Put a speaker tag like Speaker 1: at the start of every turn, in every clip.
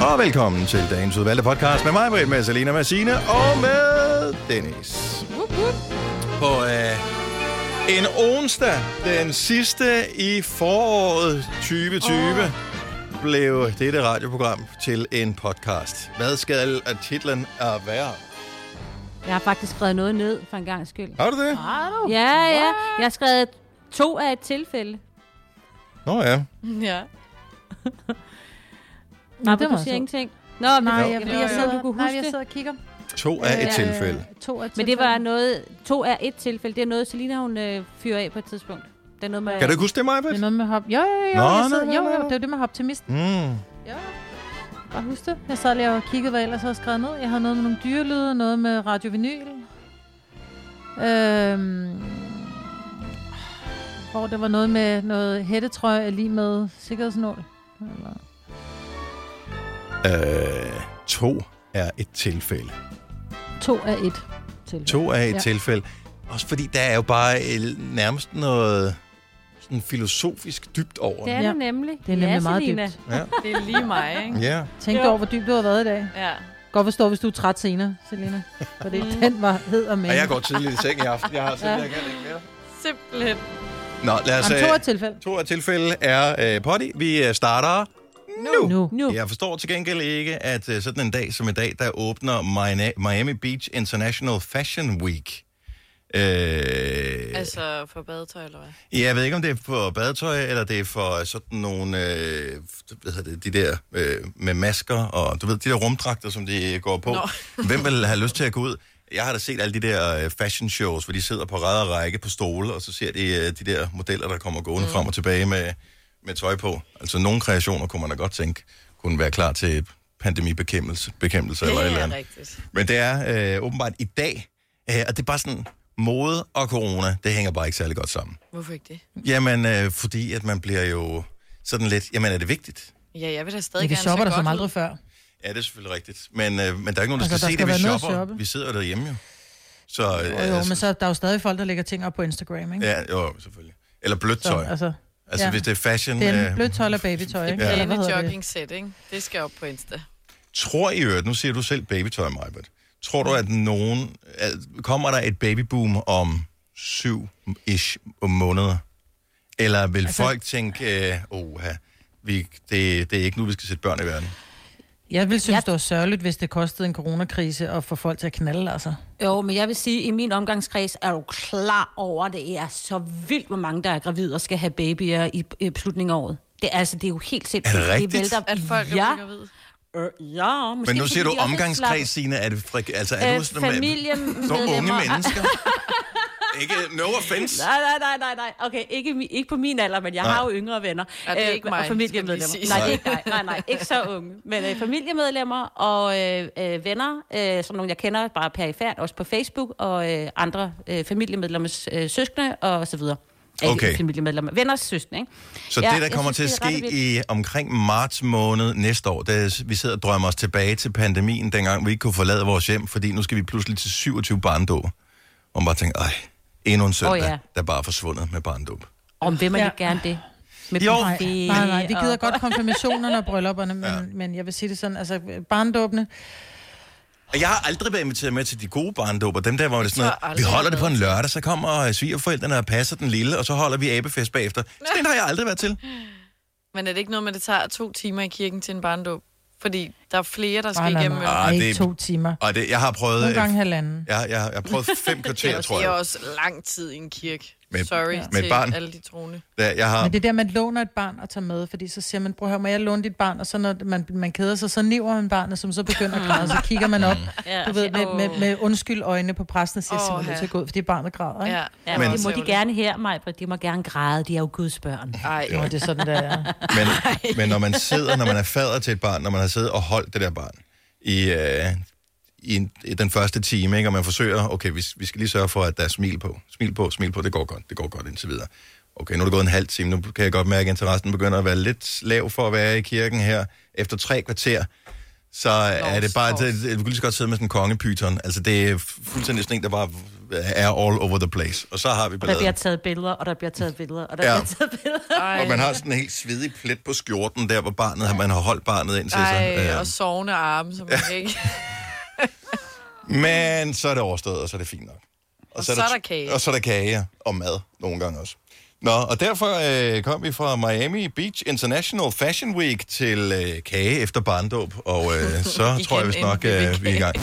Speaker 1: Og velkommen til dagens udvalgte podcast med mig, Britt, med Salina, med Signe og med Dennis. På øh, en onsdag, den sidste i foråret 2020, oh. blev dette radioprogram til en podcast. Hvad skal at titlen er være?
Speaker 2: Jeg har faktisk skrevet noget ned for en gang skyld.
Speaker 1: Har du det?
Speaker 3: Har du?
Speaker 2: Ja, ja. Jeg har skrevet to af et tilfælde.
Speaker 1: Nå ja.
Speaker 3: Ja.
Speaker 2: Nej,
Speaker 3: det
Speaker 2: det
Speaker 3: var
Speaker 2: du siger
Speaker 3: så.
Speaker 2: ingenting. Nå, men,
Speaker 3: Nej,
Speaker 2: Nej,
Speaker 1: Jo.
Speaker 3: jeg,
Speaker 2: jeg, jeg,
Speaker 3: jeg, jeg,
Speaker 2: jeg,
Speaker 3: sidder,
Speaker 2: sad, du kunne
Speaker 3: nej,
Speaker 2: huske
Speaker 3: jeg
Speaker 2: det.
Speaker 3: sidder og kigger.
Speaker 1: To af et tilfælde.
Speaker 3: Øh, to af
Speaker 2: Men det var noget, to af et tilfælde. Det er noget, Selina hun øh, fyrer af på et tidspunkt. Det er noget med...
Speaker 1: Kan du ikke huske det, Maja?
Speaker 3: Det er noget med hop. Jo, jo, jo.
Speaker 1: Nå,
Speaker 3: jeg
Speaker 1: nå,
Speaker 3: sad,
Speaker 1: nå,
Speaker 3: jo,
Speaker 1: nå,
Speaker 3: jo,
Speaker 1: nå.
Speaker 3: det var det med optimisten.
Speaker 1: Mm.
Speaker 3: Jo. Bare husk det. Jeg sad lige og kiggede, hvad jeg ellers havde skrevet ned. Jeg havde noget med nogle dyrelyde, noget med Radio Vinyl. Øhm, hvor det var noget med noget hættetrøje lige med sikkerhedsnål. Eller-
Speaker 1: Øh, to er et tilfælde.
Speaker 3: To af et. Til.
Speaker 1: To af et ja.
Speaker 3: Ja.
Speaker 1: tilfælde. Også fordi der er jo bare øh, nærmest noget sådan filosofisk dybt over.
Speaker 2: Det
Speaker 1: det.
Speaker 2: er
Speaker 3: Ja.
Speaker 2: det nemlig.
Speaker 3: Det er nemlig
Speaker 2: ja,
Speaker 3: meget
Speaker 2: Selina.
Speaker 3: dybt.
Speaker 1: Ja.
Speaker 4: Det er lige mig, ikke?
Speaker 1: ja.
Speaker 3: Tænk
Speaker 4: Jo.
Speaker 3: over, hvor dybt du har været i dag.
Speaker 4: Ja.
Speaker 3: Godt forstå, hvis du er træt senere, Selina. For det,
Speaker 2: Mm.
Speaker 3: den var hed og med.
Speaker 1: Og jeg går tidligt i seng i aften. Jeg har simpelthen ja. ikke mere.
Speaker 4: Simpelthen.
Speaker 1: Nå, lad os...
Speaker 3: Om to
Speaker 1: øh,
Speaker 3: af tilfælde.
Speaker 1: To af tilfælde er øh, potty. Vi øh, starter nu.
Speaker 3: Nu.
Speaker 2: Nu.
Speaker 1: Jeg forstår til gengæld ikke, at øh, sådan en dag som i dag, der åbner Mina- Miami Beach International Fashion Week. Øh, altså.
Speaker 4: Altså for badetøj, eller hvad?
Speaker 1: Jeg ved ikke, om det er for badetøj, eller det er for sådan nogle, øh, hvad hedder det, de der øh, med masker, og du ved, de der rumdragter, som de går på.
Speaker 4: Nå.
Speaker 1: Hvem vil have lyst til at gå ud? Jeg har da set alle de der øh, fashion shows, hvor de sidder på ræd og række på stole, og så ser de øh, de der modeller, der kommer gående mm. frem og tilbage med, med tøj på. Altså nogle kreationer kunne man da godt tænke, kunne være klar til pandemibekæmpelse bekæmpelse eller et eller andet.
Speaker 4: rigtigt.
Speaker 1: Men det er øh, åbenbart i dag, øh, og det er bare sådan, mode og corona, det hænger bare ikke særlig godt sammen.
Speaker 4: Hvorfor ikke det?
Speaker 1: Jamen, øh, fordi at man bliver jo sådan lidt, jamen er det vigtigt?
Speaker 4: Ja, jeg vil da stadig
Speaker 3: Men vi
Speaker 4: gerne
Speaker 3: shopper
Speaker 4: se
Speaker 3: der som
Speaker 4: godt
Speaker 3: aldrig
Speaker 4: ud.
Speaker 3: før.
Speaker 1: Ja, det er selvfølgelig rigtigt. Men, øh, men der er ikke nogen, der
Speaker 3: Altså,
Speaker 1: skal,
Speaker 3: der
Speaker 1: se
Speaker 3: skal
Speaker 1: det, vi
Speaker 3: være noget at
Speaker 1: shopper.
Speaker 3: shoppe.
Speaker 1: Vi sidder jo derhjemme jo. Så, øh,
Speaker 3: Jo, jo, men så er der jo stadig folk, der lægger ting op på Instagram, ikke?
Speaker 1: Ja, jo, selvfølgelig. Eller blødt
Speaker 3: Så,
Speaker 1: tøj. altså,
Speaker 3: altså, ja.
Speaker 1: hvis det er fashion.
Speaker 3: det er
Speaker 1: øh,
Speaker 3: en blødt tøj eller babytøj, ikke?
Speaker 1: Ja.
Speaker 3: Eller hvad
Speaker 4: Pæne
Speaker 3: hedder det?
Speaker 4: jogging set, ikke? Det skal op på Insta.
Speaker 1: Tror i øvrigt, nu siger du selv babytøj, Majbert. Tror du, at nogen... At, kommer der et babyboom om syv-ish måneder? Eller vil altså, folk tænke, øh, oha, vi, det, det er ikke nu, vi skal sætte børn i verden?
Speaker 3: Jeg vil synes,
Speaker 2: Ja.
Speaker 3: det var sørgeligt, hvis det kostede en coronakrise at få folk til at knalde, altså.
Speaker 2: Jo, men jeg vil sige, at i min omgangskreds er du klar over, at det er så vildt, hvor mange, der er gravide og skal have babyer i, i slutningen af året. Det, er altså, det er jo helt sindssygt.
Speaker 1: Er det rigtigt?
Speaker 2: vælter-
Speaker 4: At folk er
Speaker 2: ja,
Speaker 4: blevet gravide.
Speaker 2: øh, ja, måske
Speaker 1: Men nu
Speaker 2: fordi
Speaker 1: siger du
Speaker 2: de også er slappe.
Speaker 1: omgangskreds, Signe. Er det frik, altså, er
Speaker 2: Øh,
Speaker 1: du sådan, som unge
Speaker 2: familiemedlemmer.
Speaker 1: mennesker? ikke, no offense.
Speaker 2: Nej, nej, nej, nej, nej. Okay, ikke, mi- ikke på min alder, men jeg
Speaker 1: Nej.
Speaker 2: nej. har jo yngre venner.
Speaker 4: Ja, det er ikke
Speaker 2: øh,
Speaker 4: mig,
Speaker 2: og familiemedlemmer.
Speaker 4: skal vi lige sige.
Speaker 2: Nej, det er ikke dig. Nej, nej, ikke så unge. Men øh, familiemedlemmer og øh, øh, venner, øh, som nogle jeg kender bare perifært, også på Facebook, og øh, andre øh, familiemedlemmers øh, søskende og så videre. Ikke
Speaker 1: Okay.
Speaker 2: Familiemedlemmer. Venners søskende, ikke?
Speaker 1: Så
Speaker 2: Ja,
Speaker 1: det, der
Speaker 2: jeg
Speaker 1: kommer
Speaker 2: synes,
Speaker 1: til at
Speaker 2: det er ret
Speaker 1: ske
Speaker 2: vildt.
Speaker 1: i omkring marts måned næste år, da vi sidder og drømmer os tilbage til pandemien, dengang vi ikke kunne forlade vores hjem, fordi nu skal vi pludselig til 27 barndåb. Og man bare tænker, ej, endnu en søndag, oh, ja.
Speaker 2: ja.
Speaker 1: der bare er forsvundet med barndåb.
Speaker 2: Om hvem man
Speaker 3: Ja.
Speaker 2: ja. ikke gerne det? Med
Speaker 1: Jo.
Speaker 3: Nej,
Speaker 2: buffet
Speaker 3: nej, nej, vi gider
Speaker 2: og-
Speaker 3: godt konfirmationerne og bryllupperne, men, ja. men jeg vil sige det sådan, altså barndåbne,
Speaker 1: Og jeg har aldrig været inviteret med til de gode barndåber. Dem der, hvor det er sådan
Speaker 4: tror
Speaker 1: noget, vi
Speaker 4: aldrig,
Speaker 1: holder det
Speaker 4: jeg
Speaker 1: på en lørdag, så kommer øh, svigerforældrene og passer den lille, og så holder vi abefest bagefter. Så den har jeg aldrig været til.
Speaker 4: Men er det ikke noget med, at det tager to timer i kirken til en barndåb? Fordi der er flere, der
Speaker 3: nej,
Speaker 4: skal
Speaker 3: nej,
Speaker 4: igennem.
Speaker 3: nej,
Speaker 1: Ah,
Speaker 3: nej,
Speaker 1: det
Speaker 3: ikke
Speaker 1: er-
Speaker 3: to timer.
Speaker 1: Og det, jeg har prøvet...
Speaker 3: Nogle
Speaker 1: øh,
Speaker 3: gange halvanden.
Speaker 1: Jeg, jeg, jeg har prøvet fem kvarter, tror
Speaker 4: Det er
Speaker 1: jeg.
Speaker 4: også lang tid i en kirke.
Speaker 1: Med-
Speaker 4: Sorry
Speaker 1: Ja. med et
Speaker 4: til
Speaker 1: barn.
Speaker 4: alle de troende.
Speaker 1: Da jeg har,
Speaker 3: Men det er der, man låner et barn og tager med, fordi så siger man, prøv at høre, må jeg låne dit barn? Og så når man, man keder sig, så niver man barnet, som så begynder at græde, så kigger man op,
Speaker 2: Ja,
Speaker 3: du ved, med, med, med undskyld øjne på præsten og siger,
Speaker 4: Åh,
Speaker 3: oh, simpelthen
Speaker 4: ja.
Speaker 3: til at gå ud, fordi barnet græder, ikke?
Speaker 4: Ja,
Speaker 2: Ja,
Speaker 1: Men-
Speaker 2: men det må de gerne her, mig, de må gerne græde, de er jo Guds børn.
Speaker 4: Ej,
Speaker 3: Nå, det er sådan, der er.
Speaker 1: men, men når man sidder, når man er fader til et barn, når man har siddet og holdt det der barn i, øh, i, en, i den første time, ikke, og man forsøger, okay, vi, vi skal lige sørge for, at der er smil på. Smil på, smil på, det går godt, det går godt indtil videre. Okay, nu er det gået en halv time, nu kan jeg godt mærke, at interessen begynder at være lidt lav for at være i kirken her. Efter tre kvarter, så er det bare, det, du kan lige så godt sidde med sådan en kongepyton. Altså, det er fuldstændig sådan en, der bare er all over the place. Og så har vi
Speaker 2: Og der bliver
Speaker 1: balladen.
Speaker 2: taget billeder, og der bliver taget billeder, og der
Speaker 1: Ja.
Speaker 2: ja. bliver taget billeder.
Speaker 4: Ej,
Speaker 1: Og man har sådan en helt svedig plet på skjorten, der hvor barnet, man har holdt barnet ind til sig.
Speaker 4: ej,
Speaker 1: Øhm,
Speaker 4: og sovende arme, som man ikke...
Speaker 1: Men så er det overstået, og så er det fint nok. Og,
Speaker 4: så er der kage.
Speaker 1: Og så er der kage og mad nogle gange også. Nå, og derfor øh, kom vi fra Miami Beach International Fashion Week til øh, kage efter barndåb, og øh, så tror jeg vist
Speaker 4: en
Speaker 1: nok,
Speaker 4: lille
Speaker 1: øh, vi er i gang.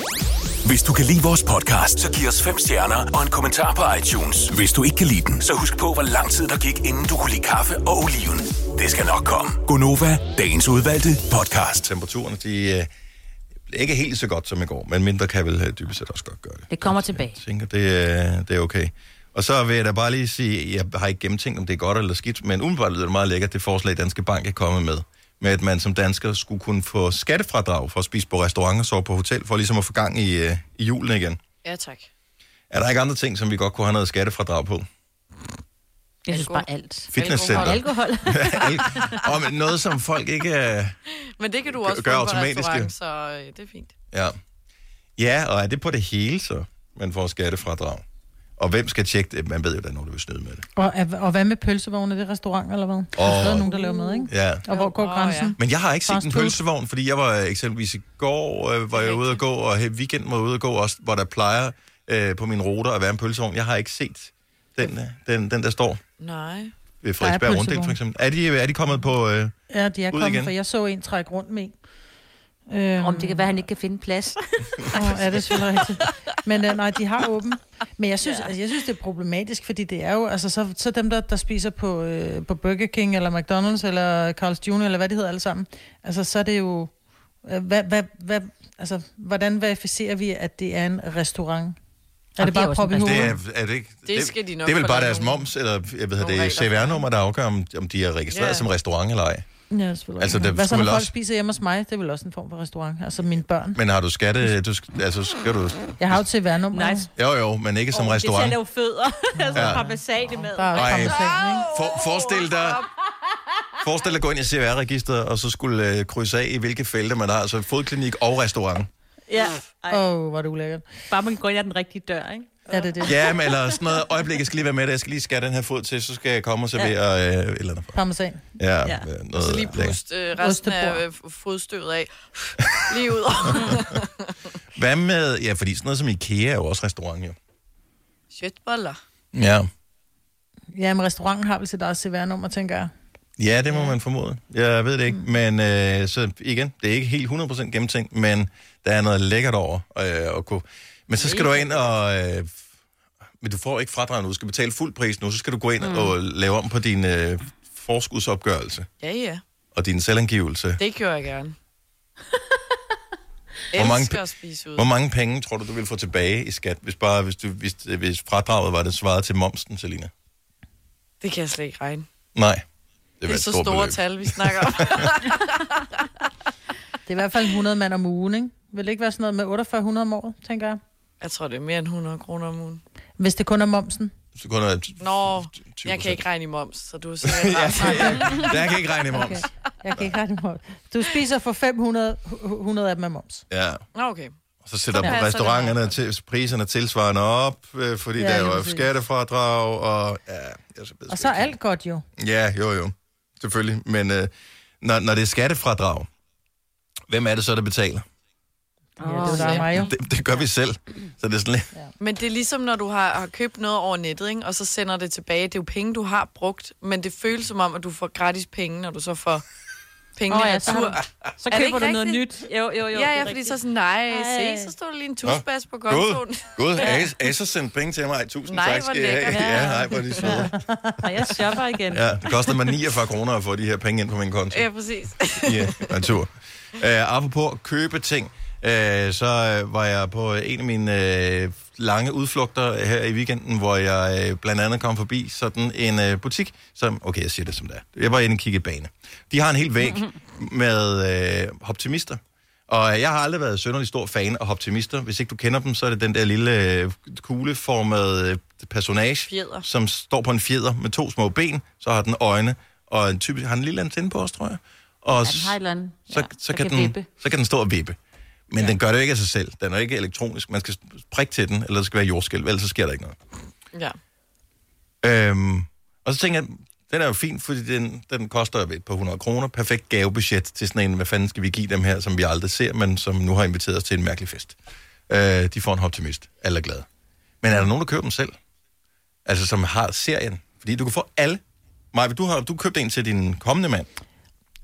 Speaker 5: Hvis du kan lide vores podcast, så giv os fem stjerner og en kommentar på iTunes. Hvis du ikke kan lide den, så husk på, hvor lang tid der gik, inden du kunne lide kaffe og oliven. Det skal nok komme. Gonova, dagens udvalgte podcast.
Speaker 1: Temperaturen, de øh, bliver ikke helt så godt som i går, men mindre kan vel øh, dybest set også godt gøre det.
Speaker 2: Det kommer tilbage.
Speaker 1: Jeg tænker, det, øh, det er okay. Og så vil jeg da bare lige sige, jeg har ikke gennemtænkt, om det er godt eller skidt, men umiddelbart lyder det meget lækkert, det forslag Danske Bank er kommet med, med at man som dansker skulle kunne få skattefradrag for at spise på restaurant og sove på hotel, for ligesom at få gang i, øh, i julen igen.
Speaker 4: Ja, tak.
Speaker 1: Er der ikke andre ting, som vi godt kunne have noget skattefradrag på?
Speaker 2: Jeg synes bare alt. Og
Speaker 1: Fitnesscenter.
Speaker 2: alkohol.
Speaker 1: og men noget, som folk ikke... Øh,
Speaker 4: Men det kan du også
Speaker 1: gør
Speaker 4: få på
Speaker 1: automatisk,
Speaker 4: restaurant,
Speaker 1: jo.
Speaker 4: så øh, det er fint.
Speaker 1: ja. ja, og er det på det hele så, man får skattefradrag? Og hvem skal tjekke det? Man ved jo, der er nogen, der vil snyde med det.
Speaker 3: Og, er- og hvad med pølsevogne? Er det restaurant eller hvad? Der er
Speaker 1: Åh.
Speaker 3: stadig nogen, der laver mad, ikke?
Speaker 1: Ja.
Speaker 3: Og hvor går
Speaker 4: Åh,
Speaker 3: grænsen?
Speaker 1: Men jeg har ikke set
Speaker 3: Fast
Speaker 1: en
Speaker 3: food.
Speaker 1: pølsevogn, fordi jeg var øh, eksempelvis i går, øh, var jeg ude at gå, og her weekenden var jeg ude at gå også, hvor der plejer øh, på min ruter at være en pølsevogn. Jeg har ikke set den, øh, den, den der står
Speaker 4: Nej.
Speaker 1: ved Frederiksberg Runddel,
Speaker 3: pølsevogn.
Speaker 1: for eksempel. Er de, er de kommet på... Øh,
Speaker 3: Ja, de er
Speaker 1: Ud
Speaker 3: kommet,
Speaker 1: igen.
Speaker 3: for jeg så en trække rundt med en. Øhm,
Speaker 2: Om det kan være, at han ikke kan finde plads.
Speaker 3: Åh, ja, det er selvfølgelig rigtigt. Men øh, nej, de har åben. Men jeg synes, ja. altså, jeg synes, det er problematisk, fordi det er jo, altså så, så dem, der, der spiser på, øh, på Burger King, eller McDonald's, eller Carl's Jr., eller hvad det hedder alle sammen, altså så er det jo, øh, hvad, hvad, hvad, altså, hvordan verificerer vi, at det er en restaurant? Er
Speaker 2: Og
Speaker 3: det
Speaker 2: det er
Speaker 3: bare
Speaker 2: også
Speaker 3: prop i
Speaker 2: en
Speaker 1: det
Speaker 3: hovedet?
Speaker 1: er, er det ikke...
Speaker 4: skal de nok
Speaker 1: Det er vel
Speaker 4: få
Speaker 1: bare
Speaker 4: lavet
Speaker 1: deres
Speaker 4: nogle-
Speaker 1: moms, eller jeg ved,
Speaker 4: nogle
Speaker 1: det er
Speaker 4: regler for.
Speaker 1: CVR-nummer, der afgør, om, om de er registreret
Speaker 4: Ja.
Speaker 1: som restaurant eller ej.
Speaker 3: Ja, selvfølgelig.
Speaker 1: Altså, det
Speaker 3: hvad så,
Speaker 1: skulle
Speaker 3: når
Speaker 1: vel
Speaker 3: folk
Speaker 1: også-
Speaker 3: spiser hjemme hos mig? Det er vel også en form for restaurant. Altså mine børn.
Speaker 1: Men har du skatte... Du, sk- altså, skal du...
Speaker 3: Jeg har jo til værnummer.
Speaker 2: Nice.
Speaker 1: Jo, jo, men ikke som
Speaker 2: Det er til at
Speaker 1: restaurant.
Speaker 2: lave fødder. altså,
Speaker 1: Ja.
Speaker 2: ja. parmesan med.
Speaker 3: Der er jo
Speaker 1: Ej.
Speaker 3: konversation, ikke?
Speaker 1: For, forestil dig... Forestil dig at gå ind i CVR-registeret, og så skulle øh, krydse af, i hvilke felter man har. Så fodklinik og restaurant.
Speaker 2: Ja. Ej,
Speaker 3: Åh, oh, hvor er det ulækkert.
Speaker 2: bare man går ind ad den rigtige dør, ikke?
Speaker 3: Er det det?
Speaker 1: Ja, men eller sådan noget. Øjeblik, jeg skal lige være med det. Jeg skal lige skære den her fod til, så skal jeg komme og servere ja. øh, et eller andet.
Speaker 3: Parmesan.
Speaker 1: Ja, ja.
Speaker 2: Ja.
Speaker 1: Øh,
Speaker 4: Og
Speaker 1: noget
Speaker 4: så lige
Speaker 1: lækkert.
Speaker 4: pust øh, resten af øh, f- fodstøvet af. Lige ud.
Speaker 1: Hvad med... Ja, fordi sådan noget som IKEA er jo også restaurant, jo.
Speaker 4: Shitboller.
Speaker 1: Ja.
Speaker 3: Ja, men restauranten har vel sit eget CVR-nummer, tænker jeg.
Speaker 1: Ja, det må man formode. Jeg ved det
Speaker 4: Mm.
Speaker 1: ikke, men øh, så igen, det er ikke helt 100% gennemtænkt, men der er noget lækkert over øh, at kunne. Men så skal du ind og... Øh, f- men du får ikke fradrag nu, du skal betale fuld pris nu, så skal du gå ind mm. og lave om på din øh, forskudsopgørelse
Speaker 4: Ja, ja.
Speaker 1: og din selvangivelse.
Speaker 4: Det gør jeg gerne.
Speaker 1: Hvor mange
Speaker 4: Elsker
Speaker 1: pe-
Speaker 4: at spise ud.
Speaker 1: Hvor mange penge tror du, du ville få tilbage i skat, hvis, bare, hvis, du, hvis, hvis fradraget var det svaret til momsen, Selina?
Speaker 4: Det kan jeg slet ikke regne.
Speaker 1: Nej. var
Speaker 4: Det er
Speaker 1: et
Speaker 4: så
Speaker 1: stort
Speaker 4: store
Speaker 1: beløb.
Speaker 4: tal, vi snakker om.
Speaker 3: Det er i hvert fald 100 mand om ugen, ikke? Vil det ikke være sådan noget med 4800 om året, tænker jeg?
Speaker 4: Jeg tror, det er mere end 100 kroner om ugen.
Speaker 3: Hvis det kun er momsen.
Speaker 1: Så kun er t-
Speaker 4: Nå,
Speaker 1: 20
Speaker 4: jeg kan ikke regne i moms, så du er sikkert
Speaker 1: ja,
Speaker 4: ret.
Speaker 1: jeg kan ikke regne i moms.
Speaker 3: Okay. Jeg kan ikke have det moms. Du spiser for 500 hu- hu- 100 af dem er moms.
Speaker 1: Ja.
Speaker 4: Nå, okay.
Speaker 1: Og så sætter
Speaker 4: Så passer
Speaker 1: ja,
Speaker 4: det
Speaker 1: restauranterne til, priserne tilsvarende op, øh, fordi ja,
Speaker 3: Ja,
Speaker 1: der er
Speaker 3: lige
Speaker 1: jo
Speaker 3: præcis.
Speaker 1: skattefradrag, og ja, jeg så ved
Speaker 3: Og
Speaker 1: sgu
Speaker 3: så er
Speaker 1: ikke.
Speaker 3: alt godt jo.
Speaker 1: Ja, jo jo, selvfølgelig. Men øh, når, når det er skattefradrag, hvem er det så, der betaler?
Speaker 3: Ja, det er
Speaker 2: ja.
Speaker 3: der mig jo.
Speaker 1: Det, det gør vi selv. Så det er sådan lidt...
Speaker 4: Men det er ligesom, når du har, har købt noget over nettet, ikke? og så sender det tilbage. Det er jo penge, du har brugt, men det føles som om, at du får gratis penge, når du så får penge
Speaker 2: Åh,
Speaker 4: oh,
Speaker 2: ja,
Speaker 4: ja,
Speaker 2: så har
Speaker 4: retur.
Speaker 2: Så
Speaker 4: Er det
Speaker 2: køber du
Speaker 4: ikke
Speaker 2: noget nyt.
Speaker 4: rigtigt?
Speaker 2: Jo, jo, jo.
Speaker 4: Ja,
Speaker 2: det
Speaker 4: ja,
Speaker 2: er
Speaker 4: fordi
Speaker 2: rigtigt.
Speaker 4: så er sådan, nej,
Speaker 2: Ej.
Speaker 4: se, så står der lige en tusbas på kontoen.
Speaker 1: God, god. Ja. Acer sendte penge til mig. Tusind
Speaker 4: Nej,
Speaker 1: tak
Speaker 4: hvor
Speaker 1: skal I have.
Speaker 4: lækkert.
Speaker 1: Ja, nej, hvor er de søde.
Speaker 2: Og jeg shopper igen.
Speaker 1: Ja, det kostede mig 49 kroner at få de her penge ind på min konto.
Speaker 4: Ja, præcis.
Speaker 1: Ja, natur. Uh, apropos at købe ting, uh, så øh, var jeg på en af mine uh, lange udflugter her i weekenden, hvor jeg uh, blandt andet kom forbi sådan en uh, butik, som, okay, jeg siger det som det er. Jeg var inde og kigge i bane. De har en hel væg med uh, optimister. Og jeg har aldrig været sønderlig stor fan af optimister. Hvis ikke du kender dem, så er det den der lille øh, kugleformede øh, personage,
Speaker 4: Fjeder.
Speaker 1: som står på en fjeder med to små ben, så har den øjne, og en typisk har den en lille antenne på os, tror jeg. og
Speaker 2: Ja, den har et eller andet,
Speaker 1: så, så,
Speaker 2: ja,
Speaker 1: så,
Speaker 2: der
Speaker 1: kan
Speaker 2: kan
Speaker 1: den,
Speaker 2: vippe.
Speaker 1: så kan den stå og vippe. Men ja. den gør det jo ikke af sig selv. Den er ikke elektronisk. Man skal prikke til den, eller der skal være jordskælv, ellers så sker der ikke noget.
Speaker 4: Ja.
Speaker 1: Øhm, og så tænker jeg, den er jo fin, fordi den, den koster jo et par hundrede kroner. Perfekt gavebudget til sådan en, hvad fanden skal vi give dem her, som vi aldrig ser, men som nu har inviteret os til en mærkelig fest. Øh, de får en optimist. Alle er glade. Men er der nogen, der køber dem selv? Altså, som har serien? Fordi du kan få alle. Maja, du har du købt en til din kommende mand.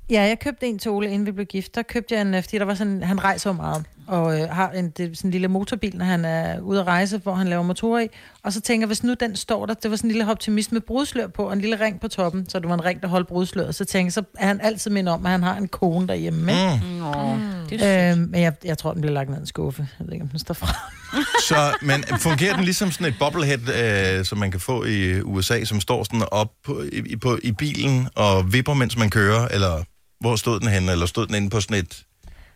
Speaker 3: Ja, jeg købte en til Ole, inden vi blev gift. Der købte jeg en, øh, fordi der var sådan, han rejser jo meget, og øh, har en, det, er sådan en lille motorbil, når han er ude at rejse, hvor han laver motorer i. Og så tænker jeg, hvis nu den står der, det var sådan en lille optimist med brudslør på, og en lille ring på toppen, så det var en ring, der holdt brudsløret. Så tænker jeg, så er han altid mindet om, at han har en kone derhjemme. Ikke?
Speaker 2: Nå, det er
Speaker 3: Mm. Øh, men jeg, jeg, tror, den bliver lagt ned i en skuffe. Jeg ved ikke, om den står fra.
Speaker 1: Så, men fungerer den ligesom sådan et bobblehead, øh, som man kan få i øh, USA, som står sådan op på, i, i- på, i bilen og vipper, mens man kører? Eller hvor stod den henne? Eller stod den inde på sådan et, et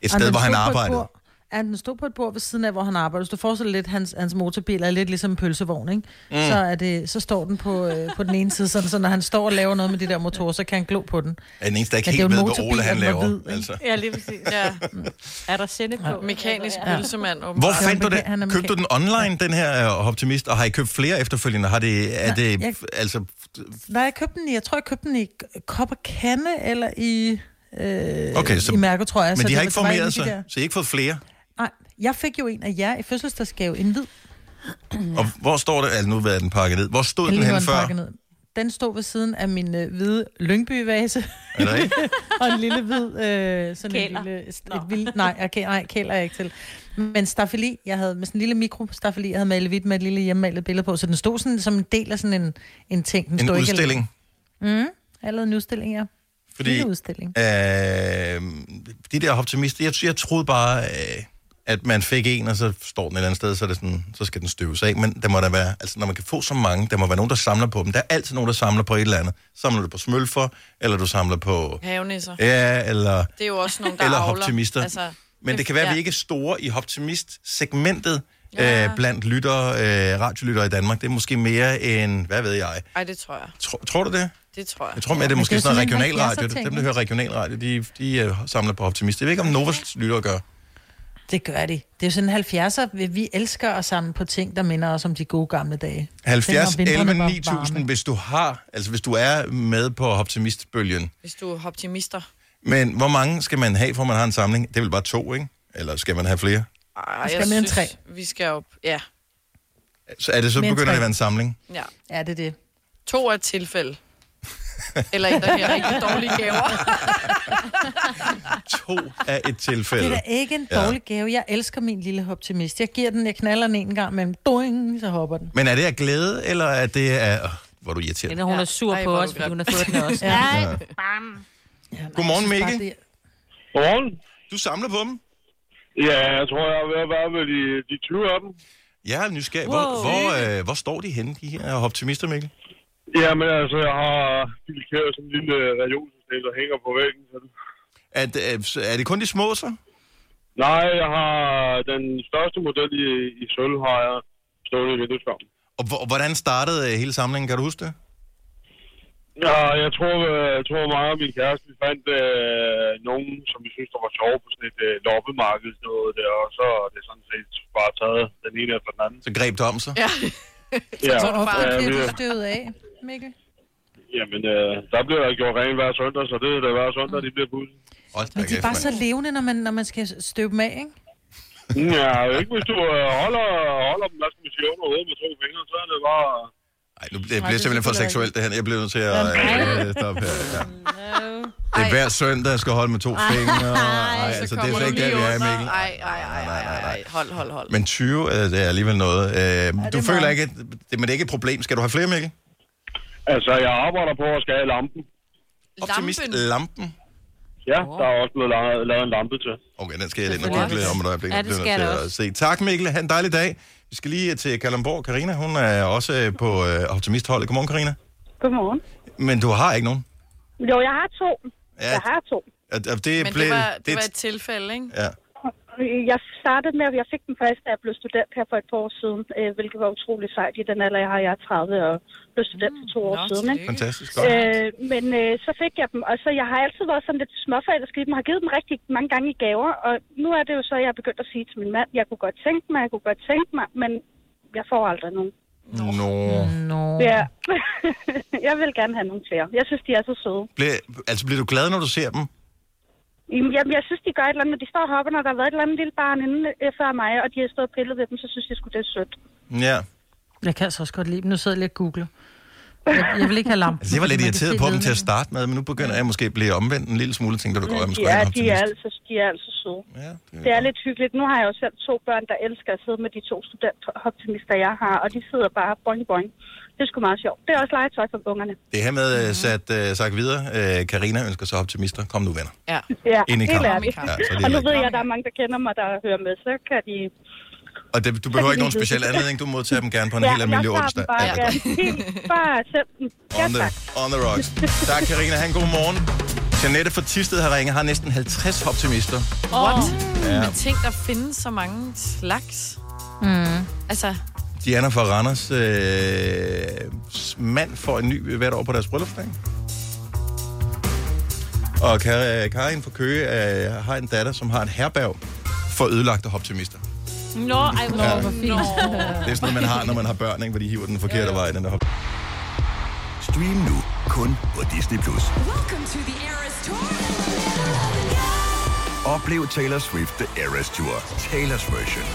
Speaker 3: Og
Speaker 1: sted, hvor
Speaker 3: stod
Speaker 1: han
Speaker 3: på et
Speaker 1: arbejdede?
Speaker 3: bord- Ja, den stod på et bord ved siden af, hvor han arbejder. Hvis du forestiller lidt, hans, hans motorbil er lidt ligesom en pølsevogn, ikke? Mm. Så, er det, så står den på, øh, på den ene side, sådan, så når han står og laver noget med de der motorer, så kan han glo på den.
Speaker 1: Er den eneste, der ikke
Speaker 3: Men det er
Speaker 1: helt ved,
Speaker 3: jo en
Speaker 1: hvad Ole
Speaker 3: motorbil,
Speaker 1: han
Speaker 3: den var
Speaker 1: laver.
Speaker 3: hvid, ikke?
Speaker 1: altså.
Speaker 2: Ja, lige præcis.
Speaker 4: ja.
Speaker 3: Mm.
Speaker 2: Er der sende på?
Speaker 4: Mekanisk
Speaker 2: Ja.
Speaker 4: pølsemand, åbenbart.
Speaker 1: Hvor
Speaker 3: er
Speaker 1: fandt du
Speaker 3: meka-
Speaker 1: den?
Speaker 3: han er
Speaker 1: Købte du den online, den her øh, optimist? Og har I købt flere efterfølgende? Har det, er
Speaker 3: Nej,
Speaker 1: det,
Speaker 3: jeg-
Speaker 1: altså,
Speaker 3: Nej, jeg købte den i, jeg tror, jeg købte den i k- kop og kande, eller i, øh,
Speaker 1: Okay, så-
Speaker 3: i mærke, tror jeg.
Speaker 1: men de
Speaker 3: det
Speaker 1: har
Speaker 3: var-
Speaker 1: ikke
Speaker 3: det var en af
Speaker 1: formeret
Speaker 3: de der-
Speaker 1: sig, så I har ikke fået flere?
Speaker 3: Nej, jeg fik jo en af jer i fødselsdagsgave, en hvid.
Speaker 1: Og hvor står det? Altså, nu er den pakket ned. Hvor stod den
Speaker 3: Heldigvis var
Speaker 1: henne
Speaker 3: den
Speaker 1: før?
Speaker 3: pakket ned. Den stod ved siden af min øh, hvide Lyngby-vase.
Speaker 1: Er der ikke?
Speaker 3: og en lille hvid... Øh, sådan
Speaker 2: Kæler.
Speaker 3: En lille, et
Speaker 2: Nå.
Speaker 3: lille, nej, okay, nej, kæler er jeg ikke til. Men staffeli, jeg havde med sådan en lille mikrostafeli, jeg havde malet hvidt med et lille hjemmemalet billede på, så den stod sådan, som en del af sådan en, en ting. Den
Speaker 1: En
Speaker 3: stod
Speaker 1: udstilling?
Speaker 3: Ikke, allerede Mm. en udstilling, ja.
Speaker 1: Fordi
Speaker 3: Lille udstilling.
Speaker 1: Øh, de der optimister, jeg, jeg troede bare, øh, at man fik en, og så står den et eller andet sted, så, er det sådan, så skal den støves af. Men der må der være, altså når man kan få så mange, der må være nogen, der samler på dem. Der er altid nogen, der samler på et eller andet. Samler du på smølfer, eller du samler på...
Speaker 4: Havenisser.
Speaker 1: Ja, eller...
Speaker 4: altså. Det er jo også nogle, der
Speaker 1: Eller
Speaker 4: avler.
Speaker 1: optimister.
Speaker 4: Altså,
Speaker 1: Men det kan være, at vi ikke er store i optimist-segmentet øh, blandt lyttere, øh, radiolyttere i Danmark. Det er måske mere end, hvad ved jeg.
Speaker 4: Ej, det tror jeg.
Speaker 1: Tror, tror du det?
Speaker 4: Det tror jeg.
Speaker 1: Jeg tror mere, det er måske
Speaker 3: det er
Speaker 1: sådan noget
Speaker 3: sådan en
Speaker 1: regionalradio.
Speaker 3: 70'er ting,
Speaker 1: Dem, der hører regionalradio, de, de øh, samler på optimist. Jeg ved ikke, om Novas lyttere gør.
Speaker 3: Det gør de. Det er jo sådan 70'er, vi- vi elsker at samle på ting, der minder os om de gode gamle dage.
Speaker 1: 70,
Speaker 3: Dengang vintrene
Speaker 1: 11,
Speaker 3: var
Speaker 1: 9000,
Speaker 3: varme.
Speaker 1: hvis du har, altså hvis du er med på optimistbølgen.
Speaker 4: Hvis du er optimister.
Speaker 1: Men hvor mange skal man have, for man har en samling? Det er vel bare to, ikke? Eller skal man have flere?
Speaker 4: Ej,
Speaker 3: skal
Speaker 4: jeg
Speaker 3: mere end
Speaker 4: synes,
Speaker 3: tre.
Speaker 4: Vi skal op. Ja,
Speaker 1: Så er det så
Speaker 3: Men
Speaker 1: begynder det
Speaker 3: tre.
Speaker 1: at være en samling?
Speaker 4: ja.
Speaker 3: Ja, det er det.
Speaker 4: To er et tilfælde. Eller en, der giver rigtig dårlige gaver.
Speaker 1: To er et
Speaker 3: Det er
Speaker 1: tilfælde.
Speaker 3: da ikke en
Speaker 1: Ja.
Speaker 3: dårlig gave. Jeg elsker min lille optimist. Jeg giver den, jeg knaller den en gang, men doing, så hopper den.
Speaker 1: Men er det af glæde, eller er det af... Åh, Hvor er du irriterende.
Speaker 2: Eller hun er sur
Speaker 4: Ej,
Speaker 2: på
Speaker 4: hvor er
Speaker 2: os,
Speaker 4: du
Speaker 2: fordi
Speaker 4: grim.
Speaker 2: hun har fået den også.
Speaker 3: Ja.
Speaker 1: Godmorgen,
Speaker 3: Jeg synes bare,
Speaker 1: Mikkel.
Speaker 3: det er-
Speaker 6: Godmorgen.
Speaker 1: Du samler på dem?
Speaker 6: Ja, jeg tror, jeg er ved at være med de, de 20 af dem.
Speaker 1: Jeg er nysgerrig.
Speaker 2: Wow.
Speaker 1: Hvor, hvor, øh, hvor står de henne, de her optimister, Mikkel?
Speaker 6: Jamen altså, jeg har bilkæret sådan en lille reolsystem, der hænger på væggen. Så den.
Speaker 1: Er, det- er, er det kun de små, så?
Speaker 6: Nej, jeg har den største model i, i sølv, har jeg stået i vindueskampen.
Speaker 1: Og hvor- hvordan startede øh, hele samlingen, kan du huske det?
Speaker 6: Ja, jeg tror, øh, jeg tror mig og min kæreste, vi fandt øh, nogen, som vi synes, der var sjove på sådan et øh, loppemarked, sådan noget der, og så er det sådan set bare taget den ene efter den anden.
Speaker 1: Så greb det om sig.
Speaker 4: Ja,
Speaker 6: Ja,
Speaker 4: tror
Speaker 6: ja,
Speaker 4: du bare,
Speaker 3: Hvorfor
Speaker 6: vi,
Speaker 3: bliver du støvet af, Mikkel?
Speaker 6: jamen, øh, der bliver der gjort rent hver søndag, så det er da hver søndag, de bliver pudset.
Speaker 1: Hold da
Speaker 3: Men de er
Speaker 1: kæft,
Speaker 3: bare
Speaker 1: mand.
Speaker 3: så levende, når man, når man skal støbe dem af, ikke?
Speaker 6: Ja, ikke hvis du øh, holder, holder dem, lad os sige, under hovedet med to fingre, så er det bare...
Speaker 1: Ej, nu bliver det simpelthen for seksuelt, det her. Jeg bliver nødt til at øh, stoppe her. Ja. Det er hver søndag, jeg skal holde med to fingre. Nej, altså, det er slet ikke der, vi er, Mikkel.
Speaker 4: Ej, ej, ej, ej, ej, ej. Hold, hold, hold.
Speaker 1: Men 20, øh, det er alligevel noget. Øh, du
Speaker 3: er
Speaker 1: føler
Speaker 3: meget.
Speaker 1: ikke, at det, men det er ikke et problem. Skal du have flere, Mikkel?
Speaker 6: Altså, jeg arbejder på at skære lampen.
Speaker 1: Optimist
Speaker 4: Lampen.
Speaker 1: lampen.
Speaker 6: Ja, der er også blevet lavet, lavet en lampe til.
Speaker 1: Okay, den skal jeg ind og
Speaker 2: Selvfølgelig.
Speaker 1: google om et øjeblik.
Speaker 2: Ja, det
Speaker 1: Den bliver
Speaker 2: skal
Speaker 1: nødt
Speaker 2: jeg da
Speaker 1: til at se. Tak, Mikkel. Ha' en dejlig dag. Vi skal lige øh, til Kalamborg. Karina, hun er også øh, på øh, optimistholdet. Godmorgen, Karina.
Speaker 7: Godmorgen.
Speaker 1: Men du har ikke nogen.
Speaker 7: Jo, jeg har to.
Speaker 1: Ja,
Speaker 7: Jeg har to.
Speaker 1: og- og det,
Speaker 4: Men
Speaker 1: blev,
Speaker 4: det var, det
Speaker 1: det-
Speaker 4: var et tilfælde, ikke?
Speaker 1: Ja.
Speaker 7: jeg startede med, at jeg fik den først, da jeg blev student her for et par år siden, øh, hvilket var utrolig sejt i den alder, jeg har. Jeg er 30 og blev student for to år
Speaker 4: Mm, Nå,
Speaker 7: siden.
Speaker 4: tillykke.
Speaker 1: Fantastisk godt.
Speaker 7: Øh, men øh, så fik jeg dem, og så jeg har altid været sådan lidt småforældersk i dem, og har givet dem rigtig mange gange i gaver, og nu er det jo så, at jeg er begyndt at sige til min mand, jeg kunne godt tænke mig, jeg kunne godt tænke mig, men jeg får aldrig nogen.
Speaker 1: Nå.
Speaker 3: Nå.
Speaker 7: Ja. jeg vil gerne have nogle flere. Jeg synes, de er så søde.
Speaker 1: Bliver, altså, bliver du glad, når du ser dem?
Speaker 7: Jamen, jeg, jeg synes, de gør et eller andet. De står og hopper, når der har været et eller andet lille barn inden øh, før mig, og de har stået og pillet ved dem, så synes jeg sgu, det er sødt.
Speaker 1: Ja.
Speaker 3: Jeg kan altså også godt lide dem. Nu sidder jeg lige og googler. Jeg, jeg vil ikke have lampen.
Speaker 1: Altså, jeg var lidt
Speaker 3: fordi man kan
Speaker 1: irriteret
Speaker 3: se
Speaker 1: på dem til
Speaker 3: ledningen.
Speaker 1: at starte med, men nu begynder jeg måske at blive omvendt en lille smule. Tænker du går, jeg måske
Speaker 7: Ja, de er,
Speaker 1: optimist.
Speaker 7: altså, de er altså søde.
Speaker 1: Ja, det
Speaker 7: Det
Speaker 1: er
Speaker 7: er lidt hyggeligt. Nu har jeg jo selv to børn, der elsker at sidde med de to studentoptimister, jeg har, og de sidder bare boing boing. Det er sgu meget sjovt. Det er også legetøj for ungerne.
Speaker 1: det her med øh, sat øh, sagt videre. Øh, Karina ønsker sig optimister. Kom nu, venner.
Speaker 4: Ja.
Speaker 7: Ja,
Speaker 1: Ind i
Speaker 7: helt
Speaker 1: kampen.
Speaker 7: ærligt.
Speaker 1: Ja, så er det
Speaker 7: og nu
Speaker 1: heller ikke-
Speaker 7: ved jeg, at der er mange, der kender mig, der hører med, så kan de...
Speaker 1: Og det, du behøver ikke nogen speciel anledning. Du modtager dem gerne på en helt almindelig
Speaker 7: jeg tager
Speaker 1: onsdag.
Speaker 7: dem bare,
Speaker 1: Ja,
Speaker 7: ja. Helt bare selv. Ja,
Speaker 1: on, the,
Speaker 7: tak.
Speaker 1: on the rocks. Tak, Karina. Han god morgen. Janette fra Tisted har ringet, har næsten 50 optimister.
Speaker 4: What?
Speaker 1: Ja.
Speaker 4: Ja. Men tænk, der findes så mange slags. Mm. Altså,
Speaker 1: Diana fra Randers øh, mand får en ny hvert år på deres bryllupsdag. Og Kar- Karin fra Køge øh, har en datter, som har et herberg for ødelagte optimister.
Speaker 2: Nå, ej, hvor
Speaker 1: Ja.
Speaker 2: ja. fint.
Speaker 1: Det er sådan noget, man har, når man har børn, ikke? hvor de hiver den forkerte vej. Den der hop-
Speaker 5: Stream nu kun på Disney+. Plus. Oplev Taylor Swift The Eras Tour, Taylor's version.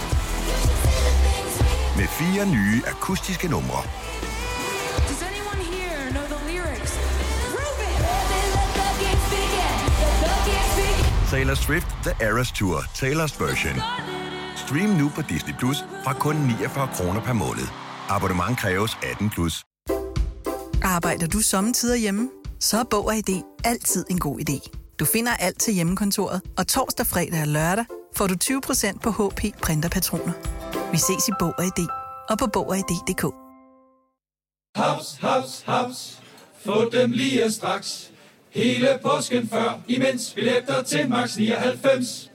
Speaker 5: Med fire nye akustiske numre. Taylor Swift The Eras Tour, Taylor's version. Stream nu på Disney Plus fra kun 49 kroner per måned. Abonnement kræves 18 plus.
Speaker 8: Arbejder du sommetider hjemme? Så er Bog og ID altid en god idé. Du finder alt til hjemmekontoret, og torsdag, fredag og lørdag får du 20% på HP Printerpatroner. Vi ses i Bog og ID og på Bog og ID.dk.
Speaker 9: Haps, haps, haps. Få dem lige straks. Hele påsken før, imens billetter til max 99.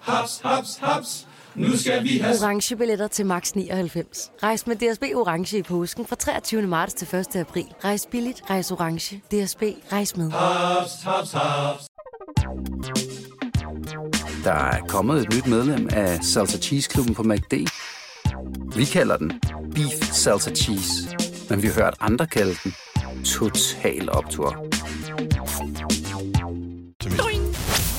Speaker 9: Haps, haps, haps. Nu skal vi have
Speaker 10: Orange billetter til max 99. Rejs med DSB Orange i påsken fra 23. marts til 1. april. Rejs billigt, rejs orange. DSB, rejs med.
Speaker 9: haps, haps, haps.
Speaker 11: Der er kommet et nyt medlem af Salsa Cheese Klubben på MACD. Vi kalder den Beef Salsa Cheese, men vi har hørt andre kalde den Total Optor.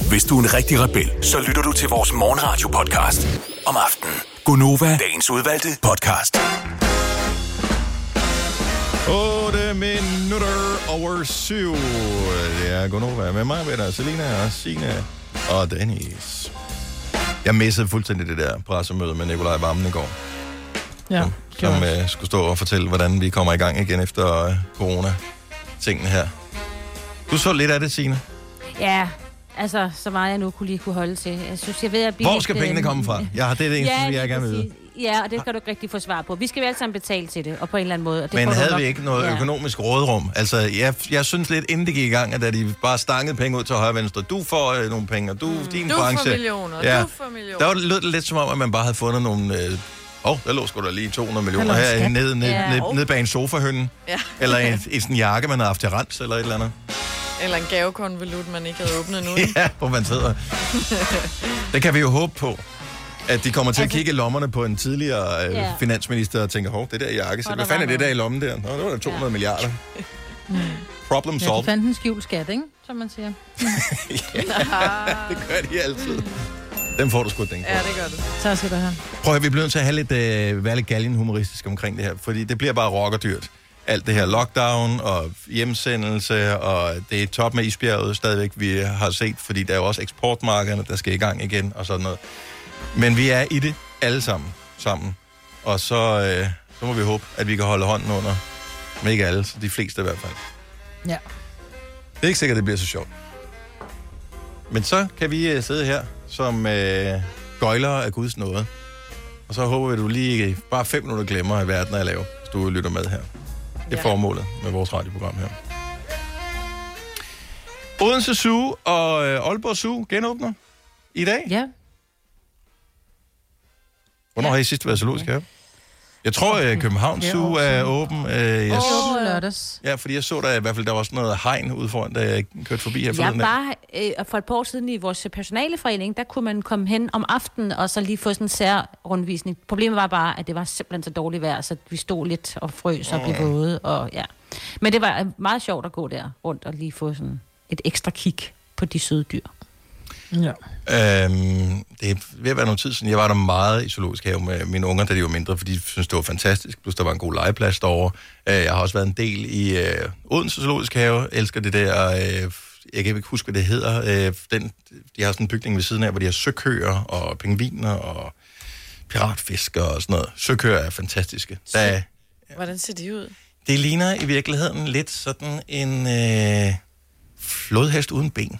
Speaker 5: Hvis du er en rigtig rebel, så lytter du til vores morgenradio-podcast om aftenen. Gonova, dagens udvalgte podcast.
Speaker 1: 8 minutter over 7. Det er Gunova med mig, Peter, Selina og Signe og Dennis. Jeg missede fuldstændig det der pressemøde med Nikolaj Vammen i går,
Speaker 3: Ja,
Speaker 1: som øh, skulle stå og fortælle, hvordan vi kommer i gang igen efter øh, corona-tingene her. Du så lidt af det, Signe.
Speaker 2: Ja, altså, så meget jeg nu kunne lige kunne holde til. Jeg synes, jeg ved at blive...
Speaker 1: Hvor
Speaker 2: lidt,
Speaker 1: skal
Speaker 2: øh,
Speaker 1: pengene komme fra? Ja, det er det eneste, ja,
Speaker 2: lige
Speaker 1: jeg gerne vil vide.
Speaker 2: præcis. Ja, og det kan du ikke rigtig få svar på. Vi skal jo alle sammen betale til det, og på en eller anden måde. Og det
Speaker 1: Men
Speaker 2: får du
Speaker 1: havde
Speaker 2: nok-
Speaker 1: vi ikke noget
Speaker 2: Ja.
Speaker 1: økonomisk rådrum? Altså, jeg, jeg synes lidt, inden det gik i gang, at da de bare stangede penge ud til højre og venstre, du får øh, nogle penge, og du, mm. din
Speaker 4: du
Speaker 1: branche...
Speaker 4: får millioner, ja. du får millioner.
Speaker 1: Der var det, lød det lidt som om, at man bare havde fundet nogle... Åh, øh, oh, der lå sgu da lige 200 millioner
Speaker 3: Hallo,
Speaker 1: her
Speaker 3: skat.
Speaker 1: nede, ned,
Speaker 2: Ja.
Speaker 1: ned, ned bag en sofahønne.
Speaker 4: Ja.
Speaker 1: Eller en, i sådan en jakke, man har haft til rens, eller et eller andet.
Speaker 4: Eller en gavekonvolut, man ikke havde åbnet nu.
Speaker 1: Ja, hvor man sidder. Det kan vi jo håbe på, at de kommer til at
Speaker 2: Altså-
Speaker 1: kigge i lommerne på en tidligere øh,
Speaker 2: Ja.
Speaker 1: finansminister og tænker, hov, det der jakke,
Speaker 2: Hvor
Speaker 1: hvad
Speaker 2: der
Speaker 1: fanden
Speaker 2: var
Speaker 1: er det der
Speaker 2: noget.
Speaker 1: i lommen der? Nå, det var da 200 ja. milliarder.
Speaker 3: Mm. Ja,
Speaker 1: Problem
Speaker 3: de
Speaker 1: solved.
Speaker 3: fandt en skjult skat, ikke? Som man siger.
Speaker 1: det gør de altid. Dem får du sgu at tænke på.
Speaker 4: Ja, det gør det.
Speaker 3: Så skal du have.
Speaker 1: Prøv at høre, vi bliver nødt til at have lidt, øh, være lidt galgenhumoristisk omkring det her, fordi det bliver bare rockerdyrt. Alt det her lockdown og hjemsendelse, og det er top med isbjerget stadigvæk, vi har set, fordi der er jo også eksportmarkederne, der skal i gang igen og sådan noget. Men vi er i det alle sammen, sammen. Og så, øh, så må vi håbe, at vi kan holde hånden under, men ikke alle, så de fleste i hvert fald.
Speaker 3: Ja.
Speaker 1: Det er ikke sikkert, det bliver så sjovt. Men så kan vi øh, sidde her som øh, gøjlere af Guds nåde. Og så håber vi, at du lige øh, bare fem minutter glemmer, at verden er lav, hvis du lytter med her. Det er ja. formålet med vores radioprogram her. Odense Zoo og øh, Aalborg Zoo genåbner i dag.
Speaker 3: Ja.
Speaker 1: Hvornår har I sidst været i zoologisk have? Jeg tror, at København
Speaker 3: Flere
Speaker 1: Zoo
Speaker 3: år
Speaker 1: er
Speaker 3: siden.
Speaker 1: åben. Øh, Jeg,
Speaker 3: Yes. Åh, lørdags.
Speaker 1: ja, fordi jeg så der i hvert fald, der var sådan noget hegn ude foran, da jeg kørte forbi her
Speaker 2: Jeg
Speaker 1: forleden. dag.
Speaker 2: var øh, for et par år siden i vores personaleforening, der kunne man komme hen om aftenen og så lige få sådan en sær rundvisning. Problemet var bare, at det var simpelthen så dårligt vejr, så vi stod lidt og frøs og blev
Speaker 1: Åh.
Speaker 2: våde. Og, ja. Men det var øh, meget sjovt at gå der rundt og lige få sådan et ekstra kig på de søde dyr.
Speaker 3: Ja.
Speaker 1: Øhm, det er ved at være noget tid siden. Jeg var der meget i zoologisk have med mine unger, da de var mindre, fordi de syntes, det var fantastisk. Plus, der var en god legeplads derovre. Øh, jeg har også været en del i øh, Odense Zoologisk Have. Jeg elsker det der... Øh, jeg kan ikke huske, hvad det hedder. Øh, den, de har sådan en bygning ved siden af, hvor de har søkøer og pingviner og piratfisker og sådan noget. Søkøer er fantastiske. Der,
Speaker 4: Hvordan ser de ud?
Speaker 1: det ligner i virkeligheden lidt sådan en øh, flodhest uden ben.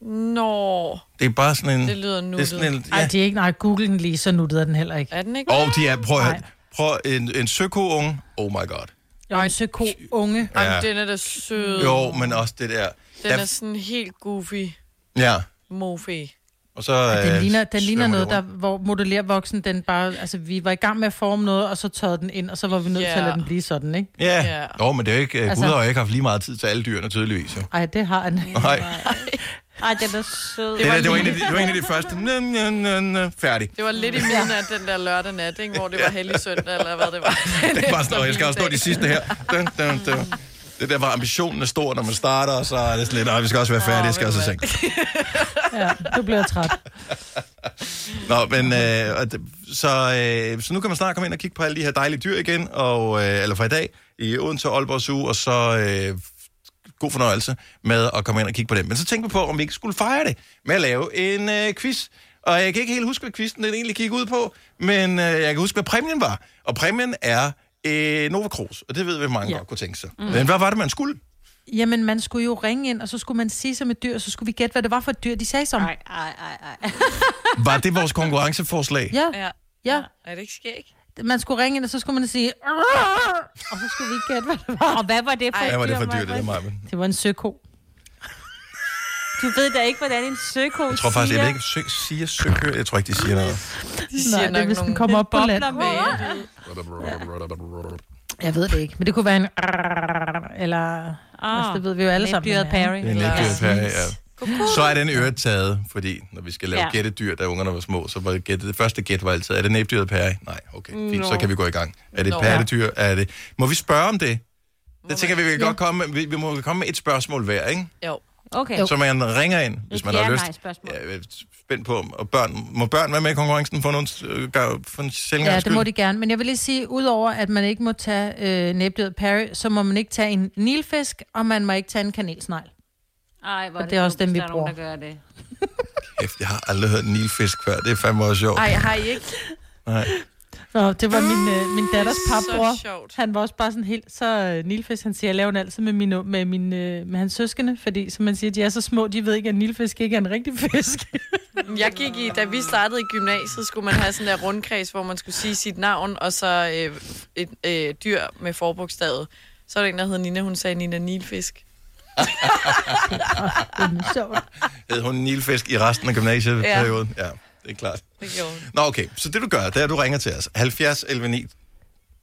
Speaker 4: Nå,
Speaker 1: Det er bare sådan en...
Speaker 4: det lyder
Speaker 1: det er sådan en,
Speaker 4: nuttet.
Speaker 3: Ej, de er ikke, nej, google den lige, så nuttede den heller ikke.
Speaker 4: Er den ikke?
Speaker 1: Og de er, prøv at høre,
Speaker 3: Nej.
Speaker 1: prøv en, en søkounge, oh my god.
Speaker 3: Og en søko unge.
Speaker 4: Jamen, den er da sød.
Speaker 1: Jo, men også det der.
Speaker 4: Den
Speaker 1: der-
Speaker 4: er sådan helt goofy
Speaker 1: Ja,
Speaker 4: mofi.
Speaker 1: og så... øh, Ja,
Speaker 3: Den ligner, den ligner noget, der, hvor modellervoksen, den bare, altså vi var i gang med at forme noget, og så tørrede den ind, og så var vi nødt yeah. til at
Speaker 4: Ja.
Speaker 3: lade den blive sådan, ikke?
Speaker 1: Ja,
Speaker 4: Ja.
Speaker 1: jo, men det er jo ikke... Altså...
Speaker 3: Altså-
Speaker 1: Gud har jo ikke haft lige meget tid til alle dyrene, tydeligvis. Jo.
Speaker 3: Ej, det har han.
Speaker 1: Nej,
Speaker 2: Ej, den er sød.
Speaker 1: det, der, det, var en af de, det var en af de første. Næ, næ, næ, næ, færdig.
Speaker 4: Det var lidt i midnat den der lørdag nat, ikke? hvor det var hellig søndag, eller hvad det var.
Speaker 1: Det var sådan, "Nå, jeg skal også nå de sidste her. Dun, dun, dun. Det der var ambitionen er stor, når man starter, og så er det sådan lidt, "Ej, vi skal også være færdige, jeg skal
Speaker 4: ved
Speaker 1: også i
Speaker 4: du
Speaker 1: seng.
Speaker 3: Ja, du bliver træt.
Speaker 1: Nå, men øh, og det- så, øh, så nu kan man snart komme ind og kigge på alle de her dejlige dyr igen, og, øh, eller fra i dag, i Odense og Aalborg Zoo, og så øh, god fornøjelse med at komme ind og kigge på dem. Men så tænkte vi på, om vi ikke skulle fejre det med at lave en øh, quiz. Og jeg kan ikke helt huske, hvad quizzen den egentlig gik ud på, men øh, jeg kan huske, hvad præmien var. Og præmien er øh, Nova Cruz, og det ved vi, hvor mange ja.
Speaker 3: Ja.
Speaker 1: godt kunne tænke sig. Mm. Men hvad var det, man skulle?
Speaker 3: Jamen, man skulle jo ringe ind, og så skulle man sige som et dyr, og så skulle vi gætte, hvad det var for et dyr, de sagde som.
Speaker 2: Ej, ej, ej, ej.
Speaker 1: Var det vores konkurrenceforslag?
Speaker 3: Ja,
Speaker 4: Ja.
Speaker 3: ja.
Speaker 4: Er det ikke skægt?
Speaker 3: Man skulle ringe ind, og så skulle man sige... "Arrr!" Og så skulle vi gætte, hvad det var.
Speaker 2: Og hvad var det for
Speaker 1: Hvad
Speaker 2: et
Speaker 1: var det for
Speaker 2: Maja?
Speaker 1: dyr, det der, Maja?
Speaker 3: Det var en søko.
Speaker 2: Du ved da ikke, hvordan en søko
Speaker 1: Jeg tror faktisk, jeg ved ikke, sø, siger søkøer. Jeg tror ikke, de siger noget.
Speaker 4: De
Speaker 3: Nej, det er, hvis den kommer op på land.
Speaker 4: bobler med.
Speaker 3: Jeg ved det ikke, men det kunne være en... Eller...
Speaker 2: Ah,
Speaker 3: altså, det ved vi jo alle sammen.
Speaker 2: Dyret
Speaker 3: hvad det er.
Speaker 2: Perry.
Speaker 1: Det er en lidt dyr pære, ja.
Speaker 4: Kuku.
Speaker 1: Så er den øret taget, fordi når vi skal lave ja.
Speaker 2: Ja.
Speaker 1: gættedyr, da ungerne var små, så var det, gætte, det første gæt var altid, er det næbdyret pære? Nej, okay, fint, så kan vi gå i gang. Er det et
Speaker 4: Nå.
Speaker 1: pattedyr? Er det... Må vi spørge om det? Det tænker vi, vi kan godt komme med, vi, vi må komme med et spørgsmål hver, ikke?
Speaker 4: Jo.
Speaker 2: Okay.
Speaker 1: Så man ringer ind, hvis
Speaker 2: Et
Speaker 1: man har
Speaker 2: ja-
Speaker 1: lyst.
Speaker 2: nej-spørgsmål.
Speaker 1: Ja, jeg er spændt på, og børn, må børn være med i konkurrencen for, nogle, øh, gør- for en sjældent
Speaker 3: Ja, det må de gerne. Men jeg vil lige sige, udover at man ikke må tage øh, næbdyret Perry, så må man ikke tage en nilfisk, og man må ikke tage en kanelsnegl.
Speaker 2: Ej, hvor
Speaker 3: Og det er også
Speaker 2: dumt,
Speaker 3: dem, vi
Speaker 2: der er nogen,
Speaker 3: bruger.
Speaker 2: der gør det.
Speaker 1: Kæft, jeg har aldrig hørt nilfisk før, det er fandme også sjovt.
Speaker 4: Ej, har I ikke?
Speaker 1: Nej.
Speaker 3: Nå, det var min, øh, min datters
Speaker 4: Så sjovt.
Speaker 3: papbror. Han var også bare sådan helt, så øh, nilfisk, han siger, jeg laver den altid med, min, med, min, øh, med hans søskende, fordi som man siger, de er så små, de ved ikke, at nilfisk ikke er en rigtig fisk.
Speaker 4: Jeg gik i, da vi startede i gymnasiet, skulle man have sådan der rundkreds, hvor man skulle sige sit navn, og så øh, et øh, dyr med forbogstavet. Så var der en, der hed Nina, hun sagde Nina Nilfisk.
Speaker 3: så,
Speaker 1: Hed hun nilfisk i resten af gymnasieperioden? Ja. ja, det er klart.
Speaker 4: Det gjorde hun.
Speaker 1: Nå, okay. Så det, du gør, det er, at du ringer til os. 70 11 9.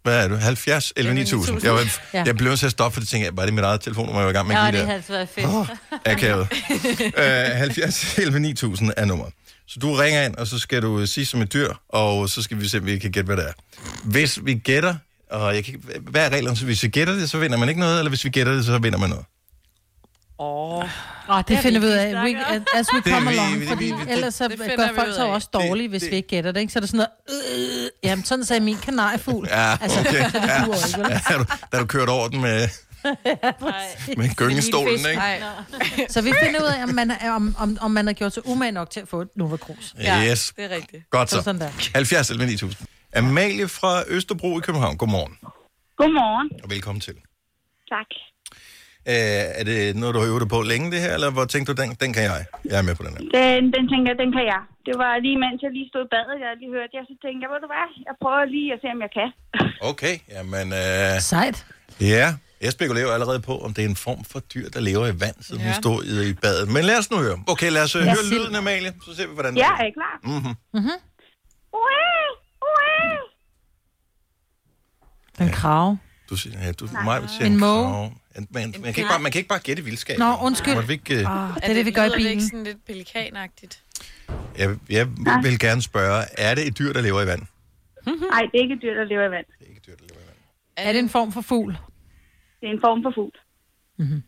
Speaker 1: Hvad er du? 70 11 9000. Jeg, var,
Speaker 3: Ja.
Speaker 1: jeg blev nødt til at stoppe, for det tænkte jeg, var det mit eget telefonnummer, jeg var i gang med
Speaker 2: Ja,
Speaker 1: at
Speaker 2: det
Speaker 1: give
Speaker 2: havde
Speaker 1: der?
Speaker 2: altså været fedt.
Speaker 1: Åh, akavet. uh, 70 11 9000 er nummer. Så du ringer ind, og så skal du øh, sige som et dyr, og så skal vi se, om vi kan gætte, hvad det er. Hvis vi gætter, og jeg kan, ikke- hvad er reglerne? Så hvis vi gætter det, så vinder man ikke noget, eller hvis vi gætter det, så vinder man noget?
Speaker 4: Åh, oh,
Speaker 2: Oh,
Speaker 3: det finder vi ud af, we, as we
Speaker 1: er
Speaker 3: come
Speaker 1: vi-
Speaker 3: along,
Speaker 1: det-
Speaker 3: fordi
Speaker 1: det- det-
Speaker 3: ellers så
Speaker 4: det finder
Speaker 3: gør
Speaker 4: vi ud
Speaker 3: folk så
Speaker 4: af.
Speaker 3: også dårlige, hvis
Speaker 1: det-
Speaker 3: vi ikke gætter det, ikke? Så er der sådan noget, øh, jamen sådan sagde min kanariefugl. Altså-
Speaker 1: Ja, okay. Ja.
Speaker 3: duer ikke, vel?
Speaker 1: Ja, er du, der er du kørt over den med, med gyngestolen, ikke?
Speaker 4: nej.
Speaker 3: Så vi finder ud af, om man, er- om, om, om man er gjort sig umage nok til at få et Nova Cruz.
Speaker 4: Ja,
Speaker 1: Yes.
Speaker 4: det er rigtigt.
Speaker 1: Godt
Speaker 3: Så
Speaker 1: så.
Speaker 3: sådan der.
Speaker 1: 70 11 9000. Amalie fra Østerbro i København. Godmorgen,
Speaker 7: Godmorgen.
Speaker 1: og velkommen til.
Speaker 7: Tak.
Speaker 1: Øh, er det noget, du har øvet dig på længe, det her, eller hvor tænkte du, den, den kan jeg? Jeg er med på den her.
Speaker 7: Den, den tænker jeg, den kan jeg. Det var lige mens jeg lige stod i badet, jeg lige hørte, jeg så tænkte, jeg, ved du hvad, jeg prøver lige at se, om jeg kan.
Speaker 1: Okay, jamen, øh,
Speaker 3: Sejt.
Speaker 1: ja. Jeg spekulerer jo allerede på, om det er en form for dyr, der lever i vand, som ja.
Speaker 4: Ja.
Speaker 1: står i, i badet. Men lad os nu høre. Okay, lad os ja, høre lyden, Amalie, så ser vi, hvordan
Speaker 3: Mm-hmm.
Speaker 7: Ja,
Speaker 1: det
Speaker 7: er I
Speaker 1: er.
Speaker 7: klar?
Speaker 1: Mhm.
Speaker 7: Ue,
Speaker 3: En krave.
Speaker 1: Du siger, ja, du, mig, siger
Speaker 3: En
Speaker 1: en
Speaker 3: måge.
Speaker 1: krage. Men man, man, kan ikke bare, man kan ikke bare gætte vildskab.
Speaker 3: Nå, undskyld.
Speaker 1: Måtte Vi ikke, øh,
Speaker 3: Ah, det
Speaker 4: Er
Speaker 3: er det, vi gør i
Speaker 4: lyder
Speaker 3: bilen.
Speaker 4: ikke sådan lidt pelikanagtigt.
Speaker 1: jeg, jeg vil gerne spørge, er det et dyr, der lever i vand?
Speaker 7: Nej, det er ikke et dyr, der lever i vand.
Speaker 3: Er det en form for fugl?
Speaker 7: Det er en form for fugl.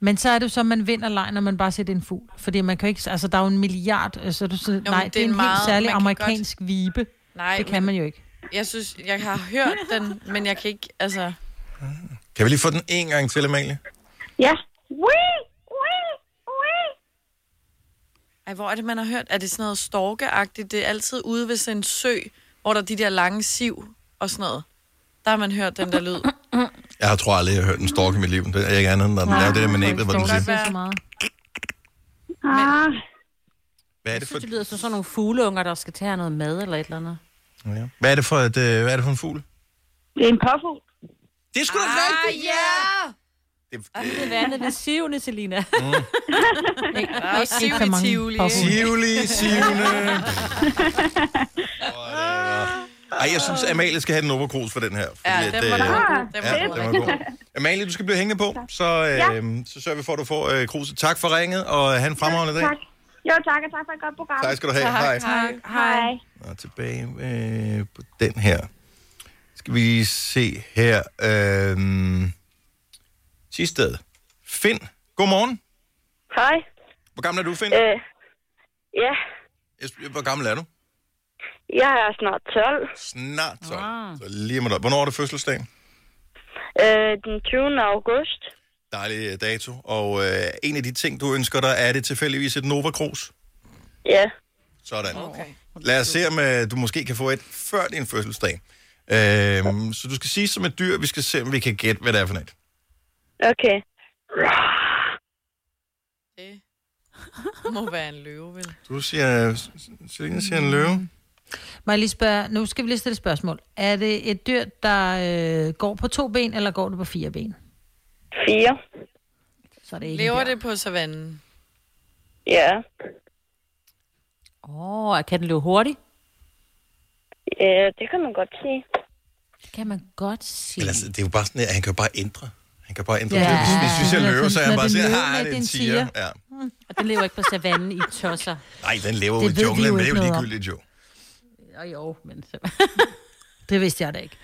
Speaker 3: Men så er det jo så, at man vinder leg, når man bare siger, det er en fugl. Fordi man kan jo ikke... Altså, der er jo en milliard... øh, Så er du så,
Speaker 4: men
Speaker 3: nej, det er en, meget, helt særlig
Speaker 4: man kan
Speaker 3: amerikansk godt... vibe.
Speaker 4: Nej,
Speaker 3: Det kan
Speaker 4: men
Speaker 3: man jo ikke.
Speaker 4: Jeg synes, jeg har hørt den, men jeg kan ikke, altså...
Speaker 1: Kan vi lige få den en gang til, Amalie?
Speaker 7: Ja. Wee! Wee! Wee!
Speaker 4: Ej, hvor er det, man har hørt? Er det sådan noget storkeagtigt? Det er altid ude ved sådan en sø, hvor der er de der lange siv og sådan noget. Der har man hørt den der lyd.
Speaker 1: Jeg har tror aldrig, jeg har hørt en stork i mit liv. Det er ikke andet, end når den laver det der med næbet, hvor den
Speaker 3: Stork,
Speaker 1: siger,
Speaker 3: det er så meget.
Speaker 7: Ah,
Speaker 1: hvad er det for,
Speaker 2: synes, det lyder som sådan nogle fugleunger, der skal tage her noget mad eller et eller andet.
Speaker 1: ja. hvad er det for, et, øh, hvad er det for en fugl?
Speaker 7: det er en påfugl.
Speaker 1: Det er sgu da rigtigt!
Speaker 2: Ah,
Speaker 4: ja!
Speaker 1: Det, Mm.
Speaker 2: Det er vandet ved sivende, Selina.
Speaker 4: Der er også siv
Speaker 3: ikke så mange
Speaker 4: i Tivoli,
Speaker 3: påfugl.
Speaker 4: ikke?
Speaker 1: Tivoli, Sivne. Ej, jeg synes, Amalie skal have den overkrus for den her. Fordi,
Speaker 4: Ja,
Speaker 1: at,
Speaker 4: den var
Speaker 1: øh,
Speaker 4: der. Den var
Speaker 1: Ja,
Speaker 4: god.
Speaker 1: den var god. Amalie, du skal blive hængende på, så, øh, så sørger vi for, at du får øh, kruset. Tak for ringet, og øh, have en fremragende dag.
Speaker 7: Tak. Jo, tak, og tak for et godt program.
Speaker 1: Tak skal du have. Hej.
Speaker 4: Tak.
Speaker 7: Hej.
Speaker 1: Og tilbage øh, på den her. Skal vi se her. Øh, sidste sted. Finn, godmorgen.
Speaker 7: Hej.
Speaker 1: Hvor gammel er du, Finn?
Speaker 7: Øh, ja,
Speaker 1: Jeg- Hvor gammel er du?
Speaker 7: jeg er snart 12.
Speaker 1: Snart 12. Så lige om et øje. Hvornår er det fødselsdagen?
Speaker 7: Øh, den 20. august.
Speaker 1: Dejlig øh, dato. Og øh, en af de ting, du ønsker dig, er det tilfældigvis et Nova Cruz.
Speaker 7: Ja.
Speaker 1: Sådan. Okay. Lad os se, om øh, du måske kan få et før din fødselsdag. Øhm, så du skal sige som et dyr, vi skal se, om vi kan gætte, hvad det er for et.
Speaker 7: Okay.
Speaker 4: Det må være en løve, vel?
Speaker 1: Du siger, Selina siger en
Speaker 3: Mm,
Speaker 1: løve.
Speaker 3: Må jeg lige spørge, nu skal vi lige stille et spørgsmål. Er det et dyr, der øh, går på to ben, eller går det på fire ben?
Speaker 7: 4.
Speaker 3: Så er det ikke en
Speaker 4: Lever
Speaker 3: bjørn.
Speaker 4: det på savannen?
Speaker 7: Ja.
Speaker 2: Åh, oh, kan den løbe hurtigt?
Speaker 7: Ja, det kan man godt sige.
Speaker 2: Det kan man godt sige.
Speaker 1: Eller, altså, det er jo bare sådan, at han kan jo bare ændre. Han kan bare ændre.
Speaker 3: Ja.
Speaker 1: Ja. Hvis, hvis vi
Speaker 3: Ja,
Speaker 1: siger løve, så er han
Speaker 3: når
Speaker 1: bare
Speaker 3: det er
Speaker 1: siger,
Speaker 3: en løve, når
Speaker 1: nej, det er
Speaker 3: det
Speaker 1: en
Speaker 3: er en
Speaker 1: tiger. Ja.
Speaker 2: Og den lever ikke på savannen i tosser.
Speaker 1: Nej, den lever
Speaker 3: Det
Speaker 1: jo i
Speaker 3: ved vi jo
Speaker 1: junglen, men det er
Speaker 3: ikke
Speaker 1: jo
Speaker 3: noget om.
Speaker 1: ligegyldigt jo.
Speaker 2: Og jo, men så,
Speaker 3: Det vidste jeg da ikke.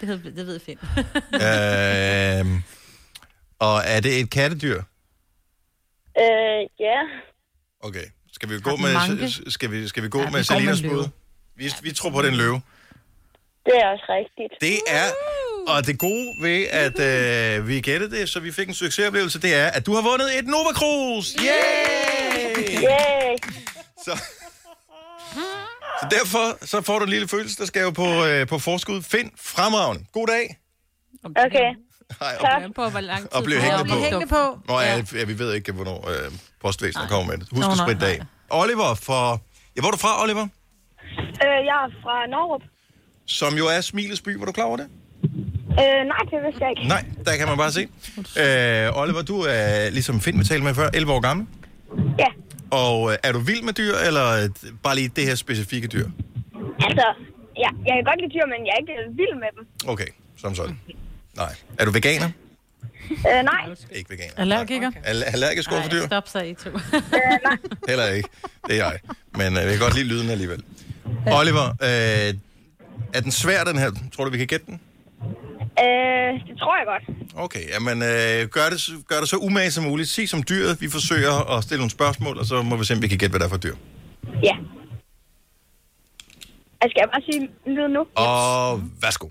Speaker 2: det, ved- det ved Finn.
Speaker 1: øhm, og er det et kattedyr?
Speaker 7: Øh, ja.
Speaker 1: Okay. Skal vi gå
Speaker 3: den
Speaker 1: med,
Speaker 3: manke?
Speaker 1: s- skal vi, skal vi gå
Speaker 3: Ja,
Speaker 1: ja,
Speaker 3: vi går
Speaker 1: med
Speaker 3: med
Speaker 1: Selinas
Speaker 3: en løve.
Speaker 1: bud? Vi, vi tror på, den løve.
Speaker 7: Det er også rigtigt.
Speaker 1: Det er, og det gode ved, at øh, vi gættede det, så vi fik en succesoplevelse, det er, at du har vundet et Nova Cruz! Yay!
Speaker 7: Yay.
Speaker 1: Så, så derfor så får du en lille fødselsdagsgave på, øh, på forskud. Find fremragende. God dag!
Speaker 7: Okay.
Speaker 1: Hej, og,
Speaker 7: Tak.
Speaker 2: Jeg på, hvor lang tid.
Speaker 1: og blev
Speaker 2: det
Speaker 1: hængende
Speaker 2: var.
Speaker 1: på.
Speaker 3: Hængende på.
Speaker 1: Nå, ja, ja, vi ved ikke, hvornår øh, postvæsenet kommer med det. Husk
Speaker 3: Nå,
Speaker 1: at
Speaker 3: nej,
Speaker 1: spritte dag. Oliver fra... Ja, hvor er du fra, Oliver?
Speaker 7: Øh, jeg er fra Norrup.
Speaker 1: Som jo er Smilets by. Var du klar over det?
Speaker 7: Øh, nej, det vidste jeg ikke.
Speaker 1: Nej, der kan man bare se. Øh, Oliver, du er ligesom Finn, vi talte med før, 11 år gammel.
Speaker 7: Ja.
Speaker 1: Og øh, er du vild med dyr, eller øh, bare lige det her specifikke dyr?
Speaker 7: Altså, ja, jeg kan godt lide dyr, men jeg er ikke øh, vild med dem.
Speaker 1: Okay, som sådan. Nej. Er du veganer?
Speaker 7: Øh, nej.
Speaker 1: Ikke veganer.
Speaker 3: Allergiker.
Speaker 1: Nej. Al- allergisk over for dyr?
Speaker 2: Stop så, I to.
Speaker 7: Øh, nej.
Speaker 1: Heller ikke. Det er jeg. Men øh, jeg kan godt lide lyden alligevel. Oliver, øh, er den svær, den her? Tror du, vi kan gætte den?
Speaker 7: Øh, det tror jeg godt.
Speaker 1: Okay, jamen øh, gør, det, så- gør det så umage som muligt. Sig som dyret. Vi forsøger at stille nogle spørgsmål, og så må vi se, om vi kan gætte, hvad der er for et dyr.
Speaker 7: Ja. Altså, skal jeg bare sige lyden nu?
Speaker 1: Og værsgo.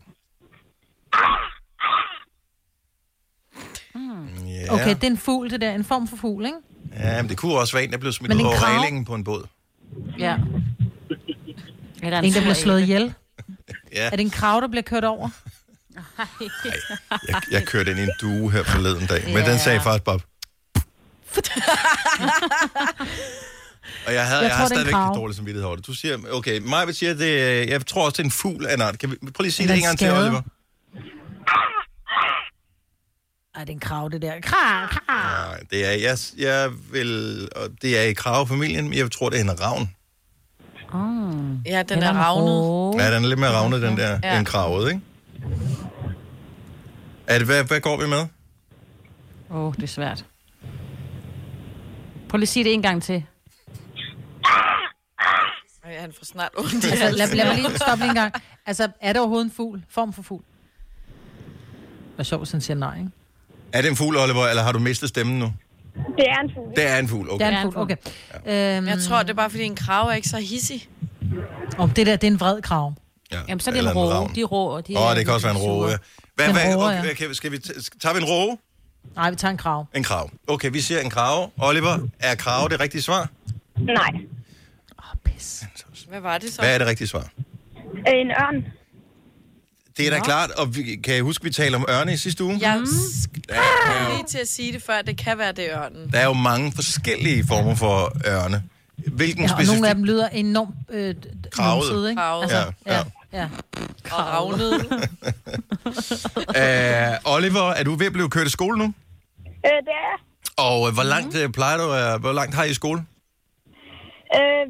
Speaker 2: Hmm.
Speaker 1: Ja,
Speaker 3: Okay, det er en fugl, det der. En form for fugl, ikke?
Speaker 1: ja men det kunne også være en, der blev smidt
Speaker 3: Men
Speaker 1: ud
Speaker 3: en
Speaker 1: over
Speaker 3: krage?
Speaker 1: reglingen på en båd.
Speaker 2: Ja. Eller
Speaker 3: En, der bliver
Speaker 2: sur
Speaker 3: slået
Speaker 2: abe.
Speaker 3: ihjel.
Speaker 1: Ja,
Speaker 3: Er det en krav, der bliver kørt over?
Speaker 1: jeg, jeg kørte ind i en due her forleden dag, men den sagde faktisk bare... Og jeg, havde,
Speaker 3: Jeg
Speaker 1: jeg, jeg
Speaker 3: tror,
Speaker 1: har
Speaker 3: det er en
Speaker 1: stadigvæk
Speaker 3: krage.
Speaker 1: lidt dårlig samvittighed over det. Du siger, okay, mig vil sige, at det, er- jeg tror også, det er en fugl af en art. Kan vi prøv lige at sige
Speaker 3: Men
Speaker 1: det
Speaker 3: den
Speaker 1: en gang til,
Speaker 3: skade.
Speaker 1: Oliver?
Speaker 3: Ej, det er en krav, det der. Krav, krav.
Speaker 1: Nej, det er, jeg, jeg vil, og det er i kravefamilien, men jeg tror, det er en ravn.
Speaker 4: Ja, den
Speaker 3: Eller
Speaker 4: er
Speaker 3: en
Speaker 4: ravnet.
Speaker 3: råge. Uh.
Speaker 1: Ja, den er lidt mere ravnet, den der, ja. end kravet, ikke? At, hvad, hvad går vi med?
Speaker 2: Åh, oh, det er svært. Prøv lige at sige det en gang til.
Speaker 4: Ej, han får snart ondt.
Speaker 3: Altså, lad, lad mig lige stoppe lige en gang. Altså, er det overhovedet en fugl? Form for fugl? Det er sjovt, hvis han siger nej, ikke?
Speaker 1: Er det en fugl, Oliver, eller har du mistet stemmen nu?
Speaker 7: Det er en fugl.
Speaker 1: Det er en fugl, okay.
Speaker 3: Okay. Det er en fugl, okay. Ja. Øhm,
Speaker 4: Jeg tror, det er bare, fordi en krave er ikke så hissig.
Speaker 3: om det der, det er en vred krav.
Speaker 1: Ja.
Speaker 2: Jamen, så er det
Speaker 1: Eller
Speaker 2: en råge.
Speaker 1: ravn.
Speaker 2: De er rå. og De
Speaker 1: Åh,
Speaker 2: er-
Speaker 1: det kan også være en roe. ja. Hvad,
Speaker 3: En
Speaker 1: hvad,
Speaker 3: råge,
Speaker 1: okay,
Speaker 3: ja.
Speaker 1: hvad kan, vi- skal vi t- tager vi en roe?
Speaker 3: Nej, vi tager en krav.
Speaker 1: En krav. Okay, vi siger en krav. Oliver, er krav det rigtige svar?
Speaker 7: Nej.
Speaker 4: Hvad var det så?
Speaker 1: Hvad er det rigtige svar?
Speaker 7: Øh, En ørn.
Speaker 1: Det er da klart, og vi, kan jeg huske, vi talte om ørne i sidste uge?
Speaker 4: Jeg skal
Speaker 1: Der, er jo,
Speaker 4: lige til at sige det før, det kan være det er ørnen.
Speaker 1: der er jo mange forskellige former for ørne. Hvilken
Speaker 3: Ja, og
Speaker 1: specifik...
Speaker 3: nogle af dem lyder enormt øh,
Speaker 1: Kravet.
Speaker 3: numset, ikke? Altså,
Speaker 4: Kravet.
Speaker 1: Ja, ja.
Speaker 3: ja. ja.
Speaker 4: Og ravnet.
Speaker 1: Øh, Oliver, er du ved at blive kørt i skole nu?
Speaker 7: Øh, det er jeg.
Speaker 1: Og øh, hvor langt
Speaker 3: Mhm.
Speaker 1: øh, plejer du, øh, hvor langt har I i skole?
Speaker 7: Øh,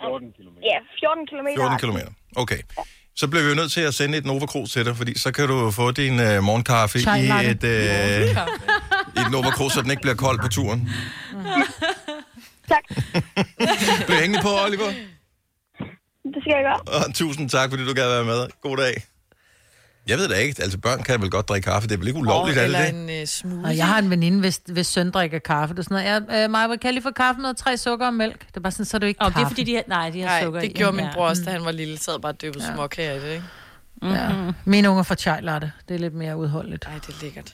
Speaker 7: 14 km. Ja, 14 km.
Speaker 1: 14 km. Okay. Så bliver vi jo nødt til at sende et Nova Cruz til dig, fordi så kan du få din øh, morgenkaffe
Speaker 3: Chai
Speaker 1: i
Speaker 3: latte.
Speaker 1: et, øh, i et Nova Cruz, så den ikke bliver kold på turen.
Speaker 7: Tak.
Speaker 1: Bliv hængende på, Oliver.
Speaker 7: Det skal jeg gøre.
Speaker 1: Og tusind tak, fordi du gad være med. God dag. Jeg ved det ikke. Altså, børn kan vel godt drikke kaffe. Det er vel ikke ulovligt, er det
Speaker 4: eller
Speaker 1: det?
Speaker 4: en uh, smule.
Speaker 3: Og jeg har en veninde, hvis, hvis søn drikker kaffe. Det er sådan noget. Ja, øh, Maja, kan jeg lige få kaffe med tre sukker og mælk? Det er bare sådan, så er det jo ikke
Speaker 2: Åh,
Speaker 3: kaffe.
Speaker 2: det er fordi, de har, nej, de har
Speaker 4: Nej,
Speaker 2: sukker
Speaker 4: det
Speaker 2: i.
Speaker 4: gjorde min
Speaker 2: Ja. Mm.
Speaker 4: bror også, da han var lille. Sad bare døbet ja. småkager i det, ikke?
Speaker 3: Ja.
Speaker 2: Mm-hmm.
Speaker 3: Mine unger får chai latte. Det er lidt mere udholdeligt.
Speaker 4: Nej, det er lækkert.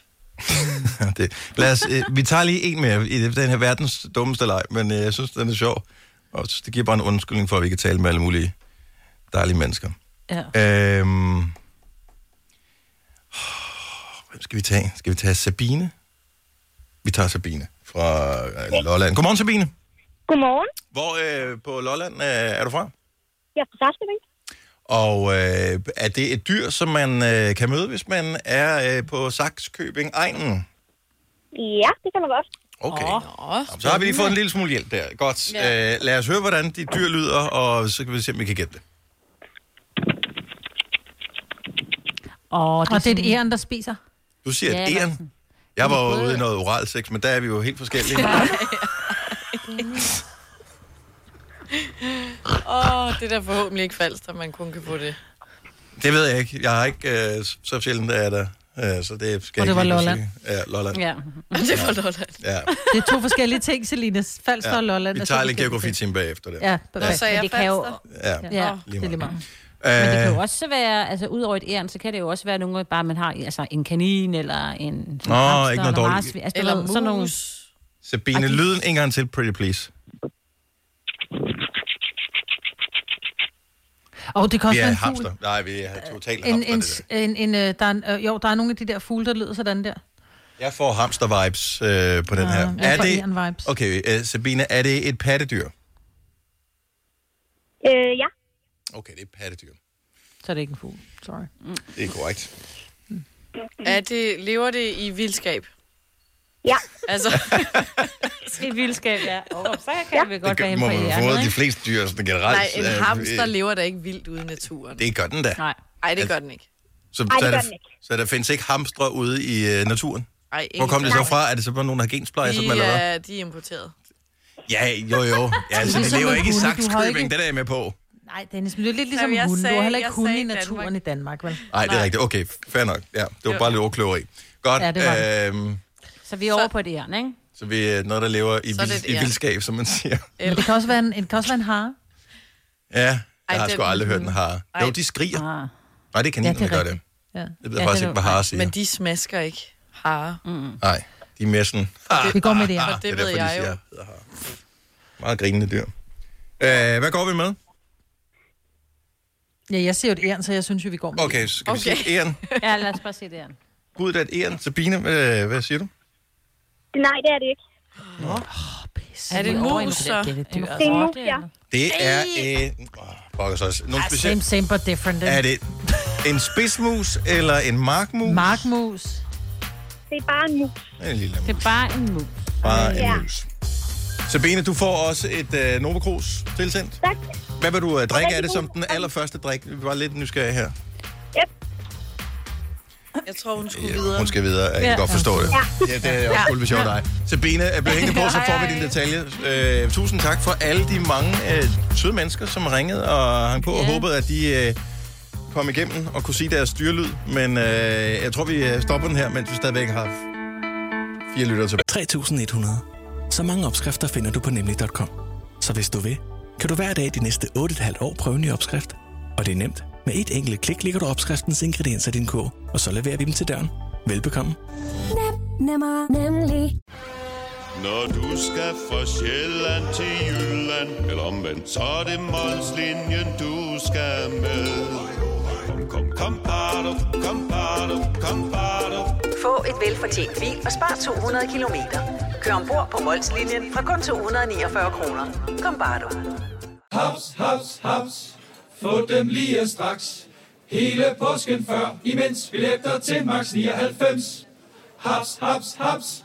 Speaker 1: det. Lad os, øh, vi tager lige en mere i den her verdens dummeste leg, men øh, jeg synes, den er sjov. Og så- det giver bare en undskyldning for, at vi kan tale med alle mulige dejlige mennesker.
Speaker 2: Ja.
Speaker 1: Øhm... Hvem skal vi tage? Skal vi tage Sabine? Vi tager Sabine fra øh, Lolland. Godmorgen, Sabine.
Speaker 7: Godmorgen.
Speaker 1: Hvor øh, på Lolland øh, er du fra?
Speaker 7: Jeg er fra Sarsbeving.
Speaker 1: Og øh, er det et dyr, som man øh, kan møde, hvis man er øh, på Saxkøbing Egnen?
Speaker 7: Ja, det kan man godt.
Speaker 1: Okay.
Speaker 2: Åh.
Speaker 4: Åh,
Speaker 1: Jamen, Så har vi lige fået en lille smule hjælp der. Godt. Ja. Øh, lad os høre, hvordan de dyr lyder, og så kan vi se, om vi kan gætte det.
Speaker 2: Åh,
Speaker 3: Og det er et æren, der spiser.
Speaker 1: Du siger
Speaker 2: Ja,
Speaker 1: ja, æren.
Speaker 2: Larsen.
Speaker 1: Jeg var
Speaker 2: både-
Speaker 1: jo ude i noget oral sex, men der er vi jo helt forskellige.
Speaker 4: oh, det der forhåbentlig ikke falsk, at man kun kan få det.
Speaker 1: det ved jeg ikke. Jeg har ikke øh, så sjældent, der er der. Øh, så det skal
Speaker 3: Og det
Speaker 1: jeg
Speaker 3: var
Speaker 1: ikke lige kunne
Speaker 3: Lolland.
Speaker 1: sige. Ja, Lolland. Ja.
Speaker 2: Ja.
Speaker 4: Det var Lolland.
Speaker 1: ja.
Speaker 3: Det er to forskellige ting, Selina. Falster og Lolland.
Speaker 1: Vi
Speaker 3: er to
Speaker 1: tager lige
Speaker 3: forskellige
Speaker 1: geografitime bagefter.
Speaker 3: ting.
Speaker 1: Der.
Speaker 3: Ja,
Speaker 4: Og
Speaker 3: perfekt.
Speaker 4: så er jeg
Speaker 2: det kan jo-
Speaker 1: Ja.
Speaker 4: falster.
Speaker 3: Ja,
Speaker 2: Ja.
Speaker 3: det er lige meget.
Speaker 2: Men det kan
Speaker 1: Øh,
Speaker 2: jo også være, altså udover et æren, så kan det jo også være nogle, bare man har altså, en kanin eller en Nå, ikke
Speaker 1: noget dårligt.
Speaker 2: Altså,
Speaker 4: Eller
Speaker 2: eller
Speaker 4: mus.
Speaker 2: sådan nogle,
Speaker 1: Sabine, lyden en gang til, pretty please.
Speaker 3: Og det kan
Speaker 1: Vi
Speaker 3: også
Speaker 1: er
Speaker 3: være en fugl.
Speaker 1: hamster. Nej, vi er totalt
Speaker 3: En,
Speaker 1: hamster.
Speaker 3: en,
Speaker 1: det der.
Speaker 3: en, en, øh, der er en, øh, jo, der er nogle af de der fugle, der lyder sådan der.
Speaker 1: Jeg får hamster-vibes øh, på den
Speaker 3: Ja,
Speaker 1: her.
Speaker 3: Ah, jeg
Speaker 1: Er
Speaker 3: får
Speaker 1: det,
Speaker 3: æren-vibes.
Speaker 1: okay, øh, Sabine, er det et pattedyr?
Speaker 7: Øh, ja.
Speaker 1: Okay, det er et pattedyr.
Speaker 3: Så er det ikke en fugl. Sorry.
Speaker 2: Mm.
Speaker 1: Det er korrekt.
Speaker 4: Er det, lever det i vildskab?
Speaker 7: Ja.
Speaker 4: Altså,
Speaker 2: et vildskab, ja. Oh, så kan vi godt
Speaker 1: Det
Speaker 2: være
Speaker 1: gør,
Speaker 2: henne
Speaker 1: må
Speaker 2: på
Speaker 1: man få
Speaker 2: æren,
Speaker 1: de
Speaker 2: ikke?
Speaker 1: fleste dyr sådan generelt.
Speaker 4: nej, en
Speaker 1: øh,
Speaker 4: hamster
Speaker 1: øh,
Speaker 4: lever da ikke vildt ude i naturen.
Speaker 1: Det gør den da. Altså-
Speaker 2: Nej.
Speaker 4: Nej, det gør den ikke.
Speaker 1: Så,
Speaker 7: det
Speaker 1: så,
Speaker 7: gør
Speaker 1: er der,
Speaker 7: den ikke.
Speaker 1: så der findes ikke hamstre ude i øh, naturen.
Speaker 4: Ej,
Speaker 1: Hvor kom det så
Speaker 4: ikke.
Speaker 1: fra? Er det så bare nogen, der har gensplejer dem, eller
Speaker 4: De, øh,
Speaker 1: hvad?
Speaker 4: er, de er importeret.
Speaker 1: Ja, jo, jo. Ja, altså, det
Speaker 3: ligesom
Speaker 1: lever
Speaker 3: med
Speaker 1: ikke i
Speaker 3: hunde. Du har ikke-
Speaker 1: Saxkøbing, det der er jeg med på.
Speaker 3: Nej, Dennis, men det er lidt ligesom
Speaker 4: Jamen, jeg
Speaker 3: hunden. Du har
Speaker 4: sagde-
Speaker 3: heller ikke
Speaker 4: jeg
Speaker 3: hunde
Speaker 4: sagde
Speaker 3: i naturen
Speaker 4: Danmark.
Speaker 3: i Danmark, vel?
Speaker 1: Nej, det er rigtigt. Okay, fair nok. Ja, det var bare lidt ordkløveri. Godt.
Speaker 3: Ja, det var det.
Speaker 1: øhm,
Speaker 2: Så vi er over på et æren, ikke?
Speaker 1: så vi er noget, der lever i,
Speaker 4: Så er det
Speaker 1: vild,
Speaker 4: et
Speaker 1: i
Speaker 4: æren.
Speaker 1: vildskab, som man siger.
Speaker 3: Men det kan også være en, en, kan også være en hare.
Speaker 1: Ja, jeg
Speaker 4: Ej,
Speaker 1: har
Speaker 4: den-
Speaker 1: sgu aldrig hørt den har.
Speaker 4: Ej.
Speaker 1: Jo, de skriger.
Speaker 2: Ah.
Speaker 1: Nej, det er kaninerne,
Speaker 3: Ja,
Speaker 1: der
Speaker 3: det er
Speaker 1: gør det.
Speaker 3: Ja.
Speaker 1: Jeg ved
Speaker 2: Ja,
Speaker 1: faktisk
Speaker 2: det er
Speaker 1: ikke, hvad
Speaker 2: jo-
Speaker 1: har siger.
Speaker 4: Men de smasker ikke hare.
Speaker 1: Nej, de er mere sådan...
Speaker 3: Vi går med det her.
Speaker 1: Ah,
Speaker 4: det ved
Speaker 1: derfor, de
Speaker 4: jeg jo.
Speaker 1: siger, hedder har. Meget grinende dyr. Øh, hvad går vi med?
Speaker 3: Ja, jeg siger jo et æren, så jeg synes jo, vi går med
Speaker 1: Okay, så skal okay. vi
Speaker 4: Okay.
Speaker 1: sige æren.
Speaker 2: Ja, lad os bare se det æren.
Speaker 1: Gud, det er et æren. Sabine, hvad, hvad siger du?
Speaker 7: Nej, det er det ikke.
Speaker 4: Er det en mus, så?
Speaker 2: En
Speaker 7: Det er en
Speaker 2: rotte,
Speaker 7: mus, ja.
Speaker 2: eller?
Speaker 1: Det er en... Oh, fuck os også. Nogle
Speaker 3: det. Same,
Speaker 1: specielt...
Speaker 3: same, but different.
Speaker 1: Er det en spidsmus eller en markmus?
Speaker 3: Markmus.
Speaker 7: Det er bare en mus.
Speaker 1: En lille
Speaker 2: Det
Speaker 1: mus.
Speaker 2: er bare en mus.
Speaker 1: Bare
Speaker 7: Ja.
Speaker 1: en mus. Sabine, du får også et uh, Nova Cruz tilsendt.
Speaker 7: Tak.
Speaker 1: Hvad vil du uh, drikke?
Speaker 7: rigtig
Speaker 1: Er det
Speaker 7: god.
Speaker 1: som den allerførste drik? Vi var lidt nysgerrige her.
Speaker 7: Yep.
Speaker 4: Jeg tror, hun skulle
Speaker 1: Ja,
Speaker 4: videre.
Speaker 1: Hun skal videre, jeg kan
Speaker 4: Ja.
Speaker 1: godt forstå det.
Speaker 4: Ja.
Speaker 1: Ja, det er jeg også
Speaker 4: Ja.
Speaker 1: cool, hvis jeg var
Speaker 4: Ja.
Speaker 1: dig. Sabine, jeg bliver hængende på, så får
Speaker 4: Ej,
Speaker 1: vi dine detaljer. Øh, tusind tak for alle de mange øh, søde mennesker, som ringede og hang på og håbede, at de øh, kom igennem og kunne sige deres styrlyd. Men øh, jeg tror, vi øh, stopper den her, mens vi stadigvæk har fire lytter tilbage.
Speaker 12: 3100. Så mange opskrifter finder du på nemlig.com. Så hvis du vil, kan du hver dag de næste 8,5 år prøve en ny opskrift. Og det er nemt. Med et enkelt klik ligger du opskriftens ingredienser i din kog, og så leverer vi dem til døren. Velbekomme.
Speaker 13: Nem, nemmer, nemlig.
Speaker 14: Når du skal fra Sjælland til Jylland, eller omvendt, så er det Molslinjen, du skal med. Kom, kom, kom, bado, kom, bado, kom, bado.
Speaker 15: Få et velfortjent bil og spar 200 kilometer. Kør ombord på Molslinjen fra kun 249 kroner. Kom bare du.
Speaker 9: Haps, haps, haps. Få dem lige straks. Hele påsken før, imens billetter til max 99. Haps, haps, haps.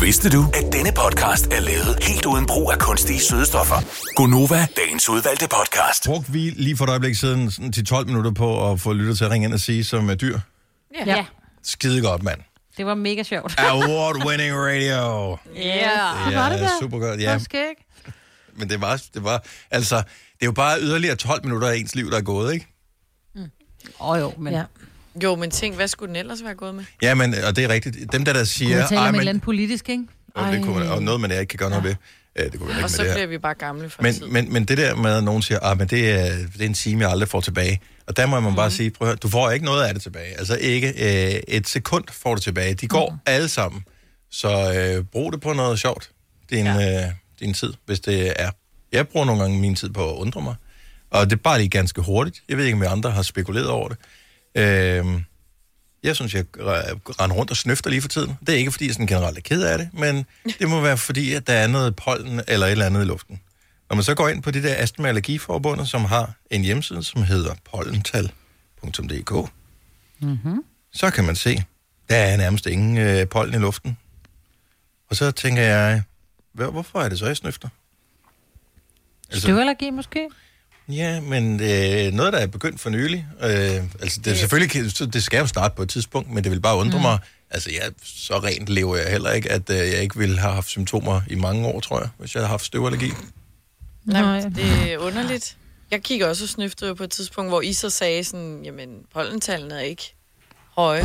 Speaker 5: Vidste du, at denne podcast er lavet helt uden brug af kunstige sødestoffer?
Speaker 1: Gonova,
Speaker 5: Dagens udvalgte podcast.
Speaker 1: Brugte vi lige for et øjeblik siden sådan til 12 minutter på at få lytter til at ringe ind og sige som er dyr?
Speaker 2: Ja. ja.
Speaker 1: Skide godt, mand.
Speaker 2: Det var mega sjovt.
Speaker 1: Award-winning radio.
Speaker 2: Ja,
Speaker 1: Det
Speaker 2: var
Speaker 1: er
Speaker 2: det da?
Speaker 1: super godt, ja.
Speaker 3: Måske ikke.
Speaker 1: Men det var, det var, altså, det er jo bare yderligere 12 minutter af ens liv, der er gået, ikke?
Speaker 2: Åh oh, jo, men...
Speaker 3: Ja.
Speaker 4: Jo, men tænk, hvad skulle den ellers være gået med?
Speaker 1: Ja, men, og det er rigtigt. Dem, der, der
Speaker 3: Ja,
Speaker 1: siger,
Speaker 3: man taler
Speaker 1: ej,
Speaker 3: med et eller
Speaker 1: men,
Speaker 3: andet politisk, ikke?
Speaker 1: og, det kunne man, og noget, man ikke kan gøre noget ved, øh, det kunne man ikke
Speaker 4: Og så
Speaker 1: med det her.
Speaker 4: bliver vi bare gamle for men, tid.
Speaker 1: Men, men, men det der med, at nogen siger, at det, er, det er en time, jeg aldrig får tilbage. Og der må man
Speaker 4: Mhm.
Speaker 1: bare sige, prøv at høre, du får ikke noget af det tilbage. Altså ikke øh, et sekund får du tilbage. De går
Speaker 4: Mhm.
Speaker 1: alle sammen. Så øh, brug det på noget sjovt, din, øh, din tid, hvis det er. Jeg bruger nogle gange min tid på at undre mig. Og det er bare lige ganske hurtigt. Jeg ved ikke, om jeg andre har spekuleret over det. Øh, jeg synes, jeg r- render rundt og snøfter lige for tiden. Det er ikke, fordi jeg sådan generelt er ked af det, men det må være, fordi at der er noget pollen eller et eller andet i luften. Når man så går ind på det der Astma og Allergiforbundet, som har en hjemmeside, som hedder pollental.dk,
Speaker 2: Mm-hmm.
Speaker 1: så kan man se, der er nærmest ingen øh, pollen i luften. Og så tænker jeg, "Hvor- hvorfor er det så, jeg snøfter? Altså-
Speaker 3: Støvallergi måske?
Speaker 1: Ja, men øh, noget, der er begyndt for nylig, øh, altså det, er selvfølgelig, kan- så det skal jo starte på et tidspunkt, men det vil bare undre mm. mig, altså jeg, så rent lever jeg heller ikke, at øh, jeg ikke ville have haft symptomer i mange år, tror jeg, hvis jeg havde haft støvallergi.
Speaker 4: Nej. Det er underligt. Jeg gik også og snøftede på et tidspunkt, hvor I så sagde sådan, jamen, pollentallene er ikke høje.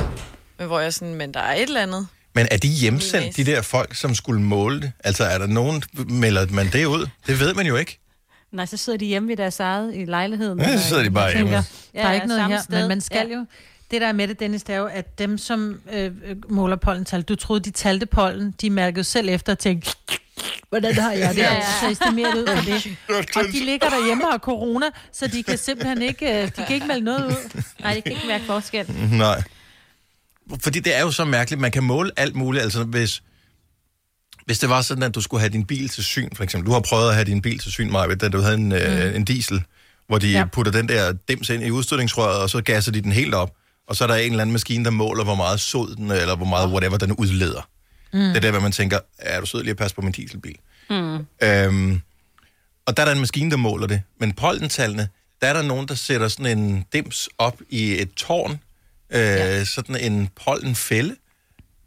Speaker 4: Men hvor jeg sådan, men der er et eller andet.
Speaker 1: Men er de hjemsendt, de der folk, som skulle måle det? Altså er der nogen, melder man det ud? Det ved man jo ikke.
Speaker 2: Nej, så sidder de hjemme i deres eget i lejligheden.
Speaker 1: Ja, så sidder de bare hjemme.
Speaker 3: Der er ikke noget
Speaker 2: samme
Speaker 3: her, sted. men man skal ja. jo... Det, der er med det, Dennis, det er jo, at dem, som øh, øh, måler pollental, du troede, de talte pollen, de mærkede jo selv efter og tænkte, hvordan har jeg det?
Speaker 2: Ja,
Speaker 3: Ja,
Speaker 2: ja.
Speaker 3: ja. Så estimerer det ud af det. Og de ligger derhjemme og har corona, så de kan simpelthen ikke, øh, de kan ikke melde noget ud.
Speaker 2: Nej, de kan ikke mærke forskel.
Speaker 1: Nej. Fordi det er jo så mærkeligt. Man kan måle alt muligt. Altså, hvis, hvis det var sådan, at du skulle have din bil til syn, for eksempel. Du har prøvet at have din bil til syn, Maja, da du havde en, øh, en diesel, hvor de ja. putter den der dims ind i udstødningsrøret, og så gasser de den helt op. Og så er der en eller anden maskine, der måler, hvor meget sod den, eller hvor meget whatever den udleder. Mm. Det er der, hvor man tænker, er du sød lige at passe på min dieselbil?
Speaker 16: Mm.
Speaker 1: Øhm, og der er der en maskine, der måler det. Men pollentallene, der er der nogen, der sætter sådan en dims op i et tårn, øh, ja. sådan en pollenfælde,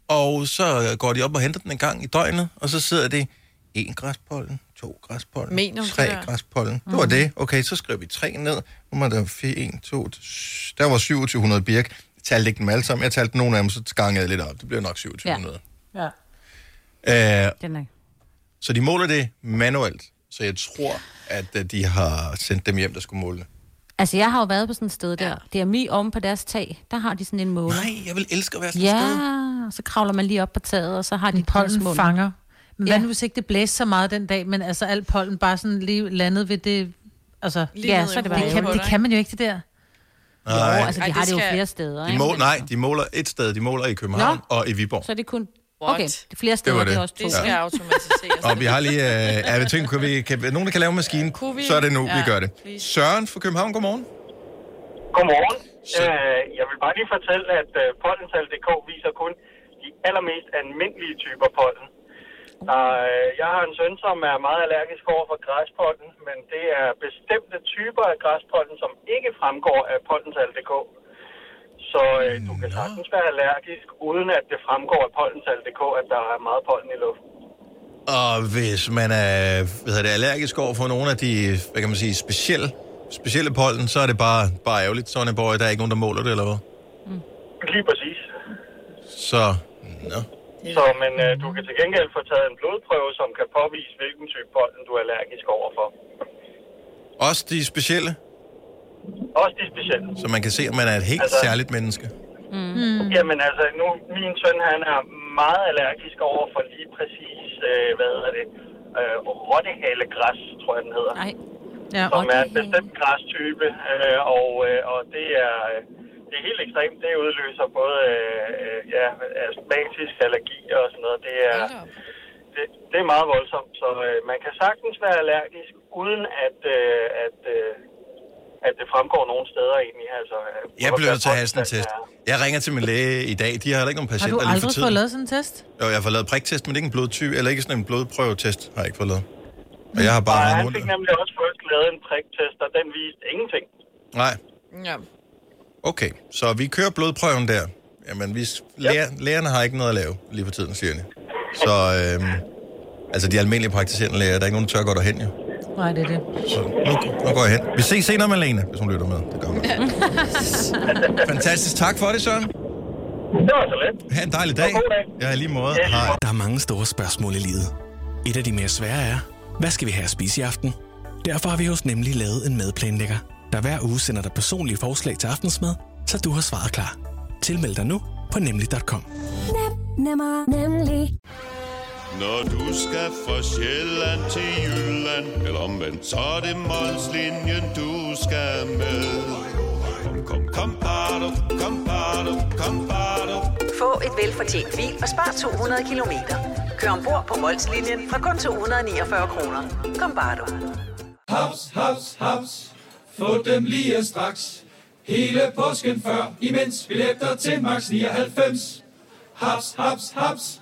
Speaker 1: og så går de op og henter den en gang i døgnet, og så sidder det en græspollen, to græspollen,
Speaker 4: Mener du
Speaker 1: tre
Speaker 4: det der?
Speaker 1: græspollen. Det var
Speaker 4: Mhm.
Speaker 1: det. Okay, så skrev vi tre ned. Nu var der 4, 1, 2, der var 2700 birk. Jeg talte ikke dem alle sammen. Jeg talte nogle af dem, så gangede jeg lidt op. Det bliver nok 2700.
Speaker 3: Ja.
Speaker 1: Ja. Øh,
Speaker 2: Den er...
Speaker 1: så de måler det manuelt. Så jeg tror, at øh, de har sendt dem hjem, der skulle måle det.
Speaker 2: Altså, jeg har jo været på sådan et sted der. Det er mi om på deres tag. Der har de sådan en måler.
Speaker 1: Nej, jeg vil elske at være
Speaker 2: ja, sted. så kravler man lige op på taget, og så har de
Speaker 3: pollen fanger. Men hvad nu, hvis ikke det blæste så meget den dag, men altså alt pollen bare sådan lige landet ved det... Altså,
Speaker 2: Lige Ja, ned så er i det bare
Speaker 3: det,
Speaker 2: hovedet
Speaker 3: kan,
Speaker 2: på dig,
Speaker 3: det kan man jo ikke, det der.
Speaker 1: Nej.
Speaker 2: altså, de Ej, det altså, har det jo skal- flere steder,
Speaker 1: De
Speaker 2: ikke?
Speaker 1: må, nej, de måler et sted. De måler i København
Speaker 2: Nå.
Speaker 1: og i Viborg.
Speaker 2: Så er det kun
Speaker 4: What?
Speaker 2: Okay, det er flere steder,
Speaker 1: Det var
Speaker 2: det,
Speaker 1: det.
Speaker 2: det er også to.
Speaker 1: Det skal
Speaker 4: automatiseres.
Speaker 1: Og vi har lige... Øh, er vi tænkt, kan vi, kan, nogen, der kan lave maskinen,
Speaker 4: Kunne vi?
Speaker 1: så er det nu, vi
Speaker 4: Ja,
Speaker 1: gør det. Søren fra København, godmorgen.
Speaker 16: Godmorgen. Øh, jeg vil bare lige fortælle, at øh, pollental.dk viser kun de allermest almindelige typer pollen. Øh, jeg har en søn, som er meget allergisk over for græspollen, men det er bestemte typer af græspollen, som ikke fremgår af pollental.dk. Så øh, du kan sagtens være allergisk, uden at det fremgår af pollental.dk, at der er meget pollen i luften.
Speaker 1: Og hvis man er hvad hedder det, allergisk over for nogle af de, hvad kan man sige, specielle, specielle pollen, så er det bare, bare ærgerligt. Sådan en boy, der er ikke nogen, der måler det, eller hvad?
Speaker 16: Lige præcis.
Speaker 1: Så, nå.
Speaker 16: Så, men øh, du kan til gengæld få taget en blodprøve, som kan påvise, hvilken type pollen du er allergisk overfor.
Speaker 1: Også de specielle,
Speaker 16: Også de specielle.
Speaker 1: så man kan se, at man er et helt
Speaker 16: Altså-
Speaker 1: særligt menneske.
Speaker 16: Mm. Jamen altså, nu, min søn han er meget allergisk over for lige præcis, øh, hvad hedder det, øh, rottehalegræs, tror jeg den hedder.
Speaker 2: Nej.
Speaker 3: Ja,
Speaker 16: som er en bestemt græstype, øh, og, øh, og det er... øh, Det er helt ekstremt. Det udløser både øh, øh, ja, astmatisk allergi og sådan noget. Det er, det, det er meget voldsomt, så øh, man kan sagtens være allergisk, uden at, øh, at, øh, at det fremgår nogen steder egentlig. Altså, øh,
Speaker 1: Jeg bliver nødt til at have sådan en test. Jeg ringer til min læge i dag. De har heller ikke nogen
Speaker 3: Har
Speaker 1: patienter
Speaker 3: du
Speaker 1: lige for
Speaker 3: aldrig fået
Speaker 1: tiden.
Speaker 3: lavet sådan en test?
Speaker 1: Jo, jeg har fået lavet priktest, men det er ikke en blodtype, eller ikke sådan en blodprøvetest, har jeg ikke fået lavet. Og jeg har bare
Speaker 16: Nej,
Speaker 1: rendt
Speaker 16: han
Speaker 1: rundt.
Speaker 16: fik nemlig også først lavet en priktest, og den viste ingenting.
Speaker 1: Nej,
Speaker 4: Ja.
Speaker 1: okay. Så vi kører blodprøven der. Jamen, vi, læger, lægerne har ikke noget at lave lige for tiden, siger de. Så, øhm, altså de almindelige praktiserende læger, der er ikke nogen, der tør gå derhen, jo.
Speaker 3: Nej, det er det.
Speaker 1: Så nu, nu går jeg hen. Vi ses senere, Malene, hvis hun lytter med. Det gør hun. Fantastisk. Tak for det, Søren.
Speaker 16: Det var så let.
Speaker 1: Ha' en dejlig dag. Ja, i lige måde. Hej.
Speaker 12: Der er mange store spørgsmål i livet. Et af de mere svære er, hvad skal vi have at spise i aften? Derfor har vi hos Nemlig lavet en madplanlægger, der hver uge sender dig personlige forslag til aftensmad, så du har svaret klar. Tilmeld dig nu på nemlig.com.
Speaker 13: Nem, nemmer, nemlig.
Speaker 14: Når du skal fra Sjælland til Jylland Eller omvendt, så er det Molslinjen, du skal med Kom, kom, kom, bado, kom, bado, kom, bado.
Speaker 15: Få et velfortjent bil og spar 200 kilometer. Kør ombord på Molslinjen fra kun 249 kroner. Kom bare du.
Speaker 9: Haps, haps, haps. Få dem lige straks. Hele påsken før, imens billetter til max 99. Haps, haps, haps.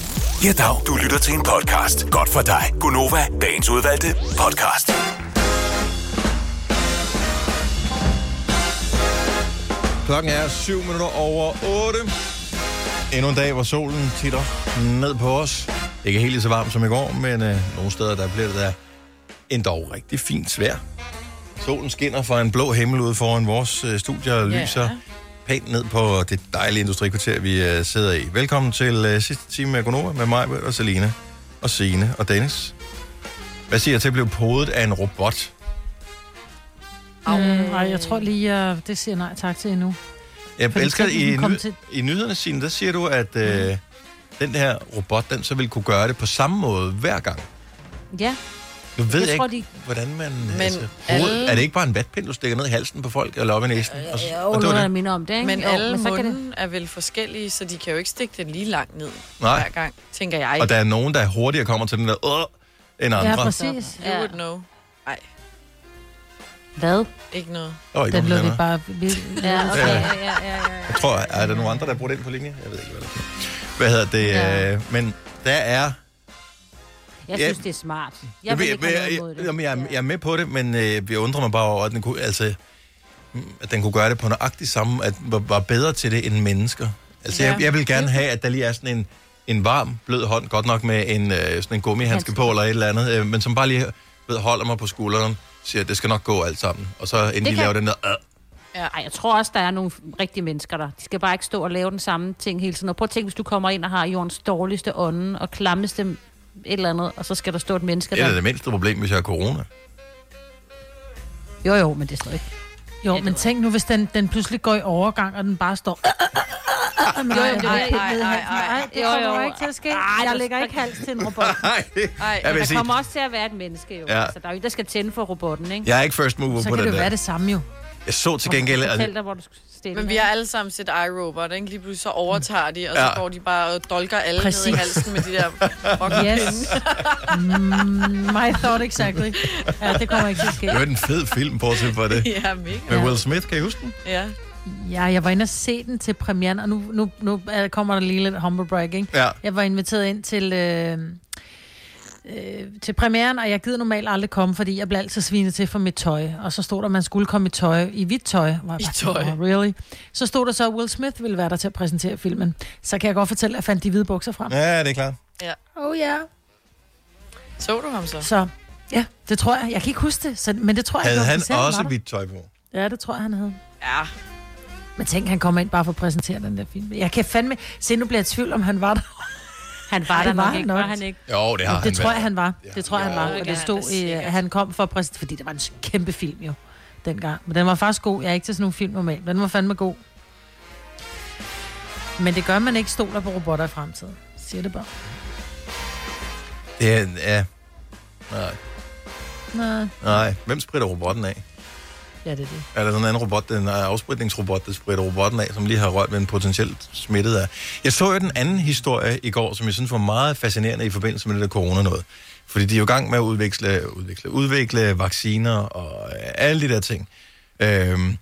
Speaker 5: Ja, dag. Du lytter til en podcast. Godt for dig. Gunova, dagens udvalgte podcast.
Speaker 1: Klokken er 7 minutter over 8. Endnu en dag, hvor solen titter ned på os. Ikke helt lige så varmt som i går, men øh, nogle steder der bliver det da endda rigtig fint vejr. Solen skinner fra en blå himmel ude foran vores øh, studier og
Speaker 17: Ja.
Speaker 1: lyser pænt ned på øh, det dejlige industrikvarter, vi øh, sidder i. Velkommen til øh, sidste time med Gonova med mig, og Selina, og Sine og Dennis. Hvad siger jeg til at blive podet af en robot?
Speaker 3: Mm, nej, jeg tror lige, jeg, det siger nej tak til endnu.
Speaker 1: Jeg
Speaker 3: Fordi
Speaker 1: elsker
Speaker 3: så kan
Speaker 1: i,
Speaker 3: den komme
Speaker 1: ny,
Speaker 3: til-
Speaker 1: i nyhederne, Signe, der siger du, at øh, den her robot, den så vil kunne gøre det på samme måde hver gang.
Speaker 2: Ja.
Speaker 1: Nu ved jeg,
Speaker 2: Jeg
Speaker 1: jeg
Speaker 2: tror,
Speaker 1: ikke, hvordan man... Men
Speaker 2: Men
Speaker 1: altså,
Speaker 2: alle-
Speaker 1: alle... Er det ikke bare en vatpind, du stikker ned i halsen på folk, eller op i næsen? Og, så-
Speaker 2: Jo,
Speaker 1: og det
Speaker 2: noget,
Speaker 1: var
Speaker 2: der
Speaker 1: det.
Speaker 2: minder om det, ikke?
Speaker 4: Men
Speaker 2: jo,
Speaker 4: alle
Speaker 2: så kan det-
Speaker 4: munden er vel forskellige, så de kan jo ikke stikke den lige langt ned
Speaker 1: Nej.
Speaker 4: hver gang, tænker jeg.
Speaker 1: og der er nogen, der hurtigere kommer til den der... Øh, end andre.
Speaker 4: You would know. Nej,
Speaker 2: Hvad?
Speaker 4: ikke noget.
Speaker 1: Der var ikke Den nogen, blev der vi var.
Speaker 3: bare...
Speaker 4: Ja,
Speaker 1: okay, ja, ja,
Speaker 4: ja, ja.
Speaker 1: Jeg tror, er der nogen andre, der bruger den på linje? Jeg ved ikke, hvad det er. Hvad hedder det? Ja. Øh, men der er...
Speaker 2: Jeg
Speaker 1: Ja.
Speaker 2: synes, det er smart. Jeg vil ikke have
Speaker 1: jeg,
Speaker 2: noget
Speaker 1: jeg,
Speaker 2: imod det.
Speaker 1: jeg, jeg, jeg, jeg er med på det, men øh, jeg undrer mig bare over, at den kunne, altså, mm, at den kunne gøre det på nøjagtig samme, at var, var bedre til det end mennesker. Altså,
Speaker 17: Ja.
Speaker 1: jeg, jeg vil gerne have, at der lige er sådan en, en varm, blød hånd, godt nok med en, øh, sådan en gummihandske på eller et eller andet, øh, men som bare lige ved, holder mig på skulderen, siger, at det skal nok gå alt sammen. Og så inden
Speaker 2: Det
Speaker 1: de
Speaker 2: kan-
Speaker 1: laver den der... Øh,
Speaker 2: Ja. Ej, jeg tror også, der er nogle rigtige mennesker der. De skal bare ikke stå og lave den samme ting hele tiden. Og prøv at tænke, hvis du kommer ind og har jordens dårligste ånde og klammeste et eller andet, og så skal der stå et menneske
Speaker 1: Det er
Speaker 2: der.
Speaker 1: da det mindste problem, hvis jeg har corona.
Speaker 2: Mm. Jo, jo, men det er stadig.
Speaker 3: Jo, men tænk nu, hvis den, den pludselig går i overgang, og den bare står...
Speaker 2: Jo,
Speaker 3: Med
Speaker 2: jo,
Speaker 3: en
Speaker 2: det er-
Speaker 3: ret pind
Speaker 2: ej,
Speaker 3: ned i
Speaker 2: ej,
Speaker 3: halsen.
Speaker 2: ej.
Speaker 3: Ej, det
Speaker 2: Jo,
Speaker 3: kommer
Speaker 2: jo.
Speaker 3: jo ikke til at ske.
Speaker 2: Ej,
Speaker 3: Jeg
Speaker 2: du
Speaker 3: lægger
Speaker 2: skal
Speaker 3: ikke hals til en robot.
Speaker 1: Nej,
Speaker 2: Ej,
Speaker 1: jeg vil
Speaker 2: der
Speaker 1: sige-
Speaker 2: kommer også til at være et menneske, jo.
Speaker 1: Ja.
Speaker 2: Ja. Så der er jo ikke, der skal tænde for robotten, ikke?
Speaker 1: Jeg er ikke first mover
Speaker 3: Så
Speaker 1: på
Speaker 3: kan
Speaker 1: den
Speaker 3: det jo
Speaker 1: der.
Speaker 3: være det samme jo.
Speaker 1: Jeg så til gengæld...
Speaker 2: Fortæl
Speaker 1: at-
Speaker 2: dig, hvor du skal stille.
Speaker 4: Men vi har alle sammen set iRobot, ikke? Lige pludselig så overtager de, og så
Speaker 1: Mm. Ja.
Speaker 4: går de bare og dolker alle Præcis. ned
Speaker 3: Præcis.
Speaker 4: i halsen med de der fucking
Speaker 3: Yes.
Speaker 4: pinde.
Speaker 3: Mm, my thought exactly. Ja, det kommer ikke til at ske.
Speaker 1: Det var en fed film, bortset fra det.
Speaker 4: Ja, mega.
Speaker 1: Med Will Smith, kan I huske den?
Speaker 4: Ja.
Speaker 3: Ja, jeg var inde og se den til premieren, og nu, nu, nu øh, kommer der lige lidt humble brag, ikke?
Speaker 1: Ja.
Speaker 3: Jeg var inviteret ind til, øh, øh, til premieren, og jeg gider normalt aldrig komme, fordi jeg blev altid svinet til for mit tøj. Og så stod der, at man skulle komme i tøj, i hvidt tøj. Var I
Speaker 4: tøj.
Speaker 3: Oh, really? Så stod der så, at Will Smith ville være der til at præsentere filmen. Så kan jeg godt fortælle, at jeg fandt de hvide bukser frem.
Speaker 1: Ja, det er klart.
Speaker 4: Ja.
Speaker 3: Oh ja. Yeah.
Speaker 4: Så du ham så?
Speaker 3: Så ja, det tror jeg. Jeg kan ikke huske det, så, men det tror jeg.
Speaker 1: Havde
Speaker 3: ikke,
Speaker 1: han
Speaker 3: officielt var
Speaker 1: også
Speaker 3: der.
Speaker 1: hvidt tøj på?
Speaker 3: Ja, det tror jeg, han havde.
Speaker 4: Ja.
Speaker 3: Men tænk, han kommer ind bare for at præsentere den der film. Jeg kan fandme... Se, nu bliver jeg i tvivl, om han var der.
Speaker 2: Han var
Speaker 3: Ej,
Speaker 2: der
Speaker 3: var
Speaker 2: nok
Speaker 3: han
Speaker 2: ikke,
Speaker 3: nok.
Speaker 2: var han ikke?
Speaker 1: Jo, det har
Speaker 3: det
Speaker 1: han
Speaker 3: tror
Speaker 1: været.
Speaker 3: jeg, han var. Det tror jeg, han var.
Speaker 2: Jo,
Speaker 3: Og
Speaker 2: det
Speaker 3: det
Speaker 2: er
Speaker 3: stod, i, øh,
Speaker 2: sikkert.
Speaker 3: han kom for at præsentere... Fordi det var en kæmpe film jo, dengang. Men den var faktisk god. Jeg er ikke til sådan nogle film normalt, men den var fandme god. Men det gør, at man ikke stoler på robotter i fremtiden. Siger det bare.
Speaker 1: Det er, ja. Nej.
Speaker 3: Nej.
Speaker 1: Nej. Hvem spritter robotten af?
Speaker 3: Ja, det er det.
Speaker 1: Er der sådan en anden robot, den er afspritningsrobot, der spritter robotten af, som lige har rørt ved en potentielt smittet af? Jeg så jo den anden historie i går, som jeg synes var meget fascinerende i forbindelse med det der corona noget. Fordi de er jo i gang med at udvikle, udvikle, udvikle vacciner og øh, alle de der ting. Øhm,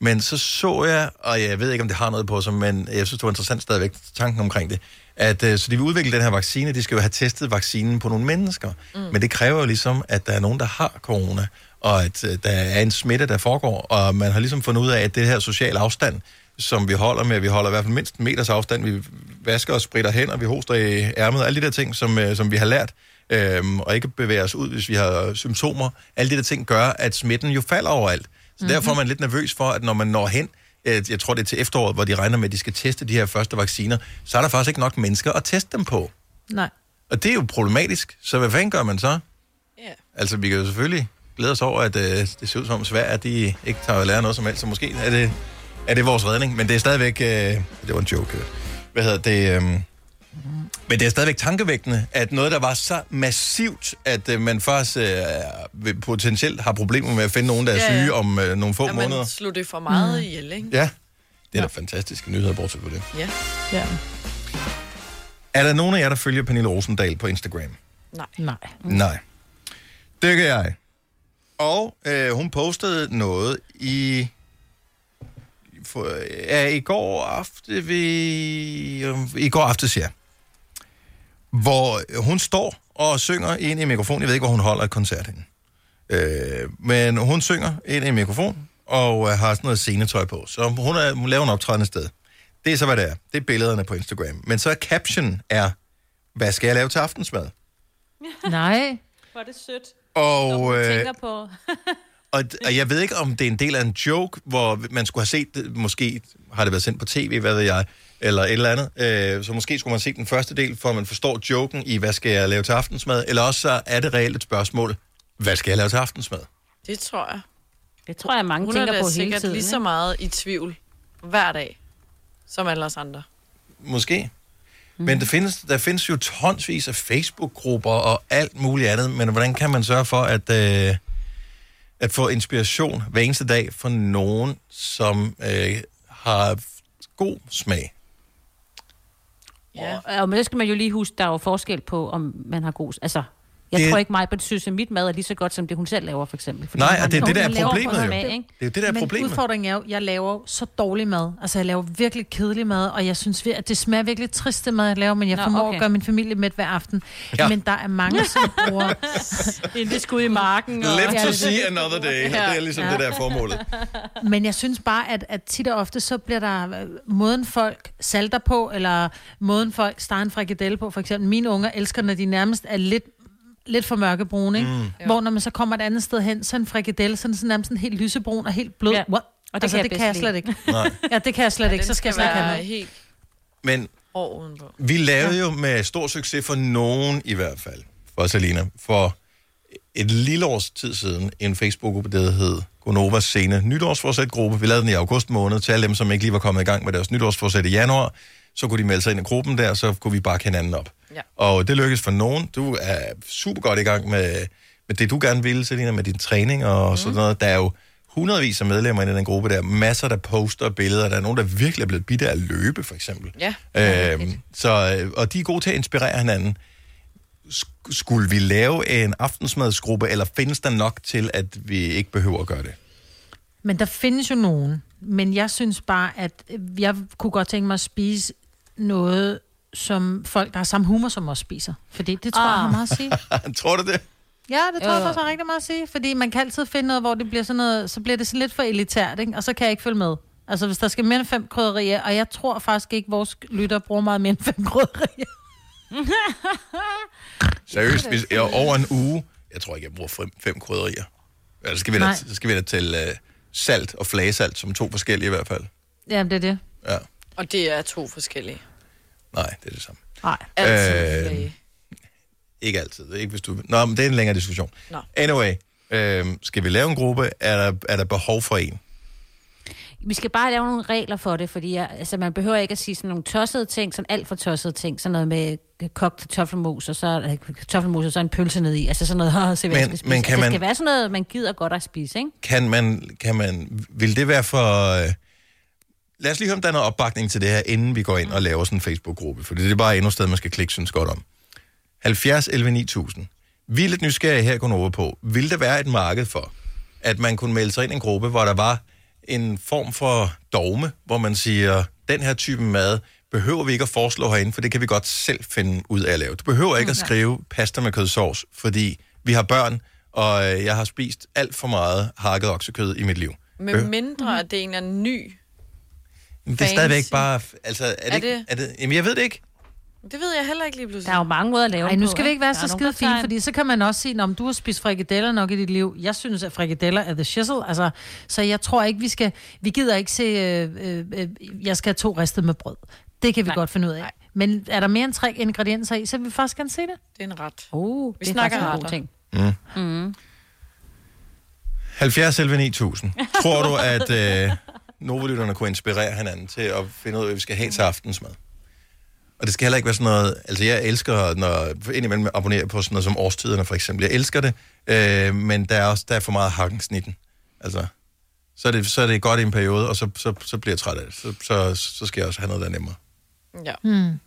Speaker 1: men så så jeg, og jeg ved ikke, om det har noget på sig, men jeg synes, det var interessant stadigvæk, tanken omkring det, at øh, så de vil udvikle den her vaccine, de skal jo have testet vaccinen på nogle mennesker. Mm. Men det kræver jo ligesom, at der er nogen, der har corona, og at øh, der er en smitte, der foregår, og man har ligesom fundet ud af, at det her sociale afstand, som vi holder med, vi holder i hvert fald mindst en meters afstand, vi vasker og spritter hænder, vi hoster i ærmet, alle de der ting, som, øh, som vi har lært, øhm, og ikke bevæger os ud, hvis vi har symptomer, alle de der ting gør, at smitten jo falder overalt. Så mm-hmm. derfor er man lidt nervøs for, at når man når hen, øh, jeg tror det er til efteråret, hvor de regner med, at de skal teste de her første vacciner, så er der faktisk ikke nok mennesker at teste dem på.
Speaker 3: Nej.
Speaker 1: Og det er jo problematisk, så hvad fanden gør man så?
Speaker 4: Ja.
Speaker 1: Altså, vi kan jo selvfølgelig glæde os over, at øh, det ser ud som om Sverige, at de ikke tager at lære noget som helst, så måske er det, er det vores redning, men det er stadigvæk... Øh, det var en joke. øh. Hvad hedder det... Øh, men det er stadigvæk tankevækkende, at noget, der var så massivt, at øh, man faktisk øh, vil- potentielt har problemer med at finde nogen, der er
Speaker 4: Ja,
Speaker 1: syge
Speaker 4: ja.
Speaker 1: om øh, nogle få
Speaker 4: at
Speaker 1: måneder.
Speaker 4: man slog det for meget mm. ihjel, ikke?
Speaker 1: Ja, det er da fantastiske nyheder, bortset på det.
Speaker 4: Ja.
Speaker 3: Ja.
Speaker 1: Er der nogen af jer, der følger Pernille Rosendal på Instagram?
Speaker 4: Nej.
Speaker 3: Nej.
Speaker 1: Mm. Nej. Det gør jeg. Og øh, hun postede noget i... For, ja, i går aftes... Ved, I går aftes, ja. Hvor hun står og synger ind i mikrofonen. Jeg ved ikke, hvor hun holder et koncert henne. Øh, men hun synger ind i mikrofon og øh, har sådan noget scenetøj på. Så hun, er, hun laver en optræden sted. Det er så, hvad det er. Det er billederne på Instagram. Men så er caption er, hvad skal jeg lave til aftensmad?
Speaker 3: Nej.
Speaker 2: Hvor er det sødt.
Speaker 1: Og,
Speaker 2: Jeg
Speaker 1: øh,
Speaker 2: tænker på...
Speaker 1: og, og jeg ved ikke, om det er en del af en joke, hvor man skulle have set det, måske har det været sendt på tv, hvad ved jeg, eller et eller andet. Øh, så måske skulle man se den første del, for at man forstår joken i, hvad skal jeg lave til aftensmad, eller også så er det reelt et spørgsmål, hvad skal jeg lave til aftensmad?
Speaker 4: Det tror jeg.
Speaker 2: Det tror jeg, mange
Speaker 4: Hun
Speaker 2: tænker
Speaker 4: er da
Speaker 2: på hele
Speaker 4: sikkert
Speaker 2: tiden,
Speaker 4: lige så
Speaker 2: ikke?
Speaker 4: meget i tvivl hver dag, som alle os andre.
Speaker 1: Måske.
Speaker 2: Mm.
Speaker 1: Men der findes, der findes jo tonsvis af Facebook-grupper og alt muligt andet, men hvordan kan man sørge for at, øh, at få inspiration hver eneste dag fra nogen, som øh, har god smag?
Speaker 2: Ja. Og, men det skal man jo lige huske, der er jo forskel på, om man har god... Altså, jeg
Speaker 1: Det-
Speaker 2: det... tror ikke mig, at synes, at mit mad er lige så godt, som det hun selv laver, for eksempel. Fordi
Speaker 1: Nej,
Speaker 2: hun har
Speaker 1: og det er
Speaker 2: nogen,
Speaker 1: det, der er
Speaker 2: laver for
Speaker 1: problemet,
Speaker 2: sig
Speaker 1: jo.
Speaker 2: med, ikke?
Speaker 1: Det er jo det, der er
Speaker 3: Men
Speaker 1: problemet.
Speaker 3: udfordringen er jo, jeg laver jo så dårlig mad. Altså, jeg laver virkelig kedelig mad, og jeg synes, vir- at det smager virkelig trist, det mad, jeg laver, men jeg
Speaker 2: Nå,
Speaker 3: Nå, formår
Speaker 2: okay.
Speaker 3: at gøre min familie med hver aften.
Speaker 1: Ja.
Speaker 3: Ja. Men der er mange, som bruger...
Speaker 2: En det skud i marken.
Speaker 3: Ja,
Speaker 1: Left to
Speaker 3: det-
Speaker 1: see another day. og Det er ligesom det, der er formålet.
Speaker 3: Men jeg synes bare, at, at tit og ofte, så bliver der øh, måden folk salter på, eller måden folk steger en frikadelle på. For eksempel, mine unger elsker, når de nærmest er lidt lidt for mørkebrune, ikke?
Speaker 2: Mm.
Speaker 3: Mm. Hvor når man så kommer et andet sted hen, så er en frikadelle sådan, sådan nærmest sådan helt lysebrun og helt blød.
Speaker 2: Ja.
Speaker 3: Ja. What?
Speaker 2: Og det
Speaker 3: altså,
Speaker 2: kan jeg bedst
Speaker 3: det kan jeg
Speaker 2: lide.
Speaker 3: slet ikke.
Speaker 1: Nej.
Speaker 3: Ja, det kan jeg slet ikke. Så skal jeg slet ikke have noget.
Speaker 4: helt...
Speaker 1: Men
Speaker 4: Hår udenpå.
Speaker 1: Vi lavede jo med stor succes for nogen i hvert fald, for Salina, for et lille års tid siden, en Facebook-gruppe, der hed Gonovas Scene Nytårsforsæt-gruppe. Vi lavede den i august måned til alle dem, som ikke lige var kommet i gang med deres nytårsforsæt i januar. Så kunne de melde sig ind i gruppen der, så kunne vi bakke hinanden op.
Speaker 4: Ja.
Speaker 1: Og det lykkedes for nogen. Du er super godt i gang med, med det, du gerne vil, Selina, med din træning og mm. sådan noget. Der er jo hundredvis af medlemmer inde i den gruppe der. Masser, der poster billeder. Der er nogen, der virkelig er blevet bidt af at løbe, for eksempel.
Speaker 4: Ja.
Speaker 1: Øhm, så, øh, og de er gode til at inspirere hinanden. Sk- skulle vi lave en aftensmadsgruppe, eller findes der nok til, at vi ikke behøver at gøre det?
Speaker 3: Men der findes jo nogen. Men jeg synes bare, at jeg kunne godt tænke mig at spise noget, som folk, der har samme humor som os, spiser. Fordi det tror ah. jeg har meget at sige.
Speaker 1: tror du det?
Speaker 3: Ja, det tror
Speaker 1: Jo.
Speaker 3: jeg faktisk har rigtig meget at sige. Fordi man kan altid finde noget, hvor det bliver sådan noget, så bliver det sådan lidt for elitært, ikke? og så kan jeg ikke følge med. Altså, hvis der skal mere end fem krydderier, og jeg tror faktisk ikke, vores lytter bruger meget mere end fem krydderier.
Speaker 1: Seriøst, hvis jeg over en uge, jeg tror ikke, jeg bruger fem, fem krydderier. Eller skal vi da,
Speaker 3: Nej.
Speaker 1: så skal vi da til uh, salt og flagesalt, som to forskellige i hvert fald.
Speaker 3: Jamen, det er det.
Speaker 1: Ja,
Speaker 4: Og det er to forskellige.
Speaker 1: nej, det er det samme.
Speaker 3: Nej.
Speaker 1: Øh,
Speaker 4: Altid
Speaker 1: Ikke altid, ikke hvis du... Nå, men det er en længere diskussion.
Speaker 4: Nå.
Speaker 1: Anyway, øh, skal vi lave en gruppe? Er der, er der behov for en?
Speaker 2: Vi skal bare lave nogle regler for det, fordi jeg, altså, man behøver ikke at sige sådan nogle tossede ting, sådan alt for tossede ting, sådan noget med kogt kartoffelmos, og så, eller kartoffelmos, og så en pølse ned i, altså sådan noget, "Åh, se hvad
Speaker 1: Men-
Speaker 2: jeg skal spise.
Speaker 1: men kan
Speaker 2: altså, det
Speaker 1: man-
Speaker 2: skal være sådan noget, man gider godt at spise, ikke?
Speaker 1: Kan man... Kan man vil det være for... Øh, lad os lige høre, om der er noget opbakning til det her, inden vi går ind og laver sådan en Facebook-gruppe, for det er bare endnu et sted, man skal klikke, synes godt om. 70 11 9000. Vi er lidt nysgerrige her, kun over på. Vil der være et marked for, at man kunne melde sig ind i en gruppe, hvor der var en form for dogme, hvor man siger, den her type mad behøver vi ikke at foreslå herinde, for det kan vi godt selv finde ud af at lave. Du behøver ikke at
Speaker 12: Okay.
Speaker 1: skrive pasta med kødsovs, fordi vi har børn, og øh, jeg har spist alt for meget hakket oksekød i mit liv.
Speaker 4: Med
Speaker 1: Øh.
Speaker 4: mindre,
Speaker 2: Mhm.
Speaker 4: at det er en eller anden ny.
Speaker 1: Men det er
Speaker 4: Fancy.
Speaker 1: stadigvæk bare... Altså, er det, er
Speaker 4: Er
Speaker 1: det?
Speaker 4: det-
Speaker 1: Er det jamen, jeg ved det ikke.
Speaker 4: Det ved jeg heller ikke lige pludselig.
Speaker 2: Der er jo mange måder at lave
Speaker 3: Ej, nu skal vi ikke være så skide fine,
Speaker 2: fordi...
Speaker 3: fordi så kan man også sige, om du har spist frikadeller nok i dit liv. Jeg synes, at frikadeller er the shizzle. Altså, så jeg tror ikke, vi skal... Vi gider ikke se... Øh, øh, øh, jeg skal have to ristet med brød. Det kan vi Nej. godt finde ud af. Nej. Men er der mere end tre ingredienser i, så vil vi faktisk gerne se det.
Speaker 4: Det er en ret.
Speaker 3: Uh,
Speaker 2: Oh,
Speaker 4: Vi snakker retter.
Speaker 1: Mm.
Speaker 3: Mm.
Speaker 1: 70 11 9000. Tror du, at øh, novolytterne kunne inspirere hinanden til at finde ud af, hvad vi skal have til aftensmad? Og det skal heller ikke være sådan noget... Altså, jeg elsker, når indimellem jeg abonnerer på sådan noget som årstiderne, for eksempel. Jeg elsker det, øh, men der er også der er for meget hakken snitten. Altså, så er, det, så er det godt i en periode, og så, så, så bliver jeg træt af det. Så, så, så skal jeg også have noget, der er nemmere.
Speaker 4: Ja.
Speaker 3: Mm.
Speaker 2: Hmm.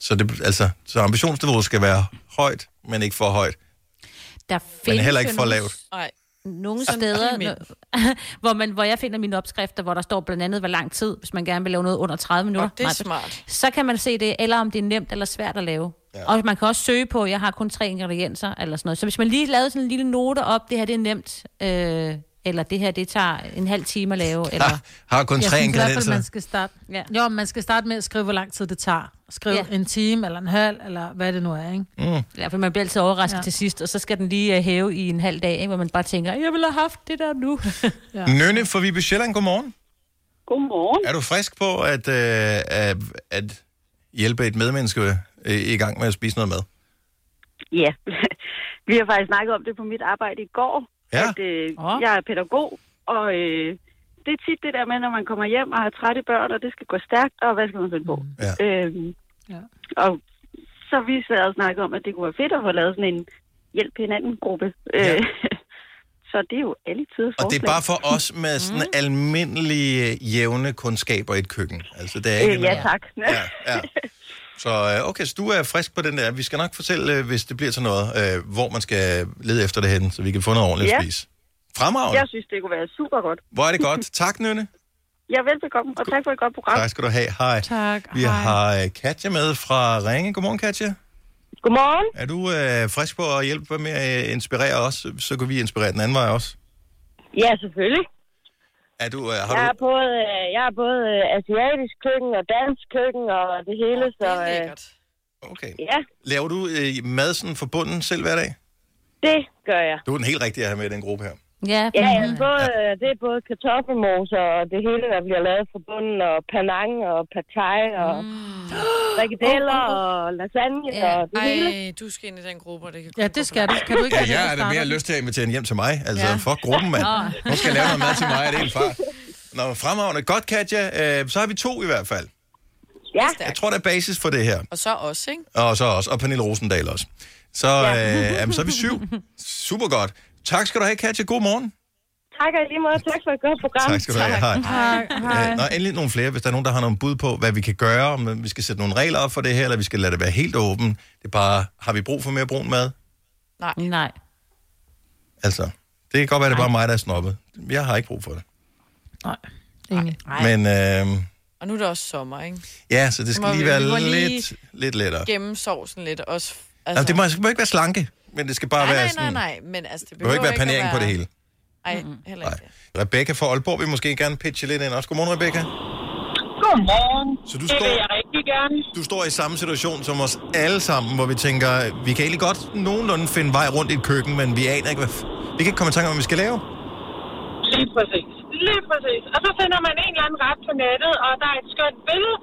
Speaker 1: Så, det, altså, så ambitionsniveauet skal være højt, men ikke for højt.
Speaker 2: Der
Speaker 1: Men
Speaker 2: findes
Speaker 1: heller
Speaker 2: jo
Speaker 1: ikke for
Speaker 2: nogle-
Speaker 1: lavt.
Speaker 4: Nej.
Speaker 2: Nogle
Speaker 4: Sådan
Speaker 2: steder,
Speaker 4: midt.
Speaker 2: hvor, man, hvor jeg finder mine opskrifter, hvor der står blandt andet, hvor lang tid, hvis man gerne vil lave noget under 30 minutter.
Speaker 4: det er
Speaker 2: Nej,
Speaker 4: smart.
Speaker 2: Så kan man se det, eller om det er nemt eller svært at lave. Ja. Og man kan også søge på, jeg har kun tre ingredienser, eller sådan noget. Så hvis man lige lavede sådan en lille note op, det her det er nemt, øh, eller det her det tager en halv time at lave, eller...
Speaker 1: har kun
Speaker 3: jeg
Speaker 1: tre
Speaker 3: synes i hvert fald,
Speaker 1: ingredienser.
Speaker 3: man skal starte... Ja. Jo, man skal starte med at skrive, hvor lang tid det tager. Skriv
Speaker 2: Ja.
Speaker 3: ja. en time, eller en halv, eller hvad det nu er, ikke?
Speaker 1: Mm.
Speaker 2: Ja, for man bliver altid overrasket
Speaker 3: Ja.
Speaker 2: ja. til sidst, og så skal den lige øh, hæve i en halv dag, ikke? hvor man bare tænker, jeg ville have haft det der nu. ja.
Speaker 1: Nynne fra Vibe Sjælland, godmorgen.
Speaker 17: Godmorgen.
Speaker 1: Er du frisk på at, øh, at, at hjælpe et medmenneske øh, i gang med at spise noget mad?
Speaker 17: Ja, vi har faktisk snakket om det på mit arbejde i går.
Speaker 1: Ja.
Speaker 17: At, øh, Jeg er pædagog, og øh, det er tit det der med, når man kommer hjem og har trætte børn, og det skal gå stærkt, og hvad skal man finde på?
Speaker 1: Mm. Ja.
Speaker 17: Øhm, ja. Og så har vi sad og snakket om, at det kunne være fedt at få lavet sådan en hjælp hinanden-gruppe. Ja. så det er jo alle tider
Speaker 1: Og det er bare for os med
Speaker 17: Mm.
Speaker 1: sådan almindelige, jævne kundskaber i et køkken. Altså, det er ikke
Speaker 17: Øh, ja,
Speaker 1: noget-
Speaker 17: tak.
Speaker 1: Ja, ja. Så øh, okay, så du er frisk på den der. Vi skal nok fortælle, øh, hvis det bliver til noget, øh, hvor man skal lede efter det hen, så vi kan få noget ordentligt
Speaker 17: Ja.
Speaker 1: at spise. Fremragende.
Speaker 17: Jeg synes, det kunne være super godt.
Speaker 1: Hvor er det godt. Tak, Nynne.
Speaker 17: Ja, velbekomme, og tak for et godt program.
Speaker 1: Tak skal du have. Hej.
Speaker 3: Tak.
Speaker 1: Vi har øh, Katja med fra Ringe. Godmorgen, Katja.
Speaker 17: Godmorgen.
Speaker 1: Er du øh, frisk på at hjælpe med at øh, inspirere os? Så kan vi inspirere den anden vej også.
Speaker 18: Ja, selvfølgelig.
Speaker 1: Er du, øh, har
Speaker 18: Jeg
Speaker 1: du...
Speaker 18: er både, øh, jeg er både øh, asiatisk køkken og dansk køkken og det hele, så... Øh,
Speaker 1: okay.
Speaker 18: Ja,
Speaker 1: Laver du øh, mad sådan for bunden selv hver dag?
Speaker 18: det gør jeg.
Speaker 1: Du er den helt rigtige at have med i den gruppe her.
Speaker 2: Ja,
Speaker 18: Ja, ja, både, øh, det er både kartoffelmos og det hele, der bliver lavet fra bunden, og panang og patej og
Speaker 2: Mm.
Speaker 18: frikadeller
Speaker 2: Oh,
Speaker 18: og lasagne og det hele.
Speaker 4: Ej, Øh, du skal ind i den gruppe, og det kan
Speaker 3: Ja, det skal du. Kan du ikke
Speaker 1: Ja,
Speaker 3: have det,
Speaker 1: jeg
Speaker 3: der
Speaker 1: er da mere
Speaker 3: starter?
Speaker 1: lyst til at invitere hende hjem til mig. Altså,
Speaker 3: Ja.
Speaker 1: ja. fuck gruppen, mand.
Speaker 3: Nå.
Speaker 1: Nu skal jeg lave noget mad til mig, og det er en far. Nå, fremragende. Godt, Katja. Øh, så har vi to i hvert fald.
Speaker 18: Ja.
Speaker 1: Jeg tror, der er basis for det her.
Speaker 4: Og så os, ikke?
Speaker 1: Og så også. Og Pernille Rosendal også. Så, ja. øh, jamen, så er vi syv. Super godt. Tak skal du have, Katja. God morgen.
Speaker 18: Tak og i lige måde. Tak for et godt program.
Speaker 1: Tak skal du have. Hej.
Speaker 18: Hej.
Speaker 1: Øh, og endelig nogle flere, hvis der er nogen, der har nogle bud på, hvad vi kan gøre, om øh, vi skal sætte nogle regler op for det her, eller vi skal lade det være helt åben. Det er bare, har vi brug for mere brun mad?
Speaker 4: Nej.
Speaker 2: Nej.
Speaker 1: Altså, det kan godt være, det er bare mig, der er snobbet. Jeg har ikke brug for det.
Speaker 3: Enig.
Speaker 1: Men øh,
Speaker 4: Og nu er det også sommer, ikke?
Speaker 1: ja, så det
Speaker 4: Må
Speaker 1: skal
Speaker 4: vi-
Speaker 1: lige
Speaker 4: vi må
Speaker 1: være
Speaker 4: lige
Speaker 1: lidt, lidt lettere.
Speaker 4: Gemme sovsen lidt også.
Speaker 1: Altså. Jamen, det må, det må ikke være slanke, men det skal bare
Speaker 4: nej,
Speaker 1: være
Speaker 4: nej,
Speaker 1: sådan...
Speaker 4: nej, nej, men altså, det
Speaker 1: Det behøver ikke være panering på det hele.
Speaker 4: Nej, heller ikke.
Speaker 1: Rebecca fra Aalborg vil måske gerne pitche lidt ind. Også godmorgen, Rebecca.
Speaker 19: Godmorgen.
Speaker 1: Så du
Speaker 19: det
Speaker 1: står-
Speaker 19: vil jeg rigtig gerne.
Speaker 1: Du står i samme situation som os alle sammen, hvor vi tænker, vi kan egentlig godt nogenlunde finde vej rundt i et køkken, men vi aner ikke, hvad... f- Vi kan ikke komme i tanke om, hvad vi skal lave.
Speaker 19: Lige præcis. Lige præcis. Og så finder man en eller anden ret på nettet, og der er et skønt billede,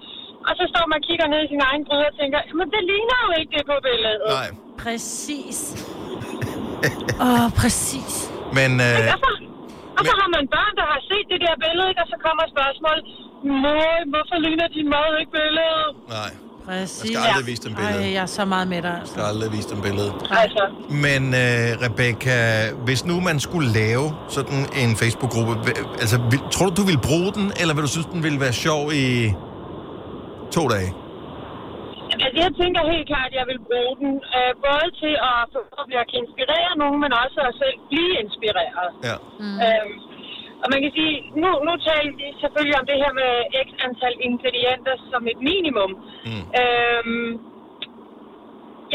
Speaker 19: og så står man og kigger ned i sin egen gryde og tænker, men det ligner jo ikke det på billedet.
Speaker 1: Nej.
Speaker 19: Præcis.
Speaker 3: Åh, oh, præcis.
Speaker 1: Men øh,
Speaker 19: Ikke? Og, så, og så har man børn, der har set det der billede, ikke? og så kommer spørgsmålet, mor, hvorfor ligner din mad ikke billedet?
Speaker 1: nej,
Speaker 3: Præcis.
Speaker 1: Jeg skal aldrig vise dem billedet.
Speaker 3: Ej, jeg er så meget med dig.
Speaker 1: der er aldrig vist dem billede.
Speaker 19: Altså.
Speaker 1: Men øh, Rebecca, hvis nu man skulle lave sådan en Facebook-gruppe, hva- altså, vil, tror du, du ville bruge den, eller vil du synes, den ville være sjov i to dage?
Speaker 19: Altså, jeg tænker helt klart, at jeg vil bruge den. Øh, både til at forhåbentlig at kan inspirere nogen, men også at selv blive inspireret.
Speaker 1: Ja.
Speaker 19: Mm. Øhm, og man kan sige, nu, nu taler vi selvfølgelig om det her med x antal ingredienser som et minimum. Mm. Øhm,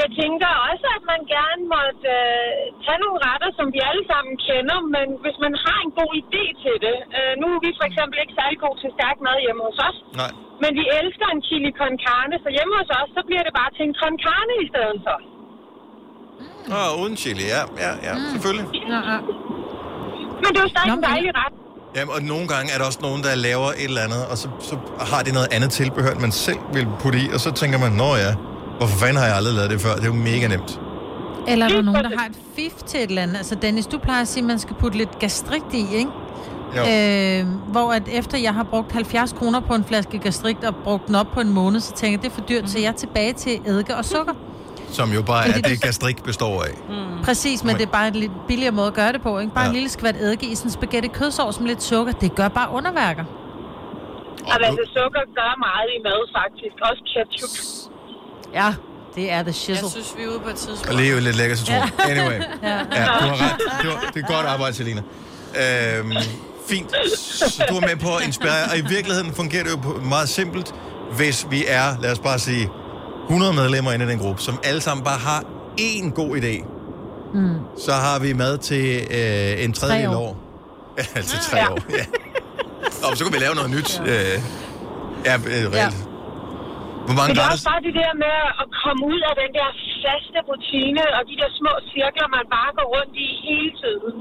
Speaker 19: jeg tænker også, at man gerne måtte øh, tage nogle retter, som vi alle sammen kender, men hvis man har en god idé til det. Øh, nu er vi for eksempel ikke særlig gode til stærk mad hjemme hos os,
Speaker 1: Nej.
Speaker 19: men vi elsker en chili con carne, så hjemme hos os, så bliver det bare til en con carne i stedet for.
Speaker 1: Åh, uden chili, ja, ja, ja,
Speaker 4: Mm.
Speaker 1: selvfølgelig.
Speaker 19: Ja. Men det er jo stadig en dejlig ret.
Speaker 1: Jamen, og nogle gange er der også nogen, der laver et eller andet, og så, så har de noget andet tilbehør, end man selv vil putte i, og så tænker man, nå ja, hvorfor fanden har jeg aldrig lavet det før? Det er jo mega nemt.
Speaker 3: Eller er der nogen, der har et fif til et eller andet? Altså, Dennis, du plejer at sige, at man skal putte lidt gastrikt i, ikke?
Speaker 1: Jo.
Speaker 3: Øh, hvor at efter jeg har brugt 70 kroner på en flaske gastrikt og brugt den op på en måned, så tænker jeg, det er for dyrt, så jeg er tilbage til eddike og sukker.
Speaker 1: Som jo bare er
Speaker 3: Fordi
Speaker 1: det, gastrik består af.
Speaker 3: Mm. Præcis, men det er bare en lidt billigere måde at gøre det på, ikke? Bare ja. en lille skvat eddike i sådan en spaghetti kødsovs med lidt sukker. Det gør bare underværker.
Speaker 19: Og altså, sukker gør meget i mad, faktisk. Også ketchup.
Speaker 3: Ja, det er the shizzle.
Speaker 4: Jeg synes, vi er ude på et tidspunkt.
Speaker 1: Og leve lidt lækker citron.
Speaker 4: Ja.
Speaker 1: Anyway.
Speaker 4: Ja.
Speaker 1: Ja, du har ret. Det, var, det er godt arbejde, Selina. Øhm, fint. Så du er med på at inspirere. Og i virkeligheden fungerer det jo på- meget simpelt, hvis vi er, lad os bare sige, 100 medlemmer inde i den gruppe, som alle sammen bare har én god idé.
Speaker 3: Mm.
Speaker 1: Så har vi mad til øh, en tredje
Speaker 3: Tre
Speaker 1: år.
Speaker 3: år.
Speaker 1: år. Ja, altså tre
Speaker 3: Ja.
Speaker 1: år, ja. Og så kan vi lave noget nyt. Ja, øh, ja øh, reelt.
Speaker 19: Ja.
Speaker 1: Hvor mange
Speaker 19: Men det er
Speaker 1: grader?
Speaker 19: også bare det der med at komme ud af den der faste rutine, og de der små cirkler, man bare går rundt i hele tiden.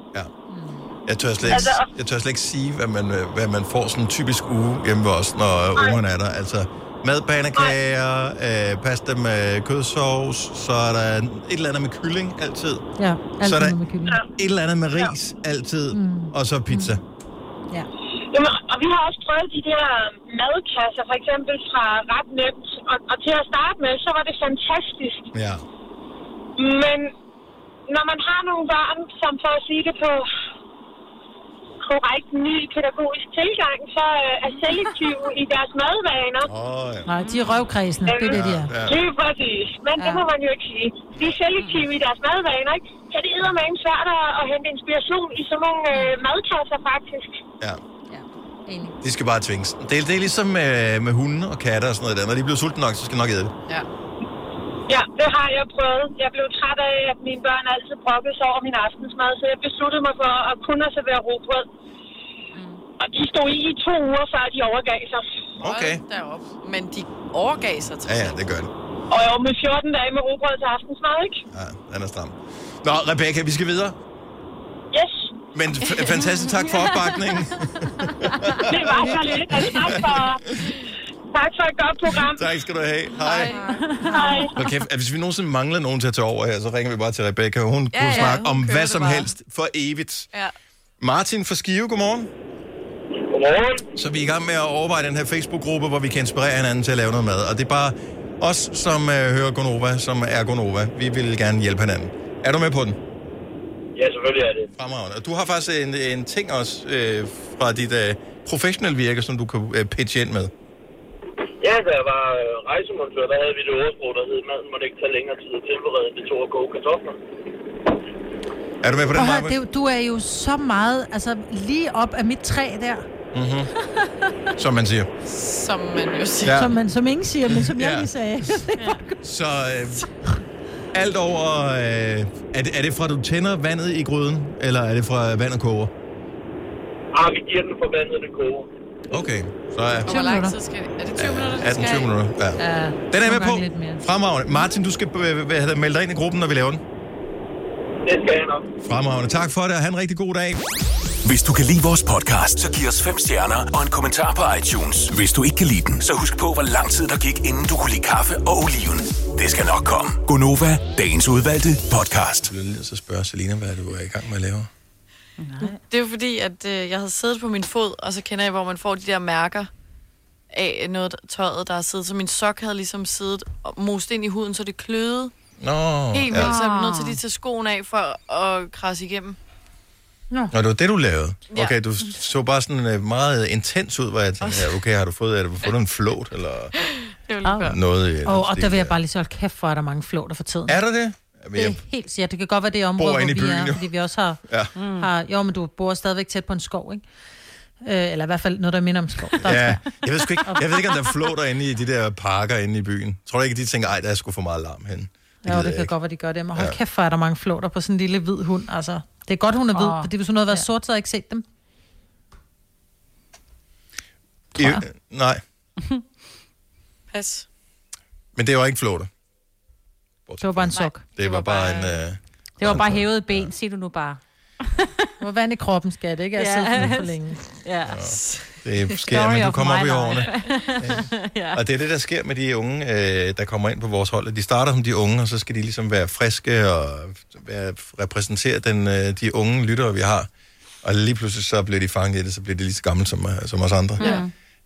Speaker 1: Jeg tør slet ikke,
Speaker 19: Altså-
Speaker 1: jeg tør slet ikke sige, hvad man, øh, hvad man får sådan en typisk uge hjemme ved os, når øh, ungerne er der. Altså madbanekager, øh, pasta med kødsovs, så er der et eller andet med kylling altid.
Speaker 3: Ja, alt
Speaker 1: så er der
Speaker 3: med kylling.
Speaker 1: et eller andet med ris altid, og så pizza.
Speaker 3: Ja.
Speaker 19: Jamen, og vi har også prøvet de der madkasser, for eksempel fra Ret Nemt, og, og til at starte med, så var det fantastisk.
Speaker 1: Ja.
Speaker 19: Men når man har nogle børn, som for at sige det på korrekt ny pædagogisk tilgang, så øh, er selektive i deres madvaner.
Speaker 1: Oh, ja.
Speaker 3: Nej, de er røvkredsende. Det er det, de er.
Speaker 19: Ja. Lige præcis. Men ja. det må man jo ikke sige. De er selektive i deres madvaner, ikke? Så det er med svært at, at hente inspiration i sådan nogle øh, madkasser, faktisk.
Speaker 1: De skal bare tvinges. Det, er- det er ligesom med, med hunde og katter og sådan noget der. Når de bliver sultne nok, så skal de nok æde det.
Speaker 4: Ja.
Speaker 19: Ja, det har jeg prøvet. Jeg blev træt af, at mine børn altid brokkede sig over min aftensmad, så jeg besluttede mig for at kun at servere robrød.
Speaker 4: Mm.
Speaker 19: Og de stod i i to uger, før de overgav sig.
Speaker 1: Okay.
Speaker 4: Deroppe. Men de overgav sig til
Speaker 1: Ja, ja, det gør det.
Speaker 19: Og jeg var med 14 dage med robrød til aftensmad, ikke?
Speaker 1: Ja, den er stram. Nå, Rebecca, vi skal videre.
Speaker 19: Yes.
Speaker 1: Men f- fantastisk tak for opbakningen.
Speaker 19: Det var så lidt. Og tak for, tak for et godt program.
Speaker 1: tak skal du have. Hej.
Speaker 19: Hej.
Speaker 1: Okay, hvis vi nogensinde mangler nogen til at tage over her, så ringer vi bare til Rebecca. Hun
Speaker 19: Ja,
Speaker 1: ja, kunne
Speaker 19: ja,
Speaker 1: snakke
Speaker 19: hun
Speaker 1: om
Speaker 19: kører
Speaker 1: hvad
Speaker 19: det
Speaker 1: som
Speaker 19: bare.
Speaker 1: helst for evigt.
Speaker 4: Ja.
Speaker 1: Martin fra Skive, godmorgen.
Speaker 6: Godmorgen.
Speaker 1: Så vi er i gang med at overveje den her Facebook-gruppe, hvor vi kan inspirere hinanden til at lave noget mad. Og det er bare os, som øh, hører Gonova, som er Gonova. Vi vil gerne hjælpe hinanden. Er du med på den?
Speaker 6: Ja, selvfølgelig er det.
Speaker 1: Fremragende. Og du har faktisk en, en ting også øh, fra dit øh, professionelle virke, som du kan øh, pitche ind med.
Speaker 6: Ja, da jeg var øh, rejsemontør, der havde vi det ordsprog, der hed, maden måtte ikke tage længere tid at tilberede, end det tog at koge kartofler.
Speaker 1: Er du med på den,
Speaker 3: Prøv at
Speaker 1: Maja?
Speaker 3: høre, det, er jo- du er jo så meget, altså lige op af mit træ der,
Speaker 1: Mm-hmm. Som man siger.
Speaker 4: Som man jo
Speaker 3: ja. som, man, som ingen siger, men som jeg
Speaker 1: Ja.
Speaker 3: lige sagde.
Speaker 1: Så øh, alt over... Øh, er, det, er det fra, du tænder vandet i gryden, eller er det fra vandet koger?
Speaker 6: Ah, vi giver den forbandede koge.
Speaker 1: Okay, så er...
Speaker 4: Og hvor lang tid skal det? Er det 20 minutter, det skal
Speaker 1: 18-20
Speaker 4: i?
Speaker 1: minutter. Ja.
Speaker 4: Ja,
Speaker 1: Den er jeg
Speaker 4: nogle
Speaker 1: med på.
Speaker 4: gange lidt mere.
Speaker 1: Fremragende. Martin, du skal øh, hvad hedder det, melde dig ind i gruppen, når vi laver den.
Speaker 6: Det skal jeg nok.
Speaker 1: Fremragende. Tak for det, og have en rigtig god dag.
Speaker 5: Hvis du kan lide vores podcast, så giv os fem stjerner og en kommentar på iTunes. Hvis du ikke kan lide den, så husk på, hvor lang tid der gik, inden du kunne lide kaffe og oliven. Det skal nok komme.
Speaker 1: Gonova, dagens udvalgte podcast. Jeg bliver nødt til at spørge Selina, hvad du er i gang med at lave.
Speaker 4: Det er jo fordi, at øh, jeg havde siddet på min fod, og så kender jeg, hvor man får de der mærker af noget der- tøjet, der har siddet. Så min sok havde ligesom siddet og most ind i huden, så det kløede
Speaker 1: Nå,
Speaker 4: helt vildt. Så jeg blev nødt til lige at tage skoen af for at krasse igennem.
Speaker 1: Nå, det var det, du lavede?
Speaker 4: Ja.
Speaker 1: Okay, du så bare sådan øh, meget intens ud, hvor jeg tænkte, ja, okay, har du fået, er du fået en flåt, eller
Speaker 4: Det var
Speaker 3: lige
Speaker 1: før. noget i den
Speaker 3: Og, og
Speaker 1: stil
Speaker 3: der vil jeg bare lige så holde kæft for, at der er mange flåter for tiden.
Speaker 1: Er der det? Jamen,
Speaker 3: Det er
Speaker 1: jeg,
Speaker 3: helt, ja, det kan godt være det område,
Speaker 1: bor
Speaker 3: hvor
Speaker 1: inde
Speaker 3: vi
Speaker 1: i byen,
Speaker 3: er,
Speaker 1: jo.
Speaker 3: fordi vi også har,
Speaker 1: Ja.
Speaker 3: mm. har... Jo, men du bor stadigvæk tæt på en skov, ikke? Øh, eller i hvert fald noget, der minder om skov. Der er
Speaker 1: ja,
Speaker 3: skov.
Speaker 1: jeg ved, sgu ikke, jeg ved ikke, om der er flåter inde i de der parker inde i byen. Tror du ikke, de tænker, ej, der er sgu for meget larm hen?
Speaker 3: Jo,
Speaker 1: gider
Speaker 3: det
Speaker 1: jeg
Speaker 3: kan
Speaker 1: ikke.
Speaker 3: godt være, de gør det. Men hold
Speaker 1: Ja.
Speaker 3: ja. kæft, hvor er der mange flåter på sådan en lille hvid hund, altså. Det er godt, hun er hvid,
Speaker 1: Åh,
Speaker 3: oh, fordi hvis hun havde været ja. sort, så havde jeg ikke set dem.
Speaker 1: I, nej,
Speaker 4: Pas.
Speaker 1: men det var ikke flåter.
Speaker 3: Det var bare en sok.
Speaker 1: Det, var, bare en... Øh,
Speaker 2: Det var bare hævet ben, siger du nu bare.
Speaker 3: Det var vand i kroppen, skat, ikke? Jeg
Speaker 2: Ja.
Speaker 3: har siddet for længe.
Speaker 2: Ja.
Speaker 1: det sker, men du kommer op i årene.
Speaker 2: ja.
Speaker 1: Og det er det, der sker med de unge, øh, der kommer ind på vores hold. at De starter som de unge, og så skal de ligesom være friske og være, repræsentere den, øh, de unge lyttere, vi har. Og lige pludselig så bliver de fanget i det, så bliver de lige så gamle som, øh, som os andre.
Speaker 20: Ja.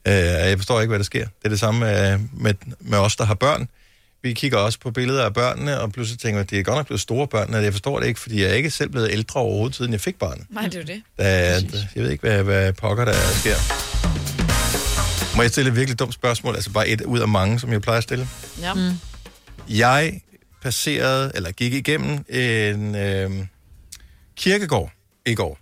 Speaker 1: Øh, og jeg forstår ikke, hvad der sker. Det er det samme med, med, med os, der har børn. Vi kigger også på billeder af børnene, og pludselig tænker jeg, at de er godt nok blevet store børn, og jeg forstår det ikke, fordi jeg er ikke selv blevet ældre overhovedet, siden jeg fik barnet.
Speaker 4: Nej, det er jo det.
Speaker 1: Der, jeg ved ikke, hvad, hvad pokker der sker. Må jeg stille et virkelig dumt spørgsmål? Altså bare et ud af mange, som jeg plejer at stille.
Speaker 4: Ja. Mm.
Speaker 1: Jeg passerede, eller gik igennem en øh, kirkegård i går.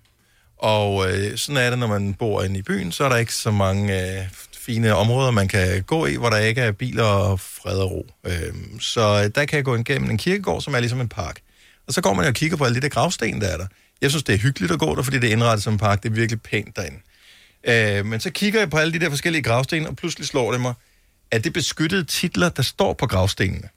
Speaker 1: Og øh, sådan er det, når man bor inde i byen, så er der ikke så mange øh, fine områder, man kan gå i, hvor der ikke er biler og fred og ro. Øh, så der kan jeg gå igennem en kirkegård, som er ligesom en park. Og så går man og kigger på alle de der gravsten, der er der. Jeg synes, det er hyggeligt at gå der, fordi det er indrettet som en park. Det er virkelig pænt derinde. Øh, men så kigger jeg på alle de der forskellige gravsten, og pludselig slår det mig, at det er beskyttede titler, der står på gravstenene.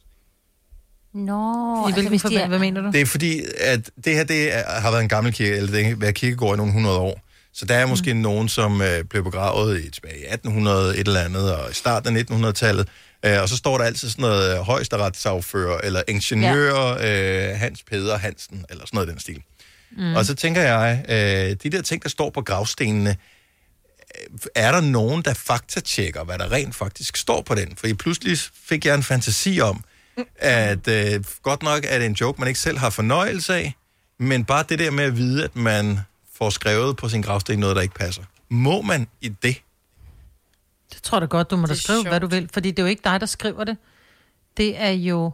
Speaker 2: Nå,
Speaker 3: I hvilken
Speaker 2: altså, hvis de
Speaker 3: forbind-
Speaker 2: er-
Speaker 3: Hvad mener du?
Speaker 1: Det er fordi, at det her det er, har været en gammel kirke, eller det har været kirkegård i nogle hundrede år. Så der er måske mm. nogen, som øh, blev begravet i, tilbage i 1800 et eller andet, og i starten af 1900-tallet. Øh, og så står der altid sådan noget øh, højesteretssagfører, eller ingeniør ja. øh, Hans Peder Hansen, eller sådan noget i den stil. Mm. Og så tænker jeg, øh, de der ting, der står på gravstenene, øh, er der nogen, der faktatjekker, hvad der rent faktisk står på den? For pludselig fik jeg en fantasi om, at øh, godt nok er det en joke, man ikke selv har fornøjelse af, men bare det der med at vide, at man får skrevet på sin gravsten noget, der ikke passer. Må man i det?
Speaker 3: Det tror jeg da godt, du må da
Speaker 1: Det er
Speaker 3: skrive,
Speaker 1: sjovt.
Speaker 3: hvad du vil. Fordi det er jo ikke dig, der skriver det. Det er jo,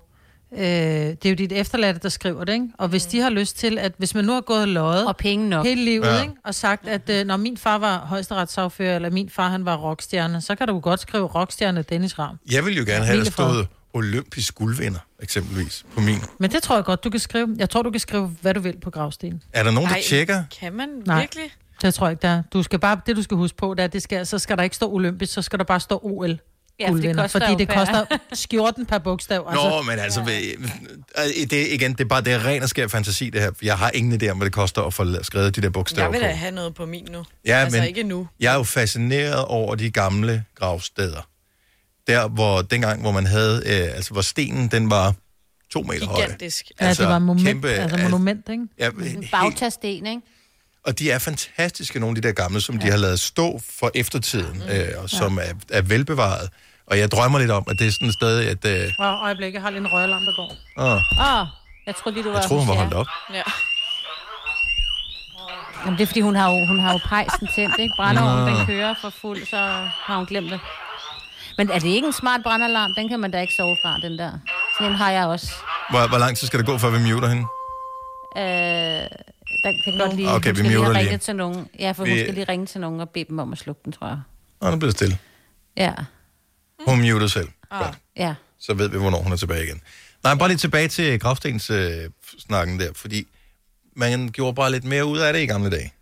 Speaker 3: øh, det er jo dit efterladte, der skriver det, ikke? Og hvis de har lyst til, at hvis man nu har gået løjet... Og
Speaker 2: penge nok.
Speaker 3: Hele livet,
Speaker 2: Ja.
Speaker 3: ja. ikke? Og sagt, at øh, når min far var højesteretssagfører, eller min far, han var rockstjerne, så kan du godt skrive rockstjerne Dennis Ram.
Speaker 1: Jeg vil jo gerne have, at der
Speaker 3: Hvilefred.
Speaker 1: stod olympisk guldvinder, eksempelvis, på min.
Speaker 3: Men det tror jeg godt, du kan skrive. Jeg tror, du kan skrive, hvad du vil på gravstenen.
Speaker 1: Er der nogen, der
Speaker 3: Ej.
Speaker 1: tjekker?
Speaker 4: Kan man
Speaker 3: Nej.
Speaker 4: virkelig?
Speaker 3: Det tror jeg ikke, der er. Du skal bare, det du skal huske på, det er, at det skal, så skal der ikke stå olympisk, så skal der bare stå OL. Ja, for det koster fordi
Speaker 2: jo
Speaker 3: det
Speaker 2: per-
Speaker 3: koster skjorten per bogstav.
Speaker 1: Nå, men altså, ved- øh, det, er igen, det er bare det er ren og skær fantasi, det her. Jeg har ingen idé om, hvad det koster at få skrevet de der bogstaver
Speaker 4: Jeg vil
Speaker 1: på.
Speaker 4: da have noget på min nu.
Speaker 1: Ja,
Speaker 4: altså
Speaker 1: men
Speaker 4: ikke nu.
Speaker 1: Jeg er jo fascineret over de gamle gravsteder. Der, hvor dengang, hvor man havde, øh, altså hvor stenen, den var to meter høj.
Speaker 4: Gigantisk.
Speaker 3: Ja, altså, det var moment, kæmpe, altså
Speaker 1: al-
Speaker 3: monument, ikke?
Speaker 1: Ja,
Speaker 2: Bagtasten, ikke?
Speaker 1: og de er fantastiske, nogle af de der gamle, som ja. de har lavet stå for eftertiden, øh, og som er, er velbevaret. Og jeg drømmer lidt om, at det er sådan et sted, at... Øh,
Speaker 3: Og øjeblik, jeg har lige en røgalarm, der går.
Speaker 1: åh,
Speaker 2: Åh, oh, jeg troede lige, du var...
Speaker 1: jeg tror, hun var
Speaker 2: hos jer.
Speaker 1: holdt op.
Speaker 4: Ja.
Speaker 2: Jamen, det er, fordi hun har jo, hun har jo pejsen tændt, ikke? Brændeovnen,
Speaker 1: Nå.
Speaker 2: den kører for fuld, så har hun glemt det. Men er det ikke en smart brandalarm? Den kan man da ikke sove fra, den der. Sådan en har jeg også.
Speaker 1: Hvor, hvor lang tid skal det gå, før vi muter hende?
Speaker 2: Øh, der kan godt lige,
Speaker 1: Okay,
Speaker 2: hun
Speaker 1: vi
Speaker 2: skal lige
Speaker 1: muter
Speaker 2: have
Speaker 1: lige.
Speaker 2: ringet til nogen. Ja, for vi... hun
Speaker 1: Vi-
Speaker 2: skal lige ringe til nogen og bede dem om at slukke den, tror jeg.
Speaker 1: Åh, nu bliver det stille.
Speaker 2: Ja.
Speaker 1: Hun muter selv.
Speaker 2: Godt. Ja.
Speaker 1: så ved vi, hvornår hun er tilbage igen. Nej, bare lige tilbage til gravstens øh, snakken der, fordi man gjorde bare lidt mere ud af det i gamle dage.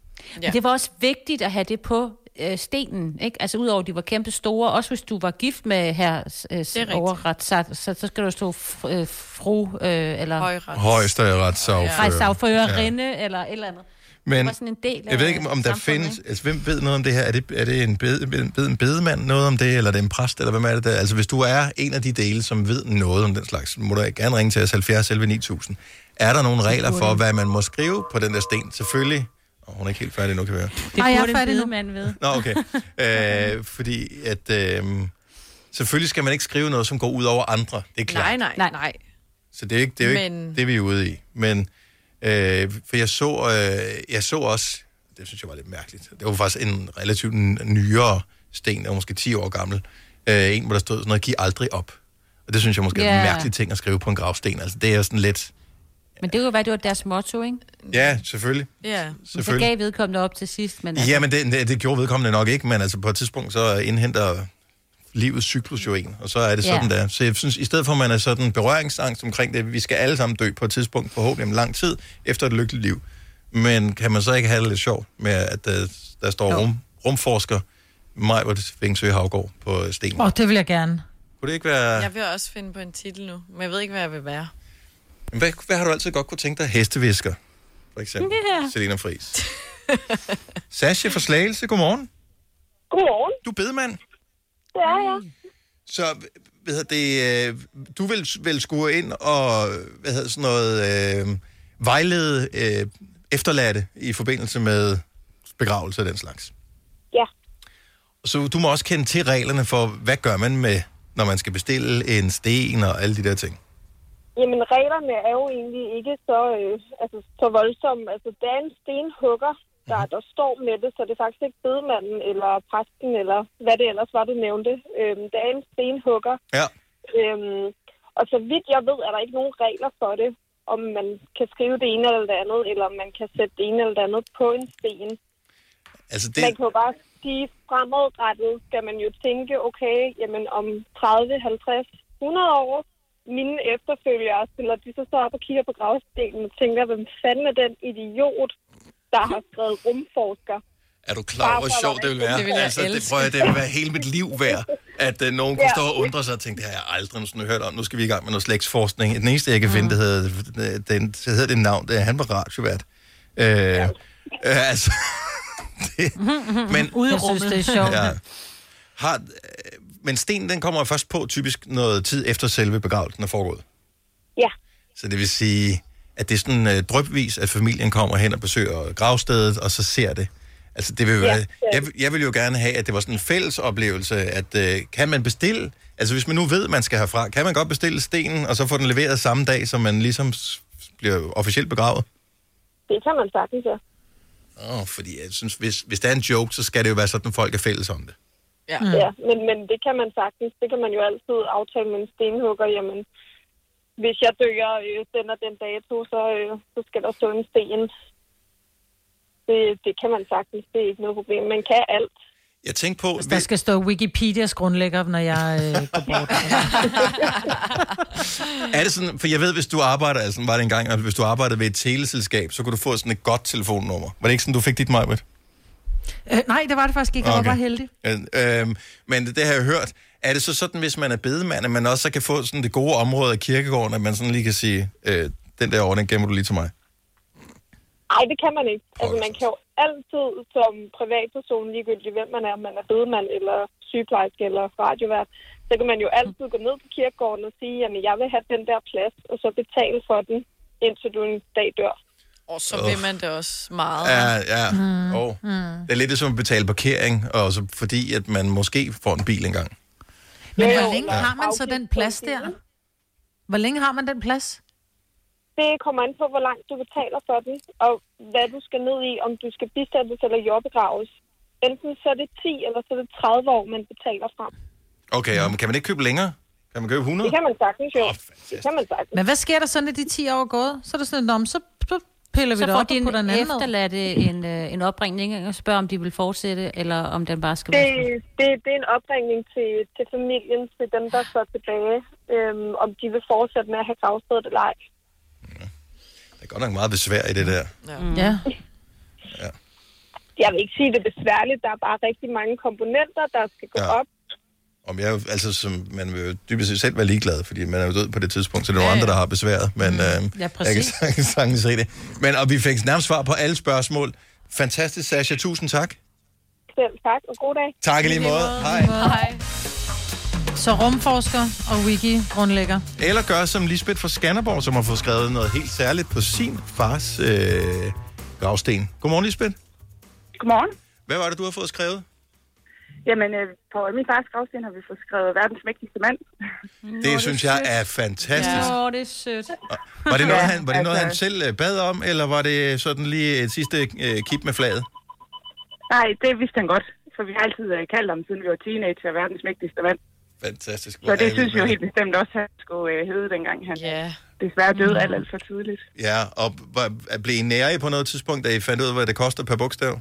Speaker 2: Ja. Det var også vigtigt at have det på øh, stenen, ikke? Altså udover, at de var kæmpe store, også hvis du var gift med her øh, overret, så, så, så skal du stå f- øh, fru, øh, eller... Højret.
Speaker 1: Højesteretssagfører.
Speaker 2: Rejsagførerinde, ja. eller et eller andet. det
Speaker 1: Men
Speaker 2: var sådan en del
Speaker 1: jeg ved ikke, om der findes... Altså, hvem ved noget om det her? Er det, er det en, bed, en, ved en bedemand noget om det, eller er det en præst, eller hvem er det der? Altså, hvis du er en af de dele, som ved noget om den slags, må du gerne ringe til os 70 11 9000. Er der nogle regler for, hvad man må skrive på den der sten? Selvfølgelig. Og hun er ikke helt færdig nu, kan være.
Speaker 2: Det Ej, jeg er
Speaker 3: færdig nu.
Speaker 2: færdig mand ved.
Speaker 1: Nå, okay. Øh, fordi at... Øh, selvfølgelig skal man ikke skrive noget, som går ud over andre. Det er klart.
Speaker 4: Nej, nej, nej. nej.
Speaker 1: Så det er ikke det, er jo ikke
Speaker 4: Men-
Speaker 1: det vi er ude i. Men øh, for jeg så, øh, jeg så også, det synes jeg var lidt mærkeligt, det var faktisk en relativt n- nyere sten, der var måske 10 år gammel, øh, en, hvor der stod sådan noget, giv aldrig op. Og det synes jeg måske yeah. er
Speaker 2: Ja.
Speaker 1: en mærkelig ting at skrive på en gravsten. Altså det er sådan lidt,
Speaker 2: Men det kunne være, det var deres motto, ikke?
Speaker 1: ja, selvfølgelig.
Speaker 4: Ja.
Speaker 2: Så
Speaker 1: Selvfølgelig.
Speaker 2: gav vedkommende op til sidst, men... altså,
Speaker 1: Ja, men det, det- det gjorde vedkommende nok ikke, men altså på et tidspunkt så indhenter livets cyklus jo en, og så er det sådan
Speaker 2: Ja.
Speaker 1: der. Så jeg synes, i stedet for at man er sådan berøringsangst omkring det, vi skal alle sammen dø på et tidspunkt, forhåbentlig om lang tid, efter et lykkeligt liv. Men kan man så ikke have det lidt sjovt med, at der, der står rum, rumforsker Majvert Vingsø Havgård på stenen?
Speaker 3: Åh, oh, det vil jeg gerne.
Speaker 1: Kunne det ikke være...
Speaker 4: Jeg vil også finde på en titel nu, men jeg ved ikke, hvad jeg vil være.
Speaker 1: Jamen, Hvad, hvad har du altid godt kunne tænke dig? Hestevisker, for eksempel.
Speaker 4: Ja.
Speaker 1: Selina Friis. Sasha fra Slagelse, godmorgen.
Speaker 20: Godmorgen.
Speaker 1: Du er bedemand.
Speaker 20: Det er jeg.
Speaker 1: Så hvad hedder det, øh, du vil vel skue ind og hvad hedder sådan noget, øh, vejlede øh, efterladte i forbindelse med begravelse og den slags.
Speaker 20: Ja.
Speaker 1: Så du må også kende til reglerne for, hvad gør man med, når man skal bestille en sten og alle de der ting.
Speaker 20: Jamen, reglerne er jo egentlig ikke så, øh, altså, så voldsomme. Altså, der er en stenhugger, der,
Speaker 1: Mhm.
Speaker 20: der står med det, så det er faktisk ikke bedemanden eller præsten eller hvad det ellers var, du nævnte. Øhm, der er en stenhugger.
Speaker 1: Ja.
Speaker 20: Øhm, og så vidt jeg ved, er der ikke nogen regler for det, om man kan skrive det ene eller det andet, eller om man kan sætte det ene eller det andet på en sten.
Speaker 1: Altså
Speaker 20: Det... Man kan jo bare sige, fremadrettet skal man jo tænke, okay, jamen om 30, 50, 100 år, mine efterfølgere stiller de så, så op og kigger på gravstenen og tænker, hvem fanden er den idiot, der har skrevet rumforsker?
Speaker 1: Er du klar over, hvor sjovt det vil være?
Speaker 20: Det vil jeg
Speaker 1: altså, det,
Speaker 20: elske.
Speaker 1: prøver jeg, det vil være hele mit liv værd, at uh, nogen kunne
Speaker 20: Ja.
Speaker 1: stå og undre sig og tænke, det har jeg aldrig sådan hørt om. Nu skal vi i gang med noget slægtsforskning. Den eneste, jeg kan finde, det hedder,
Speaker 20: Mm.
Speaker 1: øh, den, det hedder det navn, det er, han var radiovært. Øh, ja. øh, altså, det, men,
Speaker 3: Ude i Jeg synes, rummet. det er sjovt.
Speaker 1: Har, øh, men stenen, den kommer først på typisk noget tid efter selve begravelsen er foregået.
Speaker 20: Ja.
Speaker 1: Så det vil sige, at det er sådan øh, drøbvis, at familien kommer hen og besøger gravstedet, og så ser det. Altså, det vil
Speaker 20: Ja,
Speaker 1: være,
Speaker 20: det
Speaker 1: ja, jeg, jeg vil jo gerne have, at det var sådan en fælles oplevelse, at øh, kan man bestille, altså hvis man nu ved, man skal herfra, kan man godt bestille stenen, og så få den leveret samme dag, som man ligesom s- bliver officielt begravet?
Speaker 20: Det kan man sagtens, ja.
Speaker 1: Åh, fordi jeg synes, hvis, hvis der er en joke, så skal det jo være sådan, at folk er fælles om det.
Speaker 4: Ja,
Speaker 20: mm. ja men, men det kan man sagtens. Det kan man jo altid aftale med en stenhugger. Jamen, hvis jeg dør øh, den og den dato, så, øh, så skal der stå en sten. Det, det kan man sagtens. Det er ikke noget problem. Man kan alt.
Speaker 1: Jeg tænkte på...
Speaker 3: Der skal stå Wikipedias grundlægger, når jeg øh, går bort.
Speaker 1: Er det sådan, for jeg ved, hvis du arbejder, altså sådan var det engang, at hvis du arbejdede ved et teleselskab, så kunne du få sådan et godt telefonnummer. Var det ikke sådan, du fik dit, Majbert?
Speaker 3: Øh, nej, det var det faktisk ikke. Jeg okay.
Speaker 1: Okay.
Speaker 3: var bare heldig.
Speaker 1: Øh, øhm, men det har jeg hørt. Er det så sådan, hvis man er bedemand, at man også så kan få sådan det gode område af kirkegården, at man sådan lige kan sige, øh, den der over, den gemmer du lige til mig?
Speaker 20: Mm. Nej, det kan man ikke. Altså, man kan jo altid som privatperson, ligegyldigt hvem man er, om man er bedemand eller sygeplejerske eller radiovært, så kan man jo altid gå ned på kirkegården og sige, at jeg vil have den der plads, og så betale for den, indtil du en dag dør.
Speaker 4: Og så vil man det også meget.
Speaker 1: Ja, ja.
Speaker 4: Mm.
Speaker 1: Mm. Oh.
Speaker 4: Mm.
Speaker 1: Det er lidt som at betale parkering, og så fordi at man måske får en bil engang.
Speaker 3: Men
Speaker 1: Jo,
Speaker 3: hvor
Speaker 1: jo,
Speaker 3: længe
Speaker 1: men-
Speaker 3: har man så den plads der? Hvor længe har man den plads?
Speaker 20: Det kommer an på, hvor langt du betaler for den, og hvad du skal ned i, om du skal bistandes eller jordbegraves. Enten så er det 10, eller så er det 30 år, man betaler frem.
Speaker 1: Okay, og kan man ikke købe længere? Kan man købe 100?
Speaker 20: Mm. Det kan man sagtens jo. det kan man sagtens.
Speaker 3: Men hvad sker der så, når de 10 år er gået? Så er der sådan, om så, så piller vi
Speaker 2: Så
Speaker 3: det
Speaker 2: får
Speaker 3: op
Speaker 2: de
Speaker 3: og
Speaker 2: en
Speaker 3: putter en anden ned.
Speaker 2: efterladte en, øh, en opringning ikke? og spørger, om de vil fortsætte, eller om den bare skal
Speaker 20: Det,
Speaker 2: være slut.
Speaker 20: det, det er en opringning til, til familien, til dem, der står tilbage, øhm, om de vil fortsætte med at have gravstedet eller ej.
Speaker 1: Der er godt nok meget besvær i det der.
Speaker 3: Ja.
Speaker 20: Jeg vil ikke sige, at det er besværligt. Der er bare rigtig mange komponenter, der skal gå
Speaker 1: Ja.
Speaker 20: op.
Speaker 1: Om jeg, er jo- altså, som, man vil jo dybest set selv være ligeglad, fordi man er jo død på det tidspunkt, så det er nogle andre, der har besværet.
Speaker 20: Mm.
Speaker 1: Men øh,
Speaker 3: Ja,
Speaker 1: jeg kan
Speaker 3: præcis.
Speaker 1: sagtens- sagtens se det. Men, og vi fik nærmest svar på alle spørgsmål. Fantastisk, Sasha. Tusind tak.
Speaker 20: Selv tak, og god dag.
Speaker 1: Tak i lige måde. Hej.
Speaker 3: Hej. Så rumforsker og wiki grundlægger.
Speaker 1: Eller gør som Lisbeth fra Skanderborg, som har fået skrevet noget helt særligt på sin fars øh, gravsten. Godmorgen, Lisbeth.
Speaker 21: Godmorgen.
Speaker 1: Hvad var det, du har fået skrevet?
Speaker 21: Jamen, øh, på min fars gravsten har vi fået skrevet verdens mægtigste mand.
Speaker 1: Det synes jeg er fantastisk.
Speaker 2: Åh, det er sødt.
Speaker 1: Var det noget,
Speaker 21: Ja,
Speaker 1: han, var det noget
Speaker 21: altså-
Speaker 1: han selv øh, bad om, eller var det sådan lige et sidste øh, kip med flaget?
Speaker 21: Nej, det vidste han godt, for vi har altid øh, kaldt ham, siden vi var teenager, verdens mægtigste mand.
Speaker 1: Fantastisk. Hvor
Speaker 21: Så
Speaker 1: er
Speaker 21: det
Speaker 1: vi
Speaker 21: synes vi
Speaker 1: med
Speaker 21: jo helt bestemt også, at han skulle øh, hedde, dengang han yeah. desværre døde
Speaker 3: Mm.
Speaker 21: alt, alt for tidligt.
Speaker 1: Ja, og var, blev I nære i på noget tidspunkt, da I fandt ud af, hvad det koster per bogstav?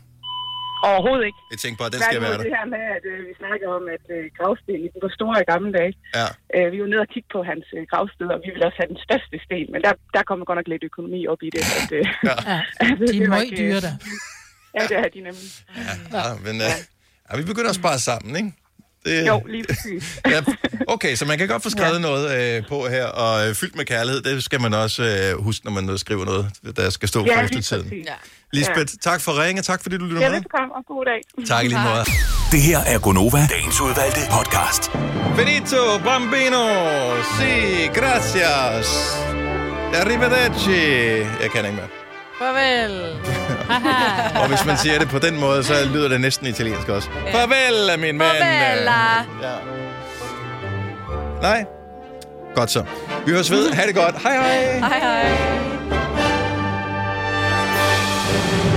Speaker 21: Overhovedet ikke.
Speaker 1: Jeg tænkte bare, den skal være
Speaker 21: Tværtimod,
Speaker 1: der.
Speaker 21: det her med, at øh, vi snakker om, at øh, gravstenen de var store i gamle dage.
Speaker 1: Ja.
Speaker 21: Øh, vi var nede og kigge på hans øh, gravsted, og vi ville også have den største sten, men der, der kommer godt nok lidt økonomi op i det. At, øh,
Speaker 1: ja.
Speaker 3: De er møg dyre, da.
Speaker 21: Ja, det er de nemlig.
Speaker 1: Ja, ja men ja. Ja, vi begynder at spare sammen, ikke? Det,
Speaker 21: Jo, lige præcis.
Speaker 1: ja, okay, så man kan godt få skrevet ja. noget øh, på her, og øh, fyldt med kærlighed, det skal man også øh, huske, når man øh, skriver noget, der skal stå
Speaker 21: Ja,
Speaker 1: for
Speaker 21: lige
Speaker 1: eftertiden.
Speaker 21: præcis. Ja.
Speaker 1: Lisbeth, tak for ringen, og tak fordi du lyttede
Speaker 21: Ja,
Speaker 1: med.
Speaker 21: velbekomme, og god dag.
Speaker 1: Tak i lige måde.
Speaker 5: Det her er Gonova, dagens udvalgte podcast.
Speaker 1: Benito Bambino, si, gracias, arrivederci. Jeg kan ikke mere.
Speaker 4: Farvel.
Speaker 1: Og hvis man siger det på den måde, så lyder det næsten italiensk også. Farvel, min mand.
Speaker 4: Farvel.
Speaker 1: Ja. Nej. Godt så. Vi høres ved. Ha' det godt. Hej hej.
Speaker 4: Hej hej.